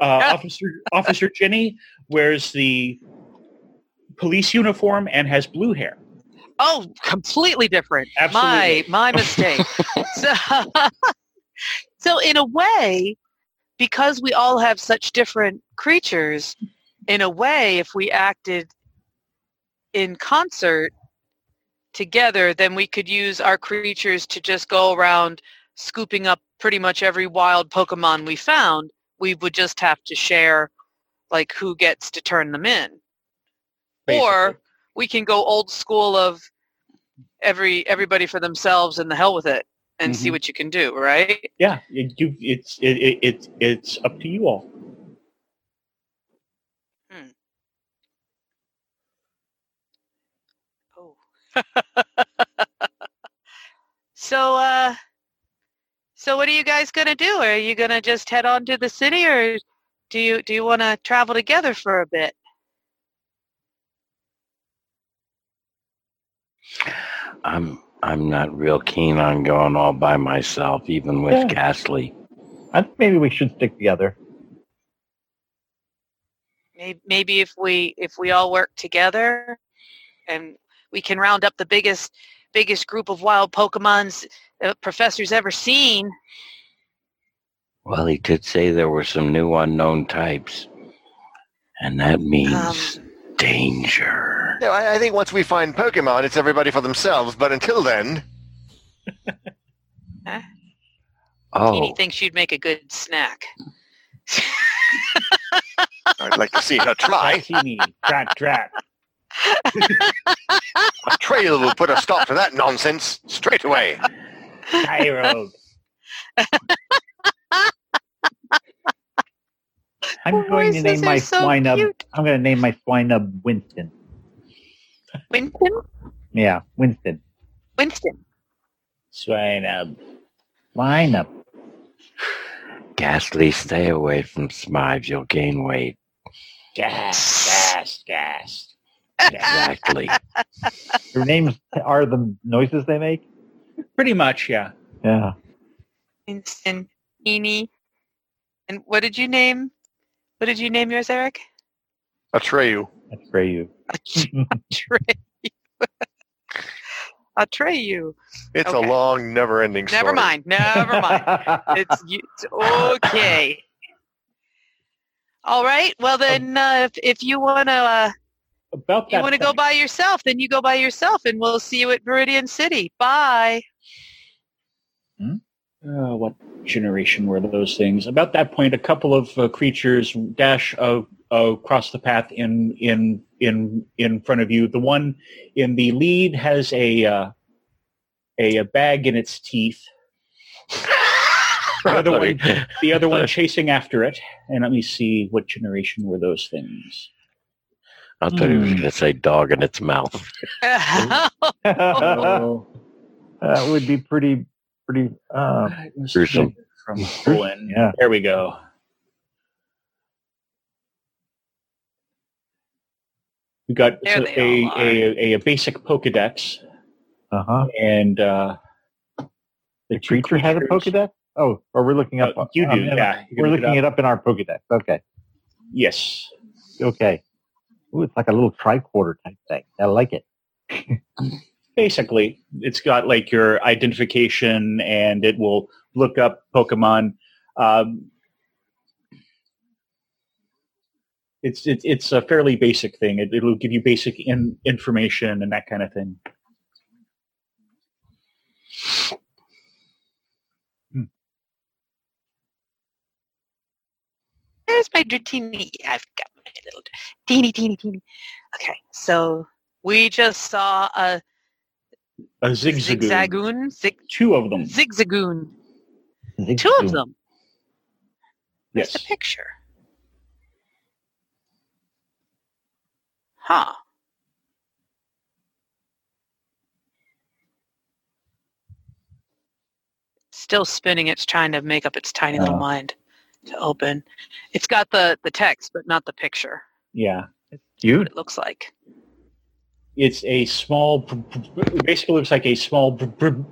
S2: Uh, Officer Officer Ginny wears the police uniform and has blue hair.
S6: Oh, completely different.
S2: Absolutely.
S6: My my mistake. so, so in a way, because we all have such different creatures, in a way, if we acted in concert together, then we could use our creatures to just go around scooping up pretty much every wild Pokemon we found. We would just have to share like who gets to turn them in or we can go old school of every everybody for themselves and the hell with it and see
S5: Mm-hmm.
S2: Mhm.
S6: what you can do right
S2: yeah, it, you, it's it, it, it it's up to you all.
S6: oh so uh so what are you guys gonna do are you gonna just head on to the city or do you do you want to travel together for a bit
S1: I'm I'm not real keen on going all by myself, even with
S5: Yeah.
S1: Ghastly.
S5: I think maybe we should stick together.
S6: May- maybe if we if we all work together and we can round up the biggest biggest group of wild Pokemons uh, professor's ever seen.
S1: Well, he did say there were some new unknown types, and that means
S6: Um,
S1: danger.
S4: No, I, I think once we find Pokemon, it's everybody for themselves. But until then,
S6: Teeny
S1: Oh,
S6: thinks you'd make a good snack.
S4: I'd like to see a try.
S2: Teeny, drat, drat.
S4: A trail will put a stop to that nonsense straight away.
S2: Cairo.
S5: I'm
S6: Her
S5: going to
S6: voices
S5: name
S6: are
S5: my
S6: so
S5: swine nub.
S6: cute.
S5: I'm going to name my swine nub Winston.
S6: Winston?
S5: Yeah, Winston.
S6: Winston.
S2: Swine up.
S5: Line up.
S1: Ghastly, stay away from Smive. You'll gain weight.
S2: Gas, gas, gas.
S1: Exactly.
S5: Your names are the noises they make.
S2: Pretty much, yeah.
S5: Yeah.
S6: Winston. Teeny. And what did you name? What did you name yours, Eric?
S4: Atreyu.
S5: That's for you.
S6: Atreyu. Atreyu.
S4: It's
S6: Okay.
S4: a long, never-ending story.
S6: Never mind. Never mind.
S5: mind.
S6: it's, you- it's okay. All right. Well, then, uh, if, if you want to uh,
S2: About that.
S6: you want to go
S2: thing.
S6: by yourself, then you go by yourself, and we'll see you at Meridian City. Bye.
S2: uh, what generation were those things? About that point, a couple of uh, creatures dash uh, uh, across the path in in in in front of you. The one in the lead has a uh, a, a bag in its teeth. The other one, the other one chasing after it. And let me see what generation were those things.
S1: I thought he was
S5: Hmm.
S1: going to say dog in its mouth.
S5: that
S2: Oh,
S5: would be pretty, pretty. Uh,
S2: it was
S1: Gruesome.
S2: From Owen.
S5: Yeah.
S2: There we go. We got
S6: There
S2: so a,
S6: they all are.
S2: a, a, a basic Pokedex
S5: uh huh.
S2: and uh,
S5: The
S2: two
S5: creature had a
S2: creatures-
S5: Pokedex. Oh, or we're looking up.
S2: Oh, you do,
S5: um, never
S2: yeah.
S5: mind.
S2: You can
S5: We're
S2: look it
S5: looking it up. in our Pokedex. Okay.
S2: Yes.
S5: Okay. Ooh, it's like a little tricorder type thing. I like it.
S2: basically it's got like your identification and it will look up pokemon um, it's it's it's a fairly basic thing it, it'll give you basic in, information and that kind of thing
S6: There's my Dratini. I've got my little dr- teeny, teeny, teeny. Okay, so we just saw a
S2: a zigzagoon
S6: zigzagoon, zig,
S2: two of them
S6: zigzagoon, two of them. There's
S2: yes
S6: the picture. Huh. Still spinning. It's trying to make up its tiny little
S5: Oh.
S6: mind to open. It's got the, the text, but not the picture,
S2: yeah
S5: Cute.
S6: it looks like.
S2: it's a small br- br- br- basically looks like a small br- br-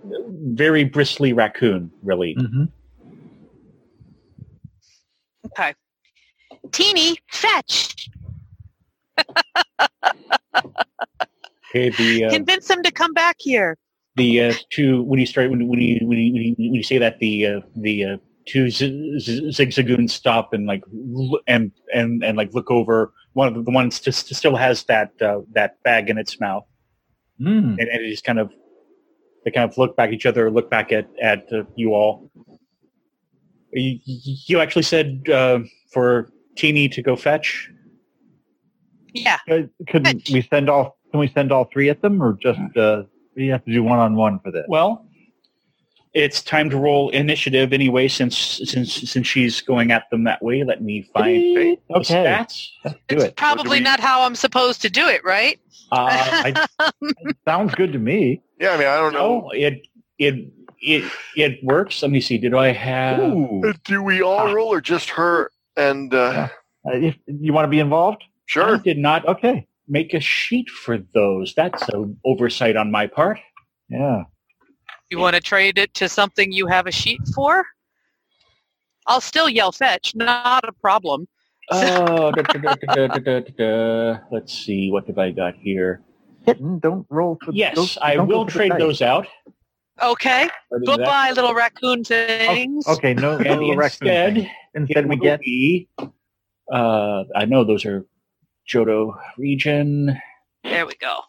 S2: very bristly raccoon really
S5: Mm-hmm.
S6: Okay. Teeny, fetch!
S2: okay the uh,
S6: Convince him to come back here.
S2: the uh, two when you start when when you when you, when you, when you say that the uh, the uh, two z- z- zigzagoons stop and like l- and and and like look over one of the, the ones just still has that uh, that bag in its mouth
S5: Mm.
S2: and, and it just kind of they kind of look back at each other look back at at uh, you all you, you actually said uh, for teeny to go fetch
S6: Yeah.
S5: Could, could we send all? Can we send all three at them, or just uh, we have to do one on one for this?
S2: Mm. well it's time to roll initiative anyway since since since she's going at them that way let me find
S5: okay,
S2: the stats
S5: do
S6: it's
S5: it.
S6: probably
S4: we-
S6: not how I'm supposed to do it, right?
S2: Uh, I
S5: Sounds good to me.
S4: Yeah, I mean, I don't
S2: don't know. It it it it works. Let me see. Did I have?
S5: Ooh,
S4: know. Uh, Do we all roll or just her and uh,
S5: Uh, if you want to be involved,
S2: I
S4: sure?
S2: did not
S5: okay.
S2: make a sheet for those. That's an oversight on my part.
S5: Yeah.
S6: You want to trade it to something you have a sheet for? I'll still yell fetch, not a problem.
S2: Oh, da, da, da, da, da, da, da, da. let's see. What have I got here?
S5: kitten. Mm, Don't roll for
S2: Yes,
S5: don't-
S2: I
S5: don't go
S2: will
S5: for the
S2: trade
S5: dice.
S2: those out.
S6: Okay.
S2: Other than that-
S6: Goodbye, little raccoon things.
S5: Oh, Okay, no, no
S2: And
S5: little raccoon
S2: instead,
S5: thing. instead
S2: it
S5: we
S2: will
S5: get
S2: be, uh, I know those are Johto region,
S6: There we go.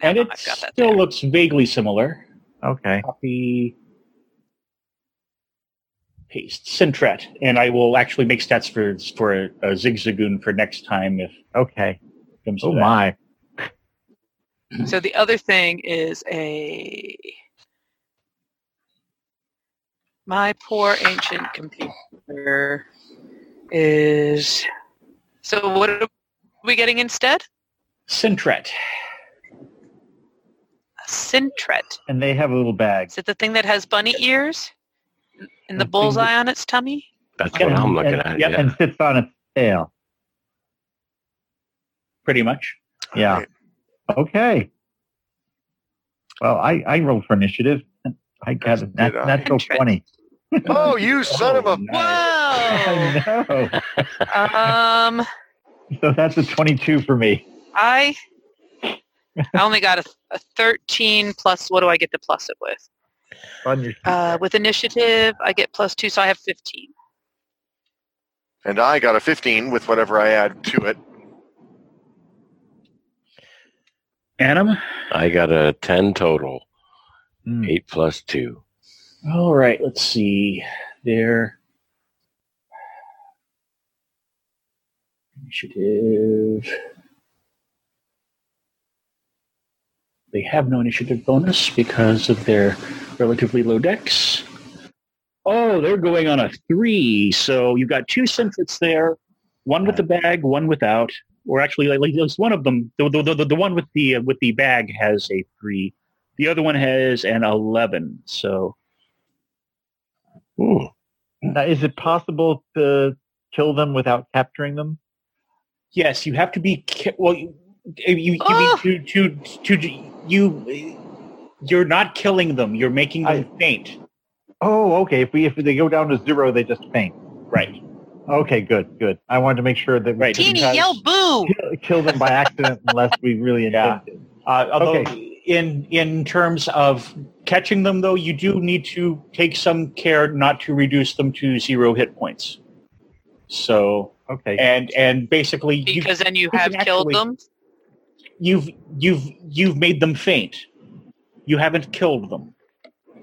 S2: and
S6: Oh,
S2: it
S6: I've got that
S2: still
S6: there.
S2: looks vaguely similar.
S5: okay.
S2: Copy, paste, Sintret, and I will actually make stats for for a, Zigzagoon for next time if it
S5: Okay.
S2: comes to
S5: Oh
S2: that.
S5: my.
S6: So the other thing is a my poor ancient computer is so what are we getting instead?
S2: Sintret,
S6: A Sintret.
S5: And they have a little bag.
S6: Is it the thing that has bunny ears and
S5: That
S6: the
S5: thing
S6: bullseye on its tummy?
S7: That's what I'm looking
S5: and,
S7: at.
S5: yep,
S7: yeah.
S5: And sits on its tail.
S2: pretty much.
S5: Yeah.
S4: Right.
S5: Okay. Well, I, I rolled for initiative. I got a nat-
S4: Did I?
S5: natural
S6: Interest.
S5: 20.
S4: Oh, you son of a!
S6: Whoa!
S5: I know.
S6: um,
S5: So that's a 22 for me.
S6: I I only got a, a thirteen plus. What do I get to plus it with?
S5: On your-
S6: Uh, with initiative, I get plus two, so I have fifteen.
S4: And I got a 15 with whatever I add to it.
S2: Adam?
S7: I got a 10 total,
S6: Hmm.
S5: Mm.
S7: 8 plus 2.
S2: All right, let's see. There. Initiative. They have no initiative bonus because of their relatively low decks. Oh, they're going on a three. So you've got two Sentries there, one with the bag, one without. Or actually, like, like there's one of them. The, the, the, the one with the uh, with the bag has a three. The other one has an eleven. So
S7: Hmm.
S5: Now, is it possible to kill them without capturing them?
S2: Yes, you have to be ca- well. You you, you,
S6: Ah!
S2: need to, to, to you you're not killing them. You're making them faint.
S5: Oh, okay. If we if they go down to zero, they just faint.
S2: Right.
S5: Okay, good, good. I wanted to make sure that we
S2: Right.
S5: didn't
S6: Teeny
S2: Because-
S6: yell boo!
S5: kill, kill them by accident unless we really
S2: Yeah.
S5: intended.
S2: Uh, although in in terms of catching them, though, you do need to take some care not to reduce them to zero hit points. So
S5: Okay.
S2: and and basically you
S6: Because then you
S2: you
S6: have
S2: can
S6: killed
S2: actually-
S6: them.
S2: you've you've you've made them faint. You haven't killed them.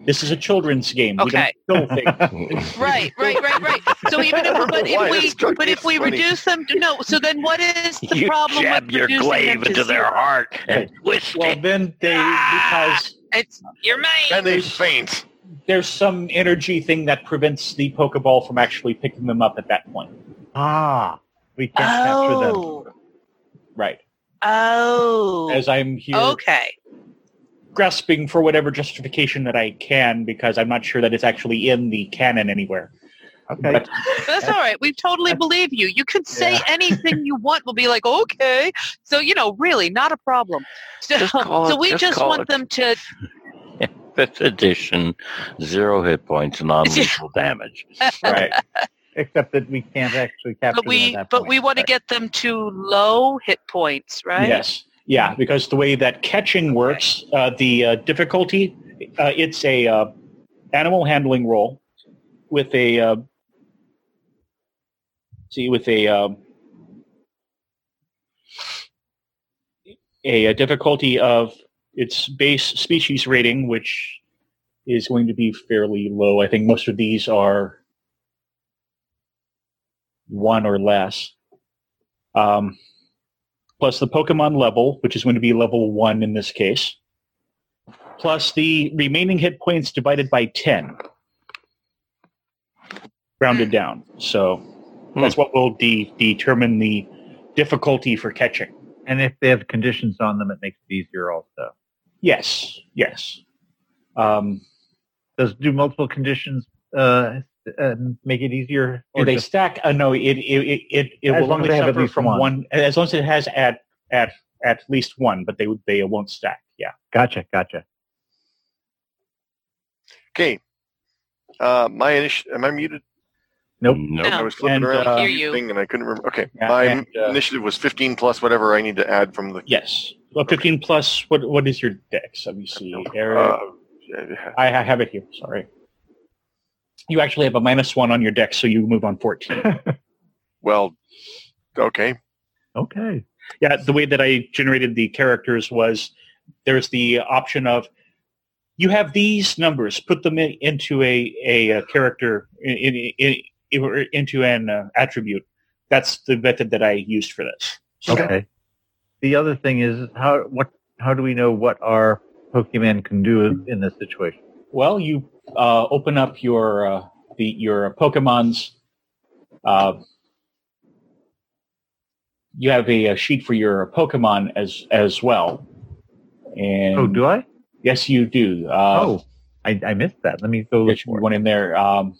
S2: This is a children's game.
S6: Okay.
S2: We don't kill things.
S1: Hmm.
S6: Right, right, right, right. So
S4: I
S6: even if,
S4: don't
S6: but
S4: know why that
S6: if we,
S4: struck
S6: but
S4: me
S6: if
S4: as
S6: we
S4: funny.
S6: reduce them to no, so then what is the
S7: You
S6: problem
S7: jab
S6: with
S7: your
S6: reducing
S7: glaive
S6: them to
S7: into their
S6: zero?
S7: heart and twist
S2: Well,
S7: it.
S2: then they because
S6: It's your mate.
S4: And they faint.
S2: there's some energy thing that prevents the Pokeball from actually picking them up at that point.
S5: Ah, we can't capture them.
S6: Oh,
S2: Right.
S6: oh,
S2: As I'm here
S6: okay.
S2: grasping for whatever justification that I can, because I'm not sure that it's actually in the canon anywhere.
S5: Okay.
S2: But-
S6: That's all right. We totally believe you. You can say anything you want. We'll be like, okay. So you know, really, not a problem. So,
S7: Just call
S6: so
S7: it-
S6: we
S7: just
S6: just
S7: call
S6: want
S7: it-
S6: them to.
S7: Fifth edition, zero hit points, non lethal damage.
S2: Right.
S5: Except that we can't actually capture
S6: But we,
S5: them at that
S6: but
S5: point.
S6: we want to get them to low hit points, right?
S2: Yes. Yeah, because the way that catching works, uh, the uh, difficulty, uh, it's a uh, animal handling roll with a uh, see with a um, a, uh difficulty of its base species rating, which is going to be fairly low. I think most of these are one or less. Um, plus the Pokemon level, which is going to be level one in this case, plus the remaining hit points divided by 10, rounded down. So
S5: Hmm.
S2: that's what will de- determine the difficulty for catching.
S5: and if they have conditions on them, it makes it easier also.
S2: Yes, yes. Um,
S5: Does do multiple conditions uh, uh, make it easier?
S2: do
S5: Or
S2: they
S5: just-
S2: stack? Uh, no, it it it, it, it
S5: As
S2: will
S5: long as
S2: only
S5: they have at
S2: suffer
S5: least
S2: from
S5: one.
S2: As long as it has at at at least one, but they would they won't stack. Yeah.
S5: gotcha, gotcha.
S4: Okay. Uh, my initiative. Am I muted?
S5: Nope.
S7: Nope.
S4: I was flipping
S2: And,
S4: around
S2: uh,
S4: the
S6: Hear you.
S4: thing and I couldn't remember. Okay.
S2: Yeah,
S4: my
S2: and, uh,
S4: initiative was 15 plus whatever I need to add from the.
S2: Yes. Well, 15 plus, what what is your dex? Let me see. Eric,
S8: Uh,
S2: I, I have it here. Sorry. You actually have a minus one on your dex, so you move on 14.
S4: Well, okay.
S5: Okay.
S2: yeah, the way that I generated the characters was there's the option of you have these numbers, put them in, into a, a, uh character, in, in, in, in- into an uh, attribute. That's the method that I used for this. So-
S5: Okay. The other thing is how what how do we know what our Pokemon can do in this situation?
S2: Well, you uh, open up your uh, the your Pokemon's. Uh, you have a, a sheet for your Pokemon as as well. And
S5: Oh, do I?
S2: yes, you do. Uh,
S5: oh, I, I missed that. Let me
S2: there
S5: go look
S2: should be
S5: for it.
S2: one in there. Um,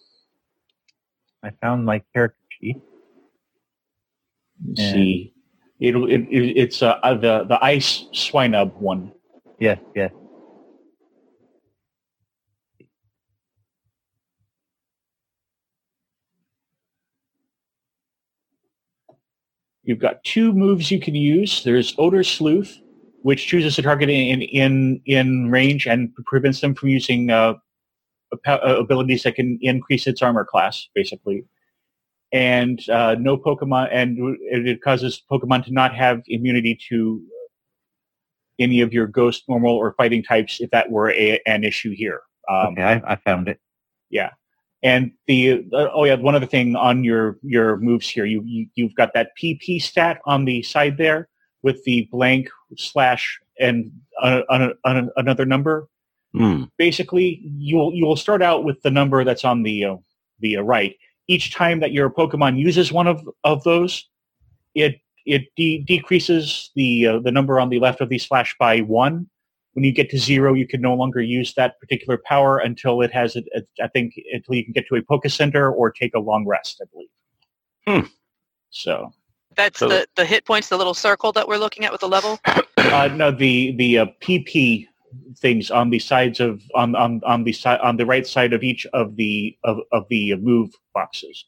S5: I found my character sheet.
S2: let's
S5: And-
S2: see, It'll- it, it it's uh, uh, the the Ice Swinub one.
S5: Yes, yes.
S2: You've got two moves you can use. There's Odor Sleuth, which chooses a target in in in range and prevents them from using uh, ap- uh, abilities that can increase its armor class, basically. And uh, no Pokemon, and it it causes Pokemon to not have immunity to any of your Ghost, Normal, or Fighting types. If that were a, an issue here. Um,
S5: okay, I, I found it.
S2: and the uh, oh yeah, one other thing on your your moves here, you, you you've got that PP stat on the side there with the blank slash and uh, on, on another number.
S7: Hmm.
S2: Basically, you'll you'll start out with the number that's on the uh, the uh, right. Each time that your Pokemon uses one of of those, it it de- decreases the uh, the number on the left of the slash by one. When you get to zero, you can no longer use that particular power until it has, a, a, I think, until you can get to a Poké Center or take a long rest, I believe.
S7: Hmm.
S2: So,
S6: That's
S7: So-
S6: the, the hit points, the little circle that we're looking at with the level.
S2: uh, no, the the uh, PP things on the sides of on on on the side on the right side of each of the of of the uh, move boxes.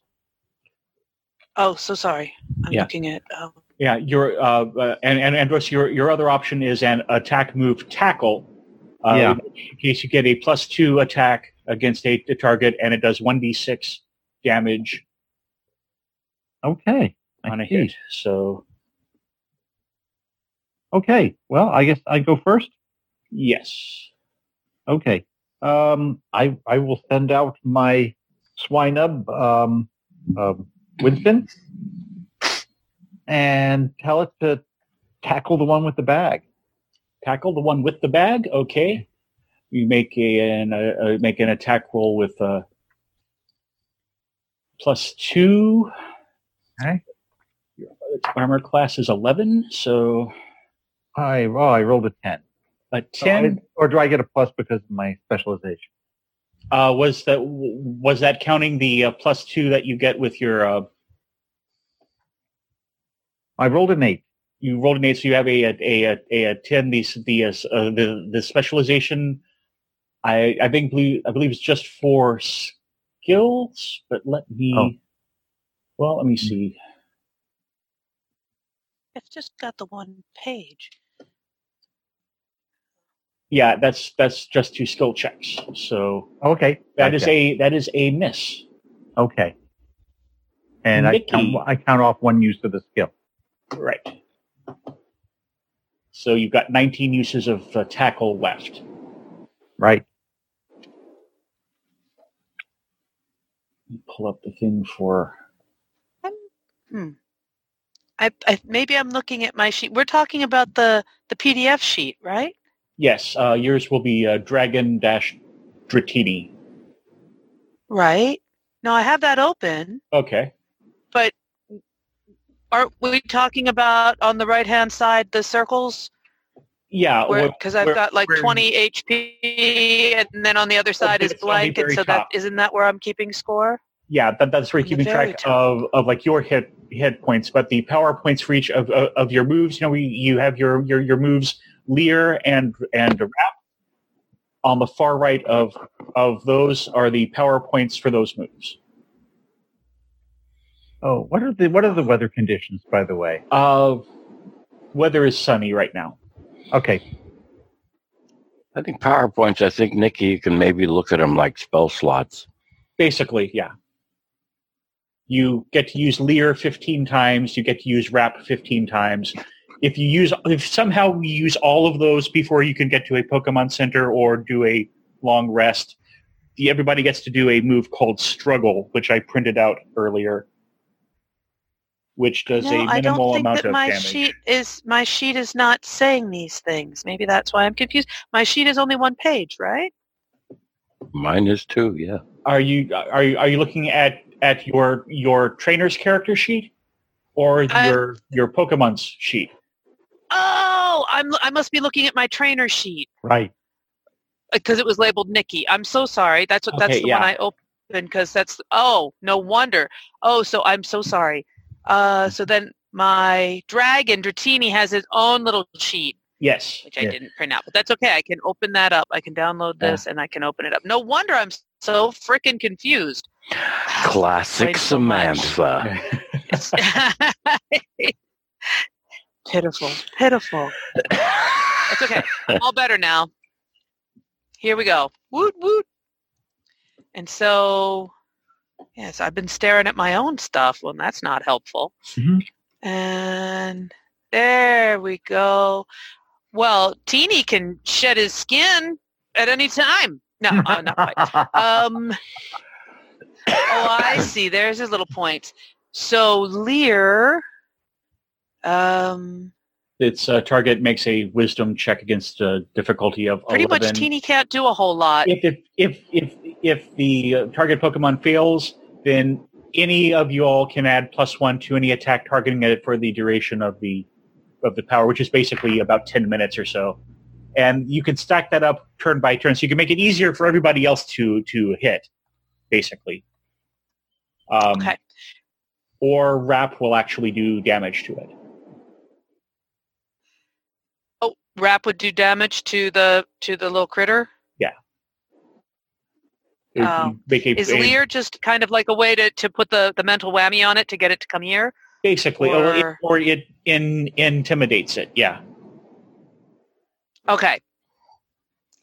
S6: Oh, so sorry. I'm
S2: Yeah.
S6: looking at. Oh,
S2: Yeah, your uh, uh, and and Andros, your your other option is an attack move tackle. Uh,
S5: Yeah.
S2: In which case, you get a plus two attack against a, a target, and it does one d six damage
S5: Okay. I
S2: on a
S5: see.
S2: hit. So
S5: Okay. Well, I guess I go first.
S2: yes,
S5: Okay. Um, I I will send out my swine up, um, um, Winston, and tell it to tackle the one with the bag.
S2: tackle the one with the bag. Okay, you make a, an uh, uh, make an attack roll with uh, plus two.
S5: Okay.
S2: Your armor class is eleven, so
S5: I oh, I rolled a ten.
S2: a
S5: So I-
S2: ten.
S5: or do I get a plus because of my specialization?
S2: Uh, was that was that counting the uh, plus two that you get with your? Uh,
S5: I rolled an eight.
S2: you rolled an eight, so you have a a a, a, a ten. The the, uh, s- uh, the the specialization, I I think believe, I believe it's just for skills. But let me.
S5: Oh. Hmm.
S2: Well, let me see.
S6: I've just got the one page.
S2: Yeah, that's that's just two skill checks. So
S5: Okay.
S2: that is
S5: gotcha.
S2: a that is a miss.
S5: okay. And I count,
S2: Mickey.
S5: I count off one use of the skill.
S2: Right. So you've got 19 uses of uh, tackle left.
S5: Right.
S2: Pull up the thing for
S6: I, I maybe I'm looking at my sheet. We're talking about the the PDF sheet, right?
S2: Yes, uh, yours will be uh, Dragon Dash Dratini.
S6: Right. No, I have that open.
S2: Okay.
S6: Aren't we talking about on the right hand side the circles?
S2: Yeah. what-
S6: Because I've
S2: Uh, where-
S6: got like
S2: where-
S6: 20 HP, and then on the other side is
S2: it's on the
S6: blank, and
S2: very
S6: so that
S2: top.
S6: isn't that where I'm keeping score?
S2: yeah, that, that's where you're
S6: On the
S2: keeping
S6: very
S2: track
S6: top.
S2: of, of like your hit hit points, but the power points for each of, of, of your moves. You know, you, you have your, your your moves Leer and and Wrap. On the far right of of those are the power points for those moves.
S5: Oh, what are the what are the weather conditions, by the way?
S2: Uh, weather is sunny right now.
S5: Okay.
S7: I think PowerPoints, I think, Nikki, you can maybe look at them like spell slots.
S2: Basically, yeah. You get to use Lear 15 times. You get to use Wrap 15 times. If you use, if somehow we use all of those before you can get to a Pokemon Center or do a long rest, the- everybody gets to do a move called Struggle, which I printed out earlier, which does a
S6: no, I don't
S2: minimal
S6: think
S2: amount
S6: that
S2: of
S6: my
S2: damage.
S6: sheet is my sheet is not saying these things. Maybe that's why I'm confused. My sheet is only one page, right?
S7: Mine is too, yeah.
S2: Are you are you are you looking at at your your trainer's character sheet or
S6: I-
S2: your your Pokemon's sheet?
S6: Oh, I'm I must be looking at my trainer sheet
S5: Right.
S6: because it was labeled Nikki. I'm so sorry. That's what that's
S2: Okay,
S6: the
S2: yeah.
S6: one I opened because that's oh no wonder. Oh, so I'm so sorry. Uh, so then my dragon Dratini has his own little sheet
S2: Yes.
S6: which I
S5: Yeah.
S6: didn't print out, but that's okay. I can open that up. I can download
S7: Yeah.
S6: this and I can open it up. No wonder I'm so freaking confused.
S7: Classic
S6: Thanks so much.
S2: Oh,
S7: Samantha.
S6: pitiful, pitiful. That's okay. I'm all better now. Here we go. Woot woot. And so, yes, I've been staring at my own stuff. Well, that's not helpful.
S5: Mhm.
S6: And there we go. Well, Teeny can shed his skin at any time. No, uh, not quite um, oh, I see. There's his little point. So Lear, um,
S2: Its uh, target makes a wisdom check against a difficulty of
S6: pretty
S2: 11.
S6: much Teeny can't do a whole lot.
S2: If if if if, if the uh, target Pokemon fails, then any of you all can add plus one to any attack targeting it for the duration of the of the power, which is basically about ten minutes or so. And you can stack that up turn by turn, so you can make it easier for everybody else to to hit, basically. Um,
S6: Okay.
S2: Or wrap will actually do damage to it.
S6: Oh, Rap would do damage to the to the little critter.
S2: If you
S6: Oh.
S2: make a-
S6: Is
S2: a-
S6: Lear just kind of like a way to, to put the, the mental whammy on it to get it to come here?
S2: basically, or, it,
S6: or-
S2: or it in intimidates it. Yeah.
S6: Okay.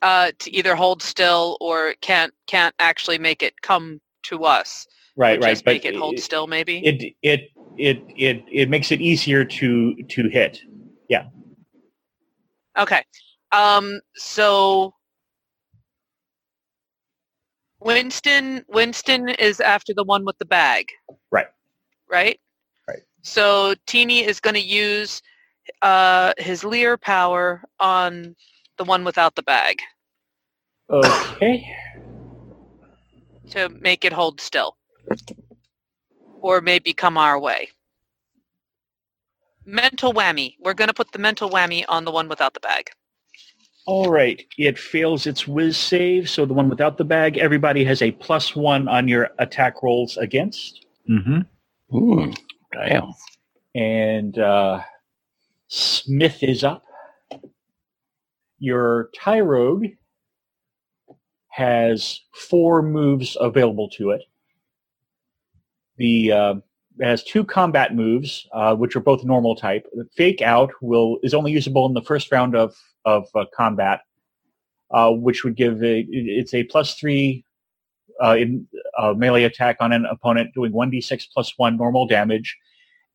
S6: Uh, to either hold still or can't can't actually make it come to us.
S2: Right. Right.
S6: just make it hold still, maybe.
S2: it it it it it makes it easier to to hit.
S6: Okay. Um so Winston Winston is after the one with the bag.
S2: Right.
S6: Right?
S2: Right.
S6: So Teeny is going to use uh his leer power on the one without the bag
S2: Okay.
S6: to make it hold still. Or maybe come our way. Mental whammy. We're going to put the mental whammy on the one without the bag.
S2: All right. It fails its whiz save, so the one without the bag, everybody has a plus one on your attack rolls against,
S5: hmm
S7: Hmm. Damn.
S2: and uh, Smith is up. Your Tyrogue has four moves available to it. The uh, it has two combat moves, uh, which are both normal type. The fake out will is only usable in the first round of of uh, combat, uh, which would give a, it's a plus three uh, in uh, melee attack on an opponent, doing one d six plus one normal damage,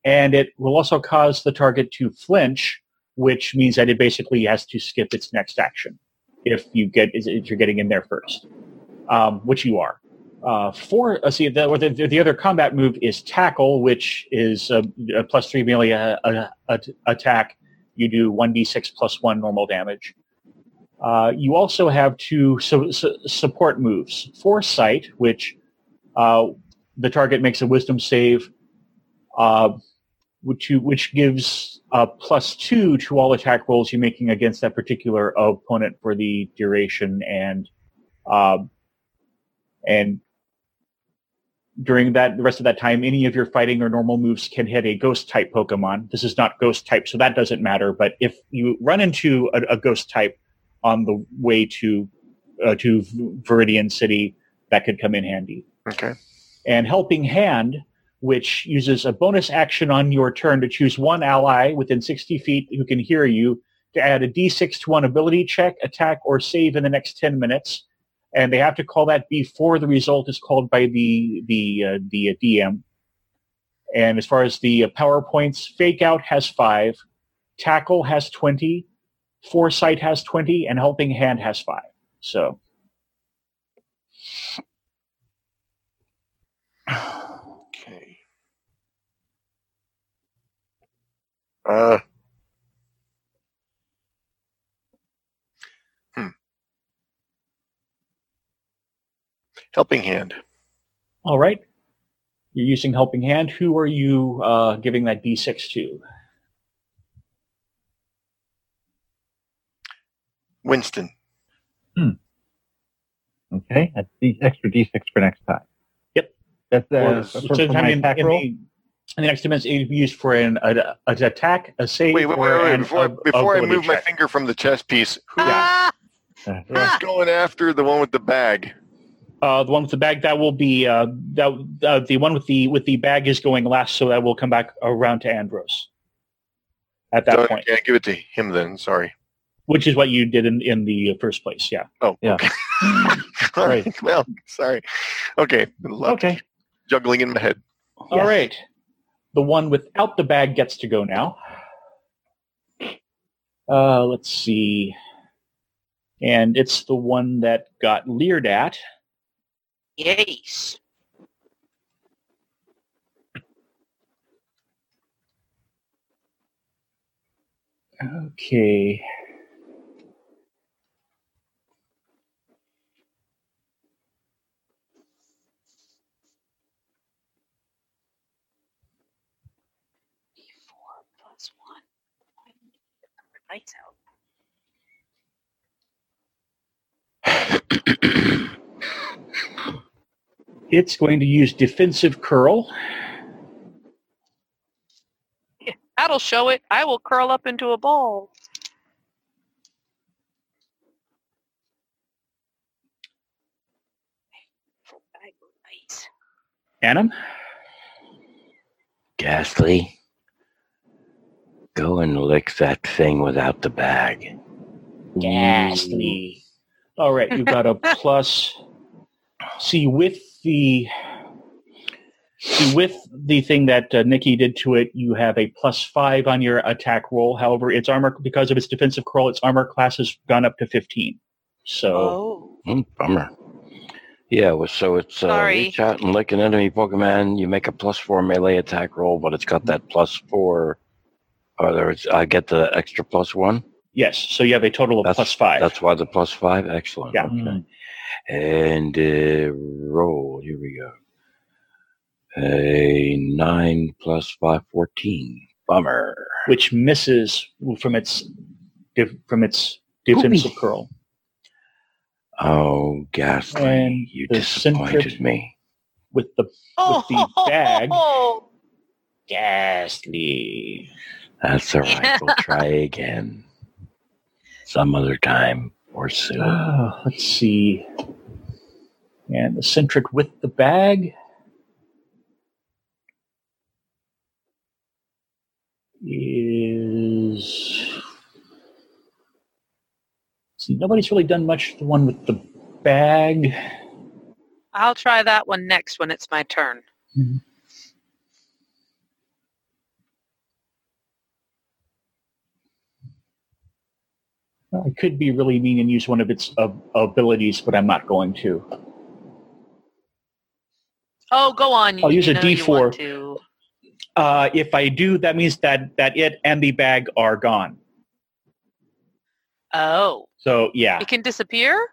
S2: and it will also cause the target to flinch, which means that it basically has to skip its next action if you get if you're getting in there first, um, which you are uh, four. Uh, see, the, or the, the other combat move is tackle, which is a, a plus three melee uh, uh, at- attack. You do one d6 plus one normal damage. Uh, you also have two su- su- support moves: foresight, which uh, the target makes a Wisdom save, uh, which you, which gives uh, plus two to all attack rolls you're making against that particular opponent for the duration, and uh, and during that the rest of that time any of your fighting or normal moves can hit a ghost type pokemon this is not ghost type so that doesn't matter but if you run into a, a ghost type on the way to uh, to viridian city that could come in handy
S4: Okay.
S2: and Helping Hand, which uses a bonus action on your turn to choose one ally within 60 feet who can hear you to add a d6 to one ability check, attack, or save in the next 10 minutes. And they have to call that before the result is called by the the uh, the uh, DM. And as far as the uh, power points, fake out has five, tackle has twenty, foresight has twenty, and helping hand has five. So
S4: Okay. Uh. Hmm. Helping hand.
S2: All right. You're using Helping Hand. Who are you uh, giving that D6 to?
S4: Winston.
S5: Okay, that's the extra D6 for next time.
S2: Yep.
S5: That's uh,
S2: Or-
S5: for,
S2: so,
S5: for
S2: I
S5: my
S2: mean,
S5: attack
S2: in
S5: roll.
S2: the, in the next two minutes, it'd be used for an, a, an attack, a save,
S4: Wait, wait, wait,
S2: or
S4: wait,
S2: an
S4: Before, I-
S2: ab-
S4: before I
S2: ability
S4: move my
S2: check.
S4: finger from the chess piece, who
S6: Ah!
S5: Uh,
S4: who's going after the one with the bag?
S2: Uh, the one with the bag that will be uh, that uh, the one with the with the bag is going last, so that will come back around to Andros at that
S4: Darn, I
S2: point,
S4: can't give it to him then. Sorry.
S2: which is what you did in, in the uh, first place. Yeah.
S4: Oh,
S5: Yeah.
S4: okay. All right. Well, sorry. Okay. Luck
S5: Okay.
S4: Juggling in my head.
S2: All right. The one without the bag gets to go now. Uh, let's see. And it's the one that got leered at.
S6: Yes.
S2: Okay.
S6: Four plus one. Lights out.
S2: It's going to use defensive curl.
S6: That'll show it. I will curl up into a ball.
S2: Anim?
S1: Ghastly, go and lick that thing without the bag.
S2: Ghastly. All right, you've got a plus. See with the see with the thing that uh, Nikki did to it, you have a plus five on your attack roll. However, its armor because of its defensive curl, its armor class has gone up to fifteen. So
S6: Oh.
S1: Mm, bummer. Yeah, well, so it's uh,
S6: Sorry.
S1: reach out and lick an enemy Pokemon. You make a plus four melee attack roll, but it's got that plus four. Or there's, I get the extra plus one.
S2: yes, so you have a total of
S1: That's-
S2: plus five.
S1: That's why the plus five. Excellent.
S2: Yeah.
S1: Okay. And uh, roll. Here we go. A nine plus five, 14. Bummer.
S2: which misses from its dif- from its defensive curl.
S1: Oh, ghastly!
S2: And
S1: you
S2: the
S1: disappointed
S2: centric-
S1: me.
S2: With the
S6: Oh.
S2: the bag.
S6: Oh.
S2: ghastly,
S1: That's all right.
S6: Yeah.
S1: We'll try again some other time or soon.
S2: Ah, let's see. And eccentric with the bag. Is. See, nobody's really done much to the one with the bag.
S6: I'll try that one next when it's my turn.
S2: I could be really mean and use one of its ab- abilities, but I'm not going to.
S6: Oh, go on.
S2: I'll use a
S6: know you
S2: D4.
S6: want to.
S2: Uh, if I do, that means that, that it and the bag are gone.
S6: Oh.
S2: So, yeah.
S6: It can disappear?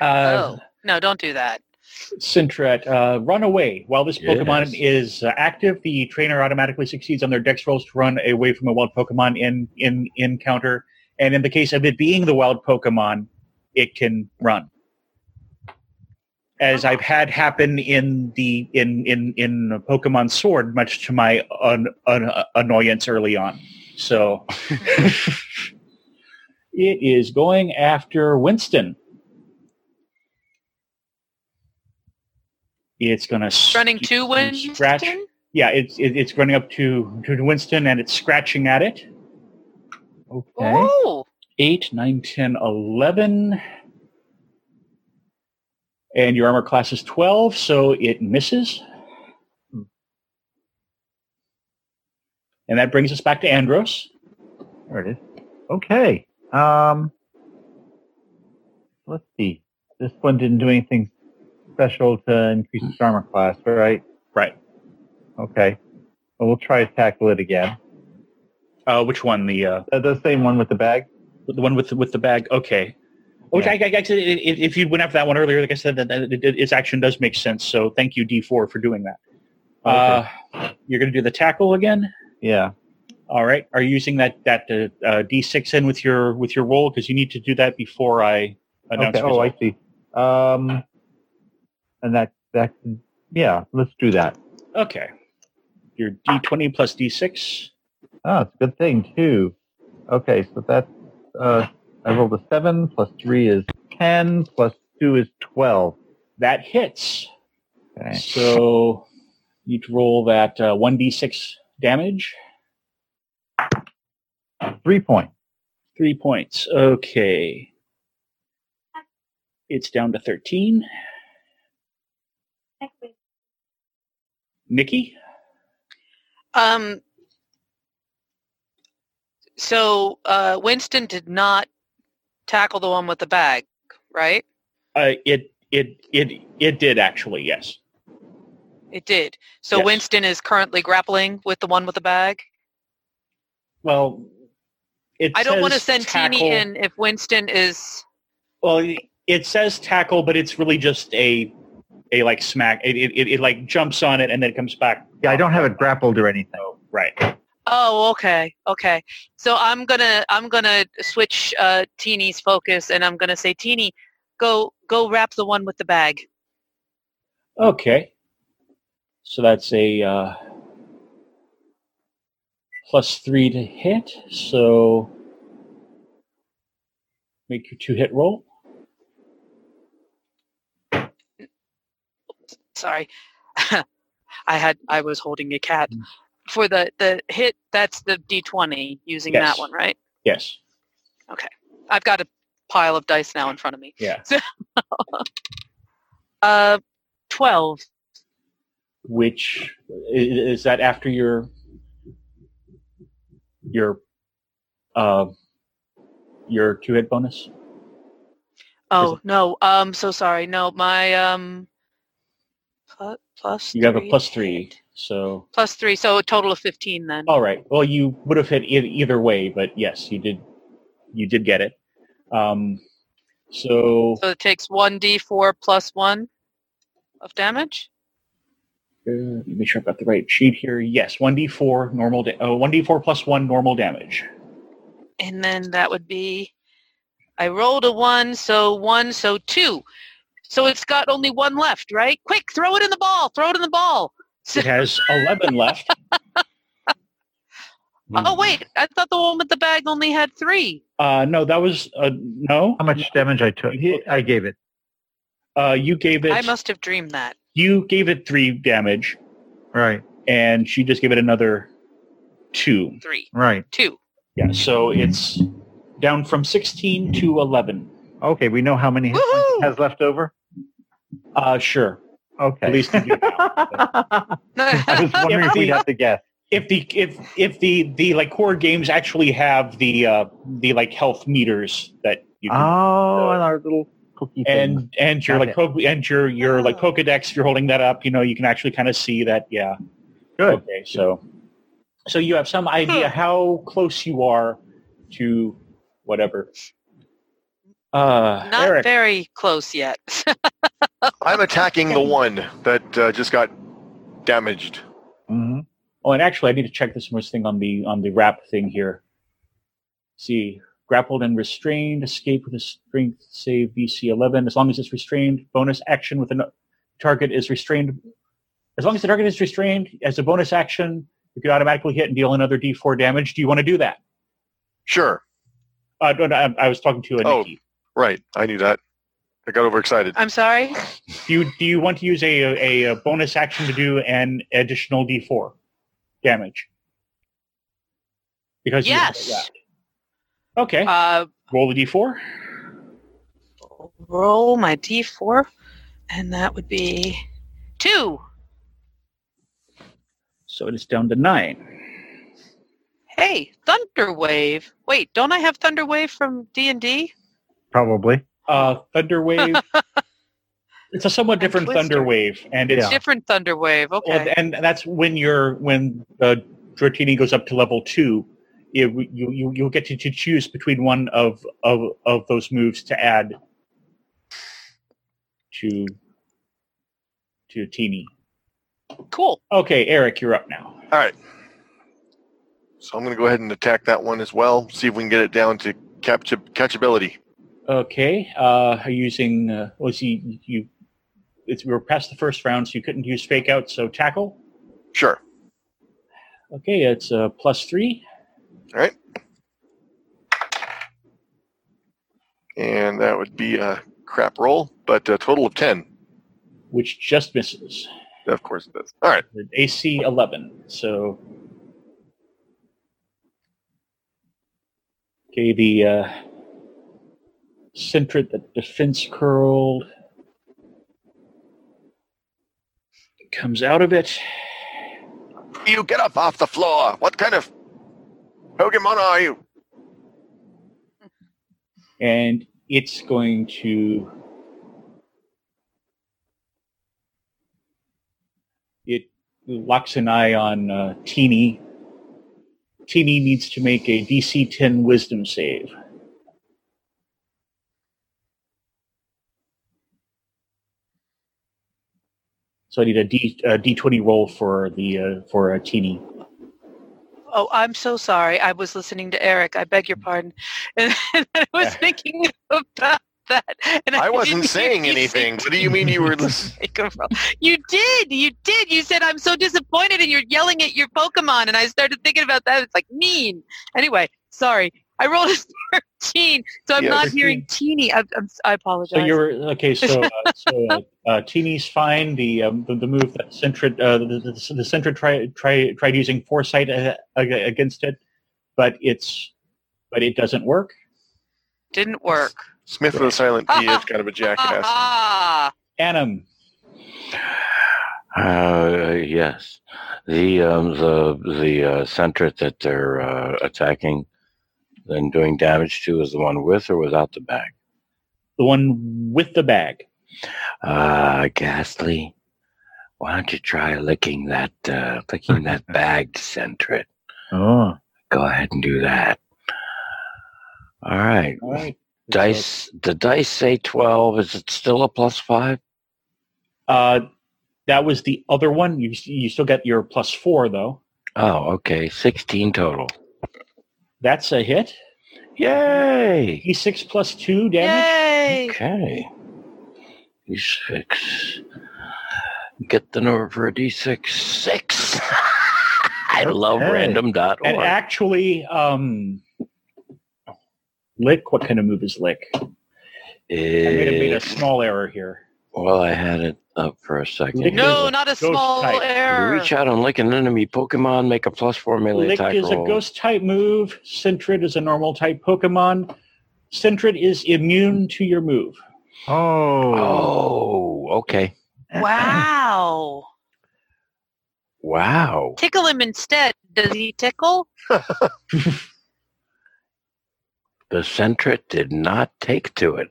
S2: Uh,
S6: oh. No, don't do that.
S2: Sintret, uh, run away. While this Pokemon
S1: Yes.
S2: is uh, active, the trainer automatically succeeds on their dex rolls to run away from a wild Pokemon in, in encounter. And in the case of it being the wild Pokemon, it can run. As I've had happen in the in in in Pokemon Sword, much to my un, un, annoyance early on. So it is going after Winston. It's gonna
S6: Running
S2: st-
S6: two Winston?
S2: Scratch. yeah, it's it, it's running up to to Winston and it's scratching at it.
S5: Okay.
S6: Oh.
S2: 8, 9, 10, 11. And your armor class is 12, so it misses. And that brings us back to Andros.
S5: There it is. Okay. Um, let's see. This one didn't do anything special to increase its armor class, right?
S2: Right.
S5: Okay. Well, we'll try to tackle it again.
S2: Uh, which one? The uh,
S5: Uh, the same one with the bag.
S2: the one with with the bag. Okay. Which I, I, I said, i- i- if you went after that one earlier, like I said, that, that it, it- its action does make sense. So thank you, D4, for doing that. Uh, you're going to do the tackle again.
S5: Yeah.
S2: All right. Are you using that that uh, uh, D6 in with your with your roll because you need to do that before I announce
S5: Okay. Oh,
S2: results.
S5: I see. Um, and that that yeah. Let's do that.
S2: Okay. Your D20 plus D6.
S5: Oh, it's a good thing too. Okay, so that's uh, I rolled a seven plus three is ten plus two is twelve.
S2: That hits.
S5: Okay.
S2: So you need to roll that uh, 1D6 damage.
S5: Three points.
S2: Three points. Okay. It's down to 13. Nikki?
S6: Um. So uh, Winston did not tackle the one with the bag, right?
S2: Uh, it, it, it, it did actually, yes.
S6: It did. So
S2: Yes.
S6: Winston is currently grappling with the one with the bag.
S2: Well, it
S6: I don't want to
S2: says
S6: send
S2: tackle.
S6: Teeny in if Winston is.
S2: Well, it says tackle, but it's really just a a like smack. It it, it, it like jumps on it and then it comes back.
S5: Yeah, I don't have it grappled or anything.
S2: Oh, right.
S6: Oh, okay, okay. So I'm gonna I'm gonna switch uh, Teeny's focus, and I'm gonna say, Teeny, go go wrap the one with the bag.
S2: Okay. So that's a uh, plus three to hit. So make your two hit roll.
S6: Sorry, I had I was holding a cat
S2: Mm.
S6: for the the hit. That's the D20 using
S2: Yes.
S6: that one, right?
S2: Yes.
S6: I've got a pile of dice now in front of me.
S2: Yeah.
S6: Uh, twelve.
S2: Which i- is that after your your uh, your two hit bonus?
S6: Oh no, um, so sorry. No, my um, plu- plus.
S2: You have a
S6: three
S2: plus
S6: to
S2: three, Oh.
S6: hit.
S2: so
S6: Plus three, so a total of fifteen then.
S2: all right. Well, you would have hit it either way, but yes, you did. You did get it. Um, so uh,
S6: So it takes one d4 plus one of damage.
S2: uh, let me make sure I've got the right sheet here. Yes, one d four normal. Da- oh, one d four plus one normal damage.
S6: And then that would be, I rolled a one, so one, so two. So it's got only one left, right? Quick, throw it in the ball. Throw it in the ball.
S2: It has eleven left.
S6: Oh
S2: Mm-hmm.
S6: wait, I thought the one with the bag only had three.
S2: Uh, no, that was uh, no.
S6: Um,
S5: How much damage I took? I gave it.
S2: Uh, you gave it.
S6: I must have dreamed that.
S2: you gave it three damage,
S5: Right.
S2: and she just gave it another two.
S6: Three,
S5: Right.
S6: two.
S2: Yeah. So it's down from sixteen to eleven.
S5: Okay, we know how many hit points it
S6: Woohoo!
S5: has left over.
S2: Uh, sure.
S5: Okay.
S2: At least you do now.
S5: I was wondering if we'd have to guess.
S2: if the if if the the like horror games actually have the uh the like health meters that you can,
S5: Oh, and our little cookie thing.
S2: and and your like
S5: Got it.
S2: po- and your your like
S6: Oh.
S2: pokedex if you're holding that up you know you can actually kind of see that yeah
S5: Good.
S2: okay so so you have some idea
S6: Hmm.
S2: how close you are to whatever uh
S6: Not
S2: Eric,
S6: very close yet.
S4: I'm attacking the one that uh, just got damaged.
S5: Mhm.
S2: oh and actually i need to check this most thing on the on the wrap thing here see grappled and restrained escape with a strength save bc 11 as long as it's restrained bonus action with a target is restrained as long as the target is restrained as a bonus action you can automatically hit and deal another d4 damage do you want to do that
S4: Sure.
S2: uh, no, no, I, I was talking to a
S4: Oh.
S2: Nikki.
S4: Right. I knew that. I got overexcited.
S6: I'm sorry.
S2: Do you, do you want to use a, a, a bonus action to do an additional d4 damage? Because you-
S6: Yes.
S2: Okay.
S6: Uh,
S2: Roll the d4.
S6: roll my d4, and that would be two.
S2: So it is down to nine.
S6: Hey, Thunderwave. Wait, don't I have Thunderwave from D and D?
S5: Probably.
S2: Uh, Thunderwave. it's a somewhat different
S6: Twister.
S2: Thunderwave, and it's
S6: Different Thunderwave. Okay.
S2: Well, and that's when you're when uh, Dratini goes up to level two. It, you you you'll get to, to choose between one of, of of those moves to add to to Teeny.
S6: cool.
S2: Okay, Eric, you're up now.
S4: All right. So I'm going to go ahead and attack that one as well. See if we can get it down to catch catchability.
S2: Okay, uh, are you using uh, was he you? It's, we were past the first round, so you couldn't use fake out. So tackle.
S4: Sure.
S2: Okay, it's a plus three.
S4: And that would be a crap roll, but a total of 10.
S2: which just misses.
S4: Of course it does. All right.
S2: AC 11. So. Okay, the uh, centred, the defense curled. Comes out of it.
S4: You get up off the floor. What kind of Pokemon are you?
S2: and it's going to it locks an eye on uh, Teeny. Teeny needs to make a DC 10 Wisdom save. So I need a, D, a D20 roll for the uh, for uh, Teeny.
S6: Oh, I'm so sorry. I was listening to Eric. I beg your pardon. And I was thinking about that. And
S4: I
S6: didn't
S4: wasn't
S6: hear
S4: saying
S6: you
S4: anything. What do you mean you were listening?
S6: make a roll. You did. You did. You said, I'm so disappointed, and you're yelling at your Pokemon. And I started thinking about that. It's like mean. Anyway, sorry. I rolled a 13, so I'm
S4: Yeah,
S6: not
S2: 13.
S6: hearing teeny. I, I'm, I apologize.
S2: So you're okay. So, uh, so uh, uh, Teeny's fine. The, um, the the move that Centred uh, the the, the Centred tried tried tried using foresight uh, ag- against it, but it's but it doesn't work.
S6: Didn't work.
S4: Smith with a silent P is kind of a jackass.
S6: Ah,
S2: Anim.
S1: Uh, yes, the um, the the uh, centret that they're uh, attacking and doing damage to is the one with or without the bag.
S2: the one with the bag.
S1: Ah, Ghastly, why don't you try licking that uh, licking that bag, centret?
S5: Oh.
S1: Go ahead and do that. All right,
S2: All right.
S1: dice. The dice say twelve. Is it still a plus five?
S2: Uh, that was the other one. You you still got your plus four though.
S1: Oh, okay, sixteen total.
S2: That's a hit.
S1: Yay!
S2: D six plus two damage.
S6: yay.
S1: Okay. D6. Get the number for a D6. Six. I love
S5: Okay.
S1: random.org.
S2: And actually, um, lick. What kind of move is lick? I may have made a
S1: It-
S2: small error here.
S1: well, I had it up for a second.
S6: No, not a
S2: Ghost
S6: small
S2: type.
S6: error.
S1: Reach out and lick an enemy Pokemon, make a plus four melee
S2: Lick
S1: attack
S2: is
S1: roll.
S2: a ghost type move. Sentret is a normal type Pokemon. Sentret is immune to your move.
S5: Oh.
S1: Oh, okay.
S6: Wow.
S1: Wow.
S6: Tickle him instead. Does he tickle?
S1: The Centret did not take to it.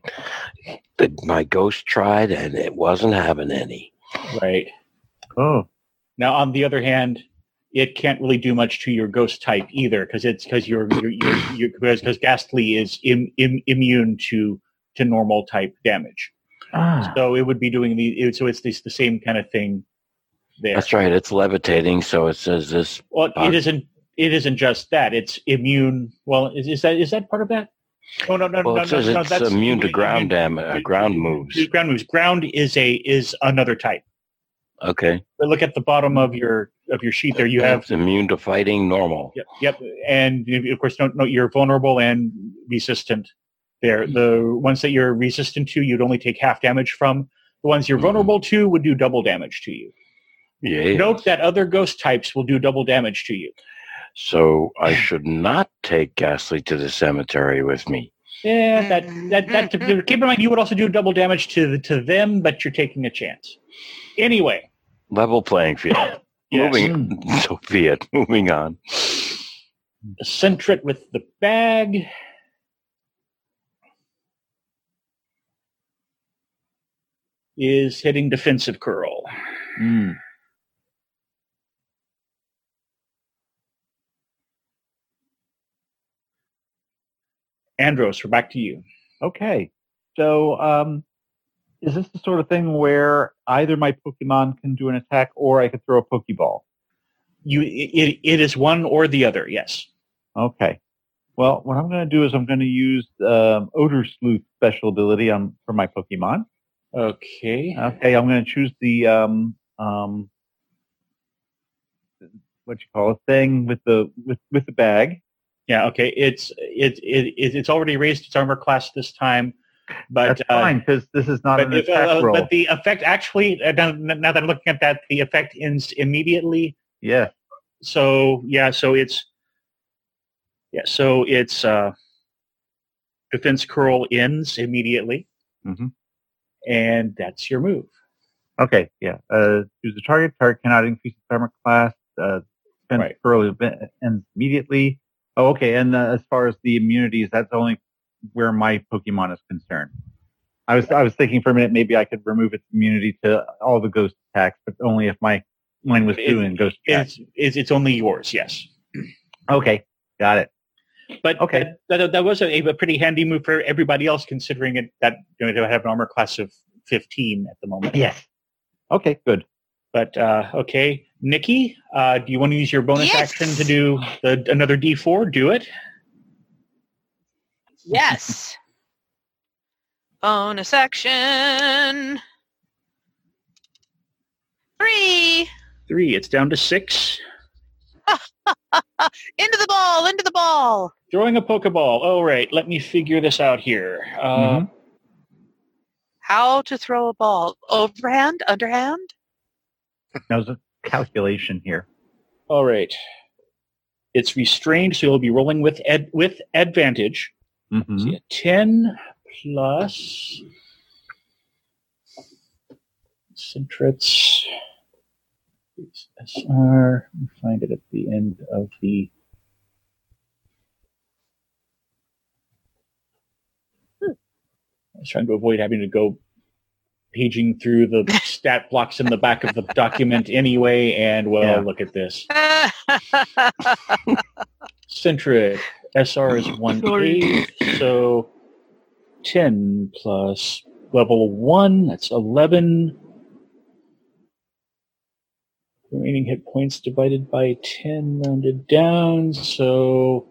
S1: The, my ghost tried and it wasn't having any.
S2: Right.
S5: Oh.
S2: Now, on the other hand, it can't really do much to your ghost type either, because it's because you're you're because Ghastly is Im, Im, immune to to normal type damage.
S5: Ah.
S2: So it would be doing the it, so it's the, the same kind of thing there.
S1: That's right. Uh, It's levitating, so it says this
S2: Well,
S1: Fuck.
S2: it isn't. It isn't just that. It's immune. Well, is, is that is that part of that? Oh no no
S1: Well,
S2: no,
S1: it
S2: no,
S1: says
S2: no,
S1: it's
S2: that's
S1: immune to ground
S2: immune-
S1: damage, uh, ground moves.
S2: Ground moves. Ground is a is another type.
S1: Okay.
S2: But look at the bottom of your of your sheet there. You have
S1: It's immune to fighting normal.
S2: Yep, yep. And you- of course, no, no, you're vulnerable and resistant. There,
S1: Hmm.
S2: the ones that you're resistant to, you'd only take half damage from. The ones you're
S1: Mhm.
S2: vulnerable to would do double damage to you.
S1: Yeah.
S2: Note that other ghost types will do double damage to you.
S1: So I should not take Ghastly to the cemetery with me.
S2: Yeah, Eh, that that that. keep in mind, you would also do double damage to the, to them, but you're taking a chance. Anyway,
S1: Level playing field.
S2: Yes.
S1: Moving,
S6: Hmm.
S1: so be it. Moving on.
S2: Centrit with the bag. Is hitting defensive curl.
S5: Hmm.
S2: Andros, we're back to you.
S5: Okay. So um, is this the sort of thing where either my Pokemon can do an attack or I could throw a Pokeball?
S2: You, it, it is one or the other. Yes.
S5: Okay. Well, what I'm going to do is I'm going to use
S2: Uh,
S5: um, Odor Sleuth special ability on, for my Pokemon.
S2: Okay.
S5: Okay, I'm going to choose the um um what you call it thing with the with with the bag.
S2: Yeah. Okay. It's it, it it it's already raised its armor class this time, but uh,
S5: That's fine because this is not
S2: but,
S5: an
S2: if,
S5: attack
S2: uh,
S5: roll.
S2: but the effect actually uh, now, now that I'm looking at that, the effect ends immediately.
S5: yeah.
S2: So yeah. So it's yeah. So it's uh, defense curl ends immediately,
S5: Mhm.
S2: and that's your move.
S5: Okay. Yeah. Uh, choose the target. Target cannot increase its armor class. Uh, spend
S2: Right.
S5: early event ends immediately. Oh, okay. And uh, as far as the immunities, that's only where my Pokemon is concerned. I was I was thinking for a minute maybe I could remove its immunity to all the ghost attacks, but only if my mine was
S2: It-
S5: doing ghost attacks.
S2: It's, it's it's only yours. Yes.
S5: Okay. Got it.
S2: But
S5: Okay.
S2: that, that, that was a, a pretty handy move for everybody else, considering it, that you know, they have an armor class of 15 at the moment.
S5: Yes. Okay. Good.
S2: But uh, okay, Nikki, uh, do you want to use your bonus
S6: Yes.
S2: action to do the, another D4? Do it.
S6: Yes. Bonus action. Three.
S2: Three. It's down to six.
S6: Into the ball. Into the ball.
S2: Throwing a Pokeball. All right, let me figure this out here. Uh,
S6: How to throw a ball? Overhand? Underhand?
S5: That was a calculation here.
S2: all right. It's restrained, so you'll be rolling with ed- with advantage.
S5: Mhm.
S2: See, a 10 plus Centrets. SR. We find it at the end of the. I was trying to avoid having to go paging through the stat blocks in the back of the document anyway. And well,
S5: Yeah.
S2: look at this.
S6: Eh, That's
S2: Centric. SR is one
S6: Sorry.
S2: eight, so ten plus level one. That's eleven. Remaining hit points divided by ten, rounded down. So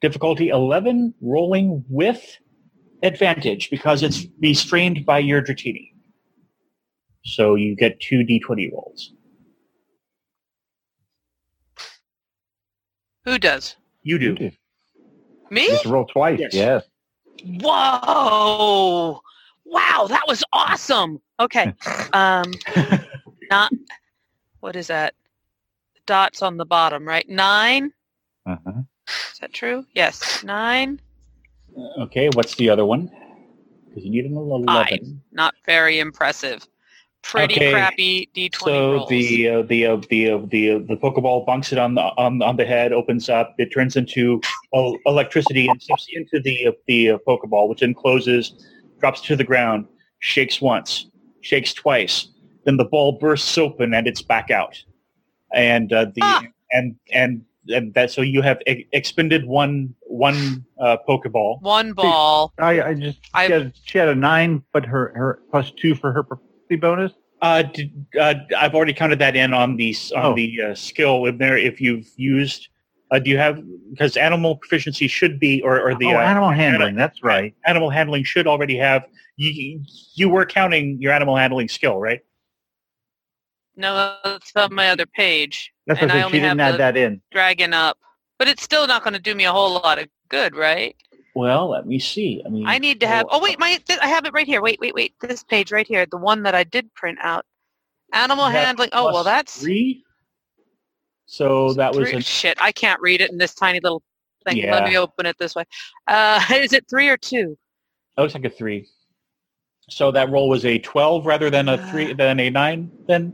S2: difficulty eleven. Rolling with advantage because it's restrained by your Dratini. So you get two d20 rolls.
S6: Who does?
S2: You do.
S6: Me?
S5: Just roll twice.
S2: Yes.
S5: yes.
S6: Whoa! Wow, that was awesome. Okay. Um not what is that? Dots on the bottom, right? Nine?
S5: Uh-huh.
S6: Is that true? Yes. Nine.
S2: Okay. What's the other one? Because you need an eleven.
S6: Five. Not very impressive. Pretty
S2: Okay.
S6: crappy D twenty
S2: So
S6: rolls.
S2: the uh, the uh, the uh, the uh, the Pokeball bonks it on the on, on the head, opens up, it turns into el- electricity and sips into the uh, the uh, Pokeball, which then closes, drops to the ground, shakes once, shakes twice, then the ball bursts open and it's back out, and uh, the
S6: Ah.
S2: and and and that so you have e- expended one one uh, Pokeball.
S6: One ball.
S5: I, I just
S6: I-
S5: she, had, she had a nine, but her, her plus two for her proficiency bonus.
S2: Uh, did, uh, I've already counted that in on the on
S5: Oh.
S2: the uh, skill in there. If you've used, uh, do you have because animal proficiency should be or, or the
S5: oh,
S2: uh, animal.
S5: animal handling. That's right.
S2: handling should already have you. You were counting your animal handling skill, right?
S6: No, that's on my other page.
S5: That's
S6: And
S5: what I
S6: I
S5: said. She
S6: only have
S5: didn't add
S6: the-
S5: that in.
S6: Dragon up. But it's still not gonna do me a whole lot of good, right?
S2: Well, let me see. I mean,
S6: I need to have. Oh wait, my th- I have it right here. Wait, wait, wait. This page right here, the one that I did print out. Animal
S2: You have
S6: handling. Oh well,
S2: plus
S6: that's
S2: three. So Oh, that was
S6: Three-
S2: an
S6: shit. I can't read it in this tiny little thing.
S2: Yeah.
S6: Let me open it this way. Uh, is it three or two?
S2: That looks like a three. So that roll was a twelve rather than a three
S6: Ah.
S2: than a nine. Then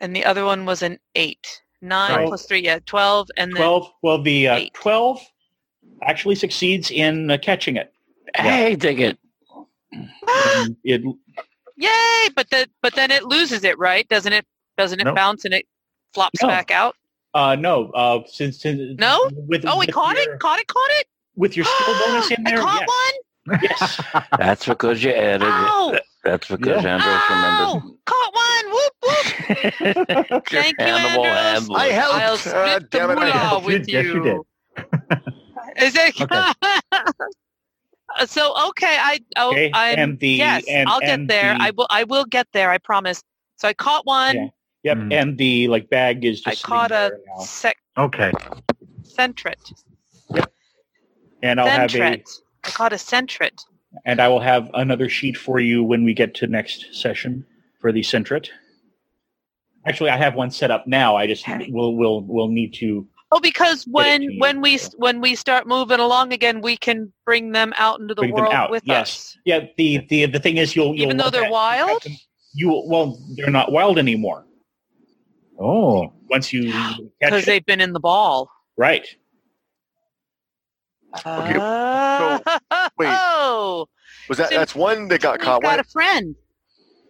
S6: And the other one was an eight. Nine
S2: Right.
S6: plus three, yeah, twelve, and then
S2: twelve. Well, the uh,
S6: Eight.
S2: twelve actually succeeds in uh, catching it.
S1: Hey, dig it.
S2: And it
S6: yay! But then, but then it loses it, right? Doesn't it? Doesn't it
S2: No.
S6: bounce and it flops
S2: No.
S6: back out?
S2: uh, no uh, since, since
S6: No?
S2: with,
S6: Oh, we
S2: with
S6: caught
S2: your-
S6: it! Caught it! Caught it!
S2: with your skill bonus in there.
S6: I caught
S2: yes.
S6: one!
S2: yes.
S1: That's because you added it.
S6: Ow!
S1: That's because Ambrose
S6: Ow!
S1: remembered.
S6: Caught one! Whoop whoop! Thank you,
S1: Animal
S6: Andrews.
S1: handler.
S4: I helped.
S6: I'll
S4: Ah,
S6: split the
S4: damn it, I
S6: moolah
S5: helped.
S6: with
S5: Yes, you did.
S6: you. Uh, Is it? so okay, I oh
S2: Okay.
S6: I'm,
S2: and the
S6: yes,
S2: and,
S6: I'll get
S2: and
S6: there.
S2: the-
S6: I will I will get there. I promise. So I caught one
S2: Yeah. Yep,
S5: Mm.
S2: and the like bag is
S6: I
S2: just sitting
S6: caught a
S2: there now.
S6: sec-
S5: Okay.
S6: centret.
S2: and I'll have a
S6: Centret. I caught a centret.
S2: and I will have another sheet for you when we get to next session for the centret. Actually, I have one set up now. I just
S6: Okay.
S2: will will will need to
S6: Oh, because
S2: to
S6: when
S2: you,
S6: when we
S2: so.
S6: when we start moving along again, we can bring them out into the
S2: Bring them
S6: world
S2: out,
S6: with
S2: yes.
S6: us.
S2: yeah. The the the thing is, you'll, you'll
S6: Even though
S2: love
S6: they're
S2: that.
S6: wild?
S2: you well they're not wild anymore.
S5: Oh.
S2: Once you
S6: Because
S2: catch it,
S6: they've been in the ball.
S2: right?
S4: Okay, wait.
S6: Oh,
S4: Was that
S6: Soon-
S4: that's one that got
S6: we've
S4: caught?
S6: got
S4: One,
S6: a friend.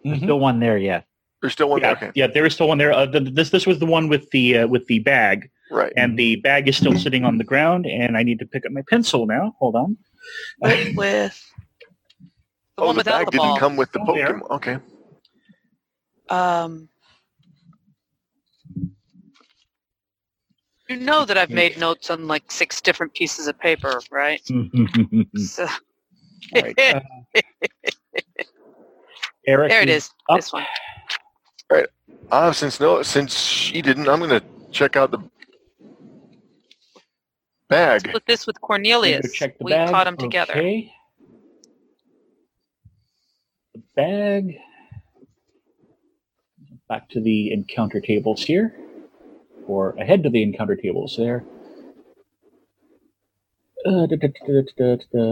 S2: Mhm.
S5: Still one there, yes.
S4: there's still one.
S2: Yeah,
S4: Okay,
S2: yeah, there is still one there. Uh, th- this this was the one with the uh, with the bag.
S4: right.
S2: and the bag is still sitting on the ground and i need to pick up my pencil now hold on
S6: Wait, with the
S4: oh,
S6: one
S4: the
S6: without
S4: bag
S6: the
S4: didn't
S6: ball.
S4: come with the
S2: Still there.
S4: Pokemon. Okay,
S6: Um, you know that I've
S2: Hmm.
S6: made notes on like six different pieces of paper, right? So-
S2: Mm. All right, uh, eric
S6: there it
S2: you-
S6: is.
S2: up.
S6: This one.
S4: uh, since no, since she didn't, I'm gonna check out the bag.
S6: Split this with
S2: you
S6: Cornelius.
S2: go check the
S6: we
S2: bag.
S6: caught him together.
S2: okay. the bag back to the encounter tables here or ahead to the encounter tables there uh, da, da, da, da, da, da.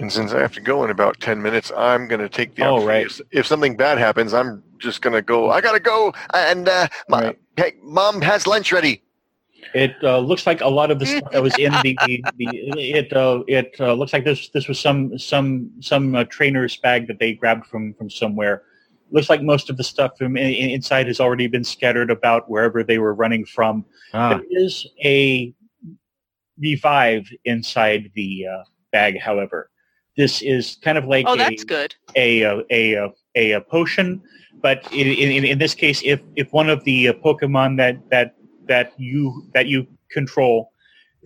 S4: And since I have to go in about ten minutes, I'm gonna take the.
S2: Oh,
S4: opportunity.
S2: right.
S4: If, if something bad happens, I'm just gonna go. I gotta go. And uh, my,
S2: Right.
S4: hey, mom has lunch ready.
S2: It uh, looks like a lot of the stuff that was in the, the, the it uh, it uh, looks like this this was some some some uh, trainer's bag that they grabbed from from somewhere. Looks like most of the stuff from in, in- inside has already been scattered about wherever they were running from.
S5: Ah,
S2: There is a revive inside the uh, bag, however. This is kind of like
S6: Oh,
S2: a-
S6: that's good.
S2: a uh, a uh, a, uh potion, but in, in in this case, if if one of the uh, Pokemon that that that you that you control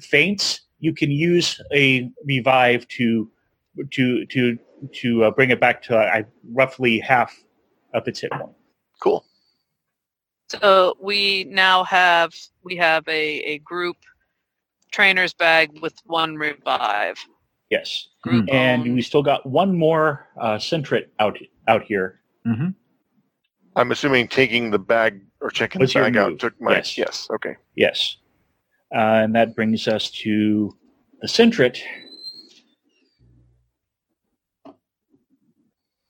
S2: faints, you can use a revive to to to to uh, bring it back to uh, I- roughly half of its hit point.
S4: Cool.
S6: So we now have we have a, a group trainer's bag with one revive.
S2: Yes,
S6: Group owned.
S2: Mm. and we still got one more uh, Sentret out out here.
S4: I'm assuming taking the bag or checking
S2: Was
S4: the
S2: your
S4: bag out
S2: move?
S4: took my
S2: Yes.
S4: yes. Okay.
S2: Yes. Uh, and that brings us to the Centret,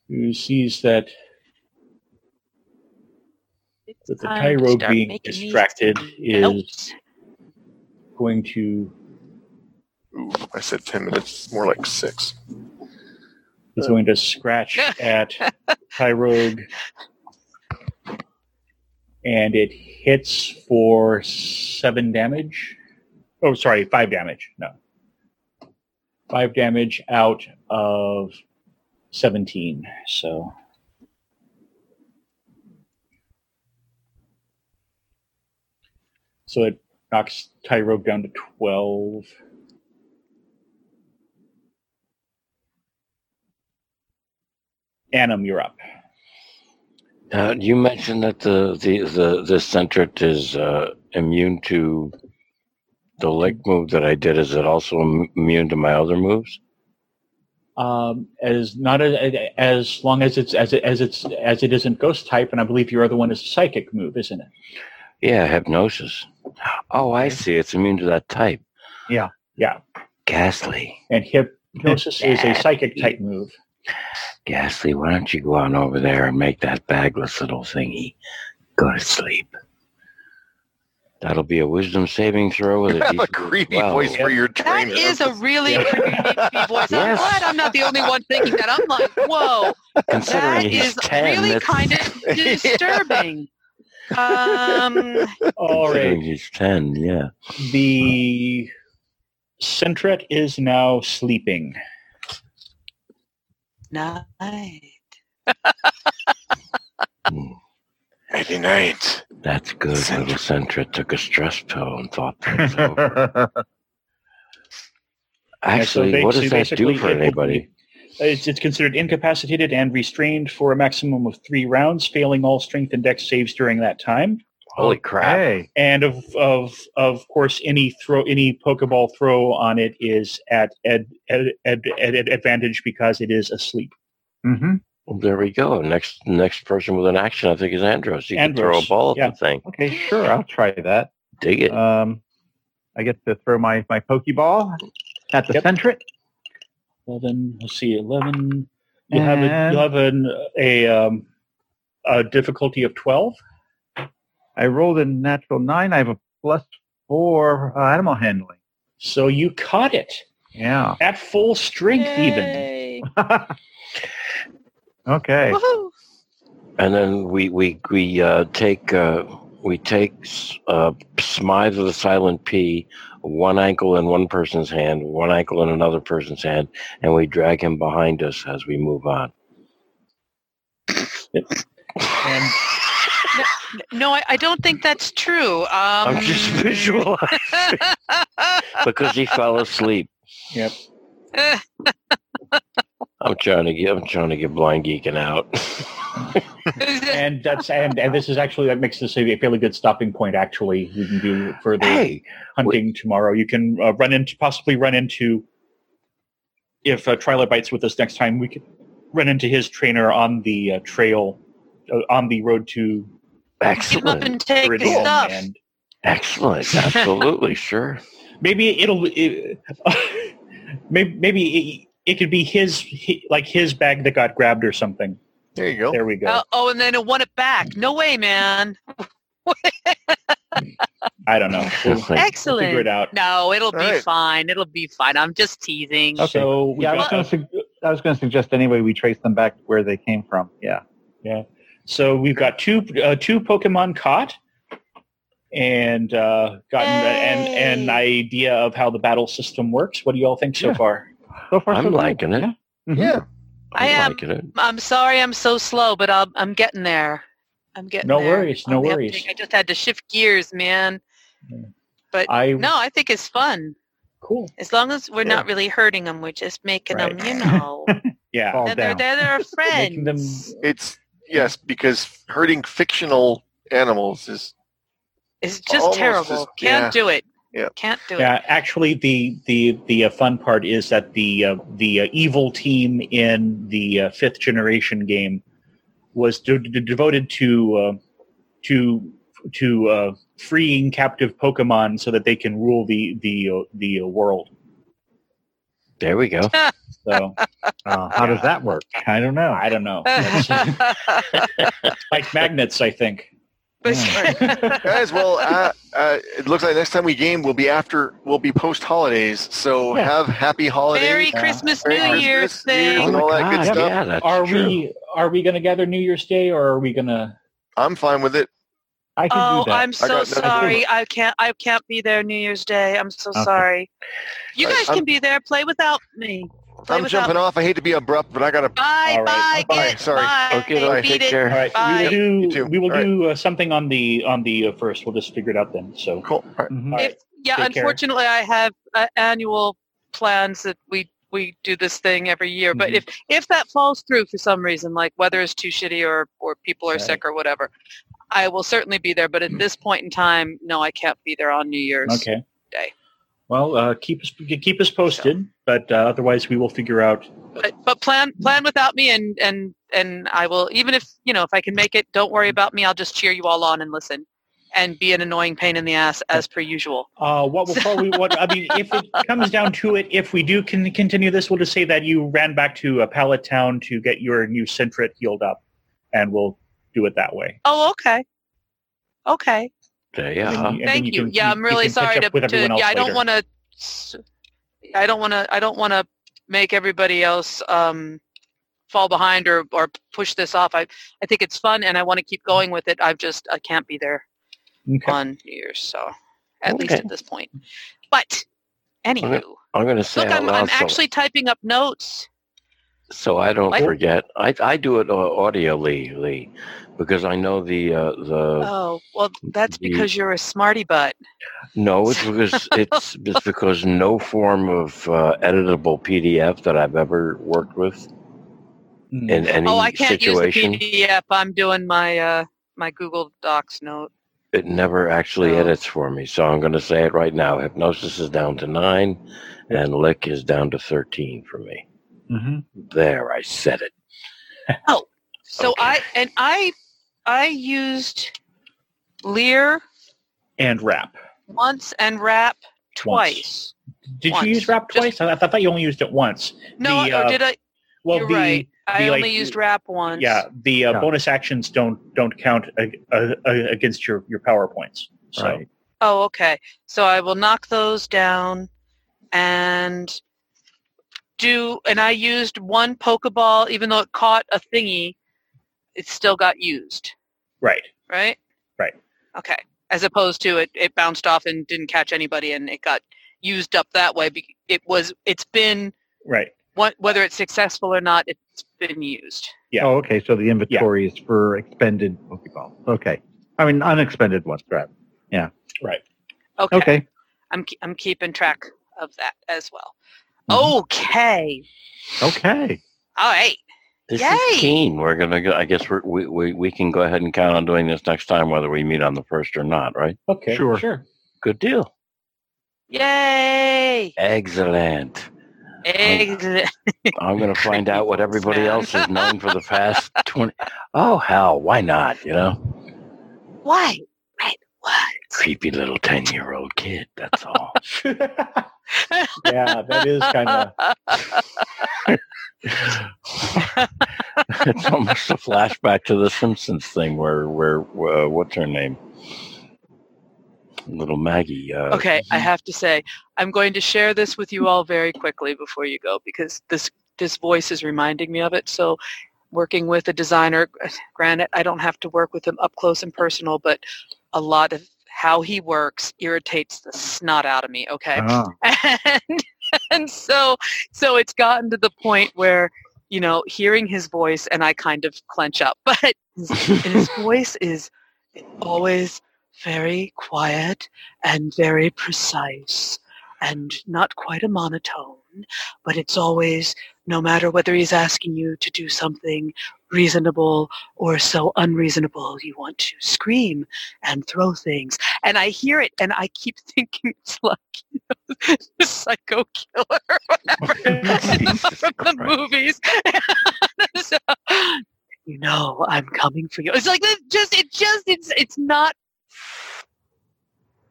S2: who sees that
S6: It's
S2: with the
S6: time to
S2: Tyro
S6: start
S2: being
S6: making these
S2: distracted is-
S6: notes.
S2: going to.
S4: Ooh, I said ten minutes. More like six.
S2: Is going to scratch at Tyrogue. And it hits for seven damage. Oh, sorry, five damage. No. Five damage out of 17. So. So it knocks Tyrogue down to 12. Annam, you're up.
S1: Now, Uh, you mentioned that the the the, the centret is uh, immune to the lick move that I did. Is it also im- immune to my other moves?
S2: um, as not a, as long as it's as it, as it's as it isn't ghost type, and I believe your other one is a psychic move, isn't it?
S1: Yeah, hypnosis. Oh, I see. It's immune to that type.
S2: Yeah, yeah.
S1: Ghastly.
S2: And hypnosis is a psychic type move.
S1: Ghastly, why don't you go on over there and make that bagless little thingy go to sleep? That'll be a wisdom saving throw with
S4: You
S1: a
S4: have a
S1: DC
S4: creepy
S1: 12.
S4: voice for your
S6: That
S4: trainer.
S6: is a really creepy voice. I'm
S1: Yes.
S6: glad I'm not the only one thinking that. I'm like, whoa,
S1: Considering
S6: that
S1: he's
S6: is
S1: 10,
S6: really
S1: that's-
S6: kind of disturbing. Um,
S2: All
S1: Considering
S2: right.
S1: he's ten, yeah.
S2: The Centret is now sleeping.
S6: nice.
S1: Hmm.
S4: Nighty night.
S1: That's good. Little Sentra took a stress pill and thought things over.
S5: That's
S1: Actually,
S2: ba-
S1: what
S2: so
S1: does that do
S2: basically
S1: for
S2: it would
S1: anybody?
S2: It's, it's considered incapacitated and restrained for a maximum of three rounds, failing all strength and dex saves during that time.
S1: Holy crap!
S5: Hey,
S2: And of of of course, any throw, any Pokeball throw on it is at ed, ed, ed, ed, ed- advantage because it is asleep.
S5: hmm
S1: Well, there we go. Next, next person with an action, I think, is Andros. Uh, He can throw a
S2: Andros,
S1: ball at
S2: yeah.
S1: the thing.
S5: okay, sure, I'll try that.
S1: Dig it.
S5: Um, I get to throw my my pokeball at the
S2: Yep.
S5: centret.
S2: Eleven. Let's see. Eleven. You'll have a, you'll have an, a um, a difficulty of twelve.
S5: I rolled a natural nine. I have a plus four uh, animal handling.
S2: So you caught it
S5: Yeah.
S2: at full strength, even.
S6: Yay.
S5: okay.
S6: Woohoo.
S1: and then we we we uh, take uh, we take uh, Smythe of the Silent P, one ankle in one person's hand, one ankle in another person's hand, and we drag him behind us as we move on.
S2: And
S6: No, I, I don't think that's true. Um,
S1: I'm just visualizing because he fell asleep.
S6: Eh,
S1: I'm trying to get I'm trying to get blind geeking out.
S2: and that's and, and this is actually that makes this a fairly good stopping point. Actually, you can do further
S1: hey,
S2: hunting tomorrow. You can uh, run into possibly run into if uh, trilobites with us next time. We could run into his trainer on the uh, trail uh, on the road to
S6: Get him up
S1: excellent,
S6: and take the
S2: Iridium,
S6: stuff.
S2: and
S1: excellent, absolutely, sure.
S2: maybe it'll it, maybe maybe it, it could be his he, like his bag that got grabbed or something.
S4: There you go.
S2: There we go.
S6: Uh, oh, and then it won it back. No way, man.
S2: I don't know. We'll,
S1: It's like,
S2: we'll figure it
S6: Excellent.
S2: out.
S6: No, it'll be
S4: All right.
S6: fine. It'll be fine. I'm just teasing.
S5: Okay.
S2: So we
S5: yeah, I was
S2: got
S5: going
S2: a-
S5: to I was going to suggest anyway we trace them back to where they came from. Yeah.
S2: So we've got two uh, two Pokemon caught, and uh, gotten an,
S6: Yay.
S2: an idea of how the battle system works. What do you all think so
S5: Yeah.
S2: far?
S5: So far, so
S1: I'm
S5: good.
S1: liking it.
S5: Mhm.
S4: Yeah.
S6: I am-
S1: I'm uh, liking it.
S6: I'm sorry I'm so slow, but I'm, I'm getting there. I'm getting
S2: No
S6: there.
S2: worries, no
S6: On the
S2: worries.
S6: uptake. I just had to shift gears, man.
S2: I
S6: No, I think it's fun.
S2: cool.
S6: As long as we're not really hurting them, we're just making
S2: Right.
S6: them, you know.
S2: Yeah,
S5: Fall
S6: then they're,
S5: down.
S6: they're, they're
S2: making them
S6: friends.
S4: It's yes, because hurting fictional animals is
S6: It's just
S4: Almost
S6: terrible.
S4: as-
S6: Can't
S4: yeah.
S6: do it.
S4: Yeah.
S6: Can't do it.
S2: Yeah, actually, the the the uh, fun part is that the uh, the uh, evil team in the uh, fifth generation game was de- de- devoted to uh, to to uh, freeing captive Pokemon so that they can rule the the uh, the uh, world.
S1: There we go.
S2: So
S5: Uh, how does that work? I don't know.
S2: I don't know, That's- like magnets, I think.
S6: But-
S4: guys. Well, uh, uh, it looks like next time we game, we'll be after, we'll be post holidays. So
S2: Yeah.
S4: have happy holidays.
S6: Merry
S2: Yeah.
S6: Christmas,
S4: Merry
S6: New
S4: Christmas,
S6: Year's
S4: New Year's,
S6: thing.
S4: and all that good stuff.
S1: Oh Yeah, that's
S2: Are
S1: true.
S2: we are we going to gather New Year's Day or are we going to?
S4: I'm fine with it.
S5: I can
S6: Oh,
S5: do that.
S6: I'm so
S4: got nothing.
S6: sorry. I can't. I can't be there New Year's Day. I'm so
S5: Okay.
S6: sorry. You
S4: Right,
S6: guys
S4: I'm-
S6: can be there. Play without me. Play
S4: I'm
S6: without
S4: jumping
S6: me.
S4: off. I hate to be abrupt, but I gotta.
S6: Bye,
S2: All right.
S6: bye,
S4: Bye.
S6: get,
S4: Sorry.
S6: bye.
S1: Okay,
S6: beat
S1: then take
S6: it.
S1: care.
S2: All right,
S6: Bye.
S2: we
S4: You
S2: will do
S4: too.
S2: we will
S4: All right.
S2: do uh, something on the on the uh, first. We'll just figure it out then. So
S4: Cool. All right.
S5: Mhm.
S2: All right.
S6: If, yeah,
S2: Take care.
S6: unfortunately, I have uh, annual plans that we we do this thing every year. But
S2: Mhm.
S6: if if that falls through for some reason, like weather is too shitty or or people are
S2: Right. Mm.
S6: sick or whatever, I will certainly be there. But at this point in time, no, I can't be there on New Year's.
S2: Okay.
S6: Day.
S2: Well, uh, keep us keep us posted. but uh, otherwise we will figure out.
S6: But, but plan plan without me, and and and I will. Even if you know if I can make it, don't worry about me. I'll just cheer you all on and listen, and be an annoying pain in the ass as per usual.
S2: Uh, what will probably what I mean, if it comes down to it, if we do can continue this, we'll just say that you ran back to uh, Pallet Town to get your new Centret healed up, and we'll do it that way.
S6: Oh, okay, okay.
S9: Yeah.
S2: And then
S6: Thank you.
S2: can-
S6: yeah, I'm really
S2: can catch
S6: sorry
S2: up
S6: to.
S2: with
S6: to
S2: everyone else
S6: yeah, I don't
S2: later.
S6: want to. I don't want to. I don't want to make everybody else um, fall behind or, or push this off. I I think it's fun and I want to keep going with it. I've just I can't be there
S2: Okay.
S6: on New Year's, so at least
S1: Okay.
S6: at this point. But anywho,
S1: I'm going to say
S6: look,
S1: out
S6: I'm I'm
S1: loud so-
S6: actually typing up notes.
S1: so I don't
S6: Like-
S1: forget. I, I do it uh, audioly, Lee, because I know the uh, the
S6: Oh well, that's
S1: the-
S6: because you're a smarty butt.
S1: No, it's because it's, it's because no form of uh, editable PDF that I've ever worked with
S2: Mm.
S1: in any
S6: Oh, I can't
S1: situation,
S6: use the PDF. I'm doing my uh, my Google Docs note.
S1: it never actually
S6: Oh.
S1: edits for me. So I'm going to say it right now. Hypnosis is down to nine, and Lick is down to thirteen for me.
S5: Mm-hmm.
S1: There, I said it.
S6: So
S1: Okay.
S6: I and I I used Lear
S2: and wrap.
S6: once and rap twice.
S2: Did
S6: Once.
S2: you use wrap
S6: Just-
S2: twice? I, I thought you only used it once.
S6: No,
S2: The,
S6: or
S2: uh,
S6: did I?
S2: Well,
S6: you're
S2: the
S6: right. I
S2: the,
S6: only
S2: like,
S6: used rap once.
S2: yeah, the uh,
S5: Yeah.
S2: bonus actions don't don't count ag- uh, uh, against your your powerpoints. So
S5: Right.
S6: Oh, okay. So I will knock those down and do. And I used one Pokeball, even though it caught a thingy. It still got used,
S2: right.
S6: right?
S2: Right.
S6: Okay. As opposed to it, it bounced off and didn't catch anybody, and it got used up that way. Be- It was. It's been
S2: Right.
S6: what, whether it's successful or not, it's been used.
S2: Yeah.
S5: Oh, okay. So the inventory is for expended Pokeballs. Okay. I mean, unexpended ones, right?
S6: Okay.
S5: Okay.
S6: I'm, ke- I'm keeping track of that as well.
S5: Mhm.
S6: Okay.
S5: Okay.
S6: All right.
S1: This
S6: Yay!
S1: is keen. We're gonna. Go, I guess we're, we we we can go ahead and count on doing this next time, whether we meet on the first or not. Right?
S2: Okay.
S5: Sure.
S2: Sure.
S1: Good deal.
S6: Yay.
S1: Excellent.
S6: Excellent.
S1: I'm going to find
S6: Creepy
S1: out what
S6: folks,
S1: everybody
S6: man.
S1: else has known for the past 20. Oh, hell, why not? You know,
S6: Why? Wait, what?
S1: creepy little 10 year old kid. That's all.
S2: yeah, that is kind of
S1: it's almost a flashback to the Simpsons thing where, where, uh, what's her name? Little Maggie. Uh,
S6: Okay, I have to say, I'm going to share this with you all very quickly before you go because this this voice is reminding me of it. So, working with a designer, granted, I don't have to work with him up close and personal, but a lot of how he works irritates the snot out of me. Okay,
S5: Ah.
S6: and and so so it's gotten to the point where you know hearing his voice and I kind of clench up, but and his voice is always very quiet and very precise and not quite a monotone, but it's always, no matter whether he's asking you to do something reasonable or so unreasonable, you want to scream and throw things. And I hear it and I keep thinking it's like you know, the psycho killer or whatever
S1: Jesus
S6: from the
S1: Christ.
S6: movies. So, you know, I'm coming for you. It's like this just it just it's it's not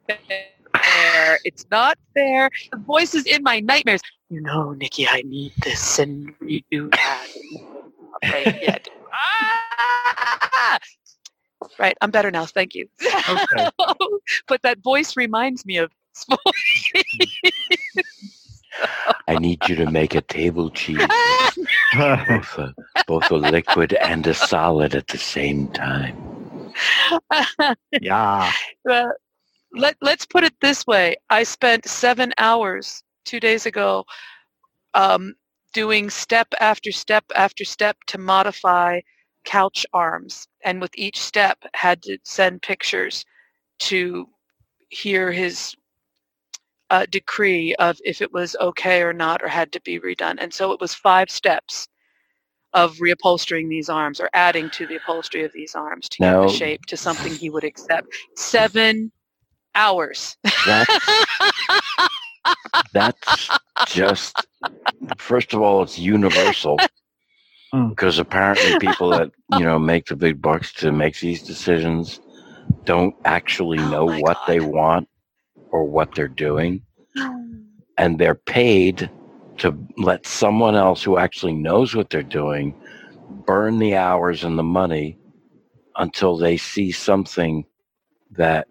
S6: fair. It's not fair. The voice is in my nightmares. You know, Nikki, I need this and you that. Right, yeah. Ah! right, I'm better now. Thank you.
S5: Okay.
S6: but that voice reminds me of
S1: I need you to make a table cheese, both a, both a liquid and a solid at the same time.
S5: yeah.
S6: Well, let let's put it this way. I spent seven hours two days ago um, doing step after step after step to modify couch arms, and with each step had to send pictures to hear his uh, decree of if it was okay or not, or had to be redone. And so it was five steps of reupholstering these arms or adding to the upholstery of these arms to get
S1: Now-
S6: the shape to something he would accept. Seven hours.
S1: That's That's just first of all, it's universal
S10: Hmm.
S1: because apparently people that you know make the big bucks to make these decisions don't actually
S6: Oh
S1: know
S6: my
S1: what
S6: God. Hmm.
S1: they want or what they're doing, and they're paid to let someone else who actually knows what they're doing burn the hours and the money until they see something that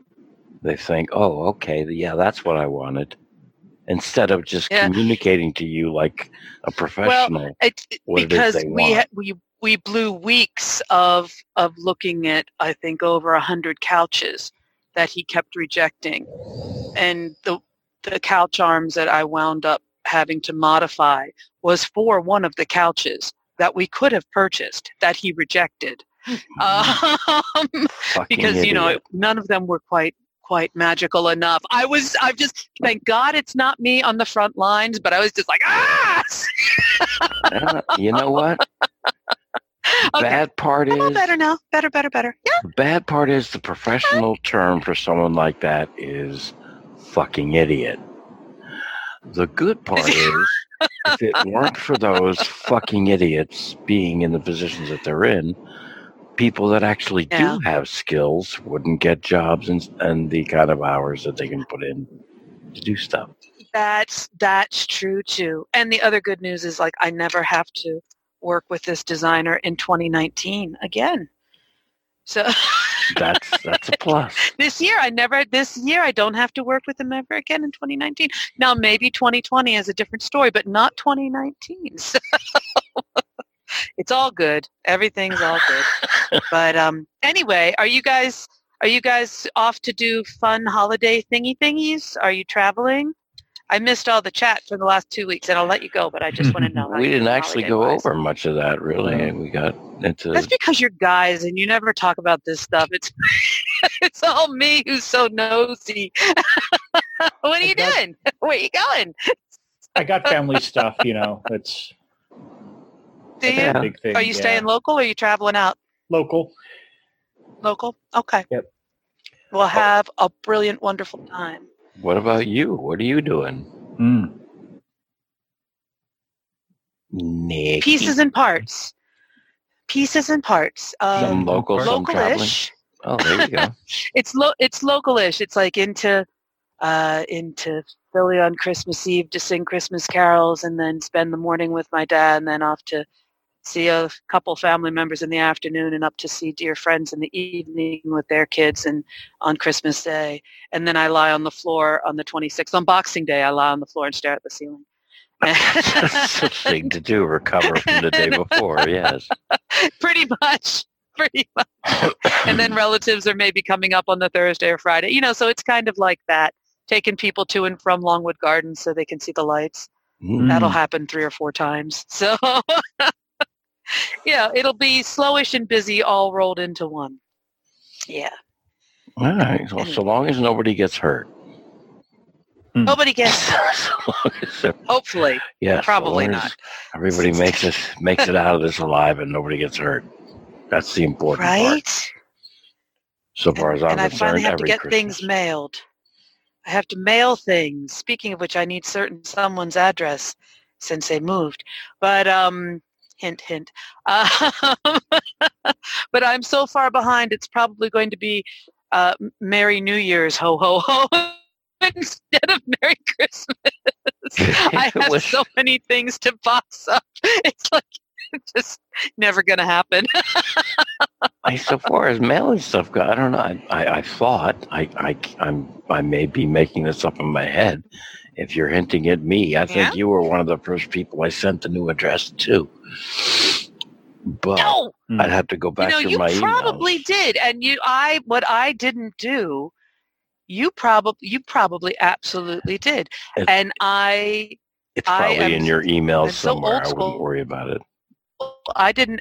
S1: they think, "Oh, okay, yeah, that's what I wanted." Instead of just
S6: Yeah.
S1: communicating to you like a professional.
S6: It, it-
S1: what it is
S6: because
S1: they
S6: we
S1: want.
S6: ha- we we blew weeks of of looking at I think over a hundred couches that he kept rejecting, and the the couch arms that I wound up having to modify was for one of the couches that we could have purchased that he rejected.
S1: Hmm.
S6: Um,
S1: fucking
S6: because you know
S1: idiot.
S6: none of them were quite quite magical enough. I was I've just thank God it's not me on the front lines, but I was just like ah.
S1: Yeah, "Uh, you know what?
S6: Okay.
S1: Bad part
S6: I know
S1: is
S6: better now. Better, better, better. Yeah.
S1: the bad part is the professional term for someone like that is fucking idiot. The good part is if it weren't for those fucking idiots being in the positions that they're in, people that actually
S6: Yeah.
S1: do have skills wouldn't get jobs and, and the kind of hours that they can put in to do stuff.
S6: That's that's true too. And the other good news is like I never have to work with this designer in 2019 again. So
S1: That's that's a plus.
S6: this year I never this year I don't have to work with him ever again in 2019. Now maybe 2020 is a different story, but not 2019. So it's all good. Everything's all good. but um anyway, are you guys are you guys off to do fun holiday thingy thingies? Are you traveling? I missed all the chat for the last two weeks, and I'll let you go. But I just want to know. how
S1: we
S6: you're
S1: didn't
S6: doing
S1: actually go
S6: holiday-wise.
S1: over much of that really we got into
S6: That's because you're guys and you never talk about this stuff. It's it's all me who's so nosy. what are you doing? Where you going?
S2: I got family stuff, you know. It's
S6: Do you?
S1: Yeah.
S2: a big thing.
S6: Are you
S2: yeah.
S6: staying local or are you traveling out
S2: local?
S6: local? Okay.
S2: Yep.
S1: Oh.
S6: We'll have a brilliant, wonderful time.
S1: what about you what are you doing
S10: Mm.
S1: Nick?
S6: Pieces and parts. Pieces and parts.
S1: some
S6: Um,
S1: local some traveling
S6: localish.
S1: oh there you go
S6: It's lo- it's localish. It's like into uh, into Philly on Christmas Eve to sing Christmas carols and then spend the morning with my dad and then off to see a couple family members in the afternoon and up to see dear friends in the evening with their kids and on Christmas Day. And then I lie on the floor on the 26th. On Boxing Day, I lie on the floor and stare at the ceiling.
S1: that's the thing to do recover from the day before yes
S6: pretty much. Pretty much. and then relatives are maybe coming up on the Thursday or Friday. You know, so it's kind of like that, taking people to and from Longwood Gardens so they can see the lights.
S1: Mm,
S6: That'll happen three or four times. So, yeah, it'll be slowish and busy all rolled into one. Yeah.
S1: all right well
S6: Hmm.
S1: so long as nobody gets hurt
S6: Nobody gets,
S1: so long as,
S6: hopefully.
S1: yeah so
S6: Probably
S1: long as
S6: not.
S1: everybody makes it makes it out of this alive and nobody gets hurt that's the important part
S6: Right?
S1: so far as i'm
S6: and I
S1: concerned
S6: finally have to
S1: every
S6: get
S1: Christmas.
S6: things mailed. I have to mail things. Speaking of which, I need certain someone's address since they moved. But um, hint, hint. Uh, but I'm so far behind. It's probably going to be uh, Merry New Year's, ho ho ho, instead of Merry Christmas. I
S1: It
S6: have
S1: was-
S6: so many things to box up. It's like it's just never going to happen.
S1: I, so far as mailing stuff go, I don't know. I, I, I thought I, I I'm I may be making this up in my head. If you're hinting at me, I think you were one of the first people I sent the new address to. But
S6: No.
S1: I'd have to go back
S6: you know,
S1: to
S6: you
S1: my
S6: probably
S1: emails.
S6: did, and you, I, what I didn't do, you probably, you probably absolutely did,
S1: It-
S6: and I,
S1: It's
S6: I
S1: probably
S6: am-
S1: in your emails
S6: I'm so
S1: somewhere.
S6: old
S1: I wouldn't
S6: school.
S1: worry about it.
S6: I didn't.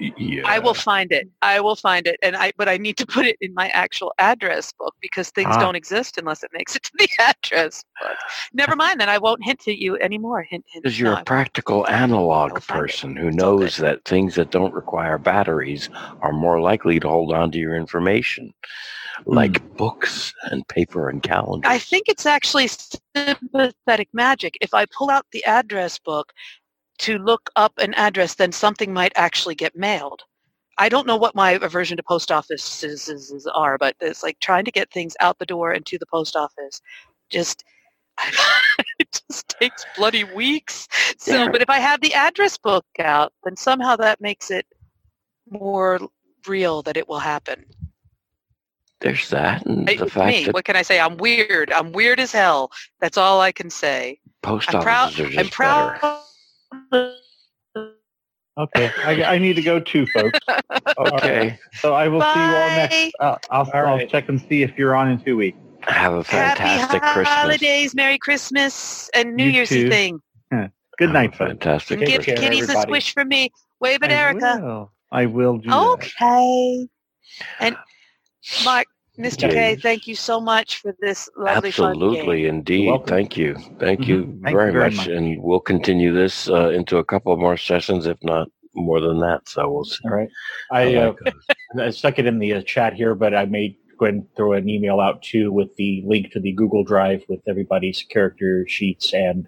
S1: Y- Yeah.
S6: I will find it. I will find it, and I, but I need to put it in my actual address book because things
S10: Ah.
S6: don't exist unless it makes it to the address book. Never mind, then I won't hint to you anymore. Hint, hint.
S1: Because you're
S6: No,
S1: a practical analog
S6: I'll find it.
S1: person who
S6: It's all
S1: knows that things that don't require batteries are more likely to hold on to your information. like books and paper and calendars.
S6: Hmm. I think it's actually sympathetic magic. If I pull out the address book to look up an address, then something might actually get mailed. I don't know what my aversion to post offices is, is, are, but it's like trying to get things out the door and to the post office. Just it just takes bloody weeks. So, but if I have the address book out, then somehow that makes it more real that it will happen.
S1: There's that, and
S6: It-
S1: the
S6: it's
S1: fact
S6: me.
S1: that
S6: What can I say? I'm weird. I'm weird as hell. That's all I can say.
S1: post
S6: I'm proud.
S1: offices are just
S6: I'm proud.
S1: better.
S5: Okay, I, I need to go too, folks.
S1: Okay,
S5: So I will see you all next.
S6: Bye.
S5: Uh, I'll,
S2: All
S5: I'll
S2: right.
S5: check and see if you're on in two weeks.
S1: have a fantastic
S6: Happy
S1: Christmas.
S6: holidays, Merry Christmas, and New
S5: You
S6: Year's
S5: too.
S6: Eve thing.
S5: Good
S1: Have a
S5: night, folks.
S1: Fantastic.
S6: And give
S1: Christmas.
S2: care,
S6: kitties a
S2: everybody.
S6: squish from me. Wave at
S5: I
S6: Erica.
S5: will. I will do that.
S6: Okay. And Mark, Mr. K,
S1: Yes.
S6: thank you so much for this lovely fun game.
S1: Absolutely,
S2: You're
S1: indeed.
S2: welcome.
S1: Thank you. Thank you
S5: Mhm. Thank you
S1: very
S5: very
S1: much.
S5: much.
S1: And we'll continue this uh, into a couple more sessions, if not more than that. So we'll see.
S2: All right.
S1: I
S2: I, uh,
S1: like
S2: I stuck it in the uh, chat here, but I may go ahead and throw an email out too with the link to the Google Drive with everybody's character sheets and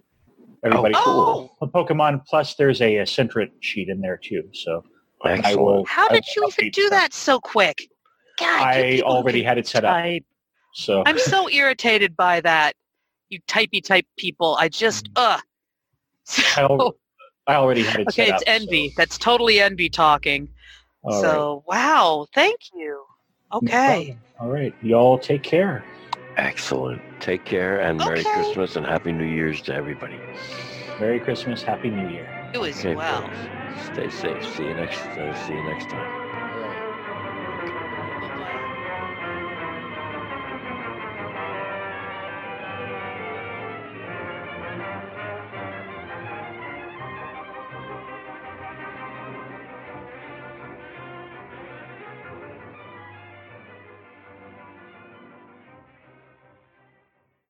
S2: everybody.
S6: Oh,
S2: The Pokemon Plus, there's a, uh Centret sheet in there too. So I will.
S1: Excellent.
S6: how
S2: I
S6: did
S2: will
S6: you even
S2: update
S6: do
S2: stuff.
S6: that so quick? God, you
S2: I
S6: people who
S2: already
S6: can
S2: had it set up.
S6: type.
S2: So
S6: I'm so irritated by that. You typey type people. I just,
S2: Mm.
S6: ugh.
S2: I, al- I already had it
S6: okay,
S2: set
S6: it's
S2: up,
S6: envy.
S2: so-
S6: That's totally envy talking.
S2: All right.
S6: so, wow, thank you.
S2: No problem.
S6: Okay.
S2: All right. Y'all take care.
S1: Excellent. Take care and Merry
S6: Okay.
S1: Christmas and Happy New Year's to everybody.
S2: Merry Christmas. Happy New Year.
S6: You as
S1: Okay,
S6: well.
S1: folks. Stay safe. See you next. Uh, see you next time.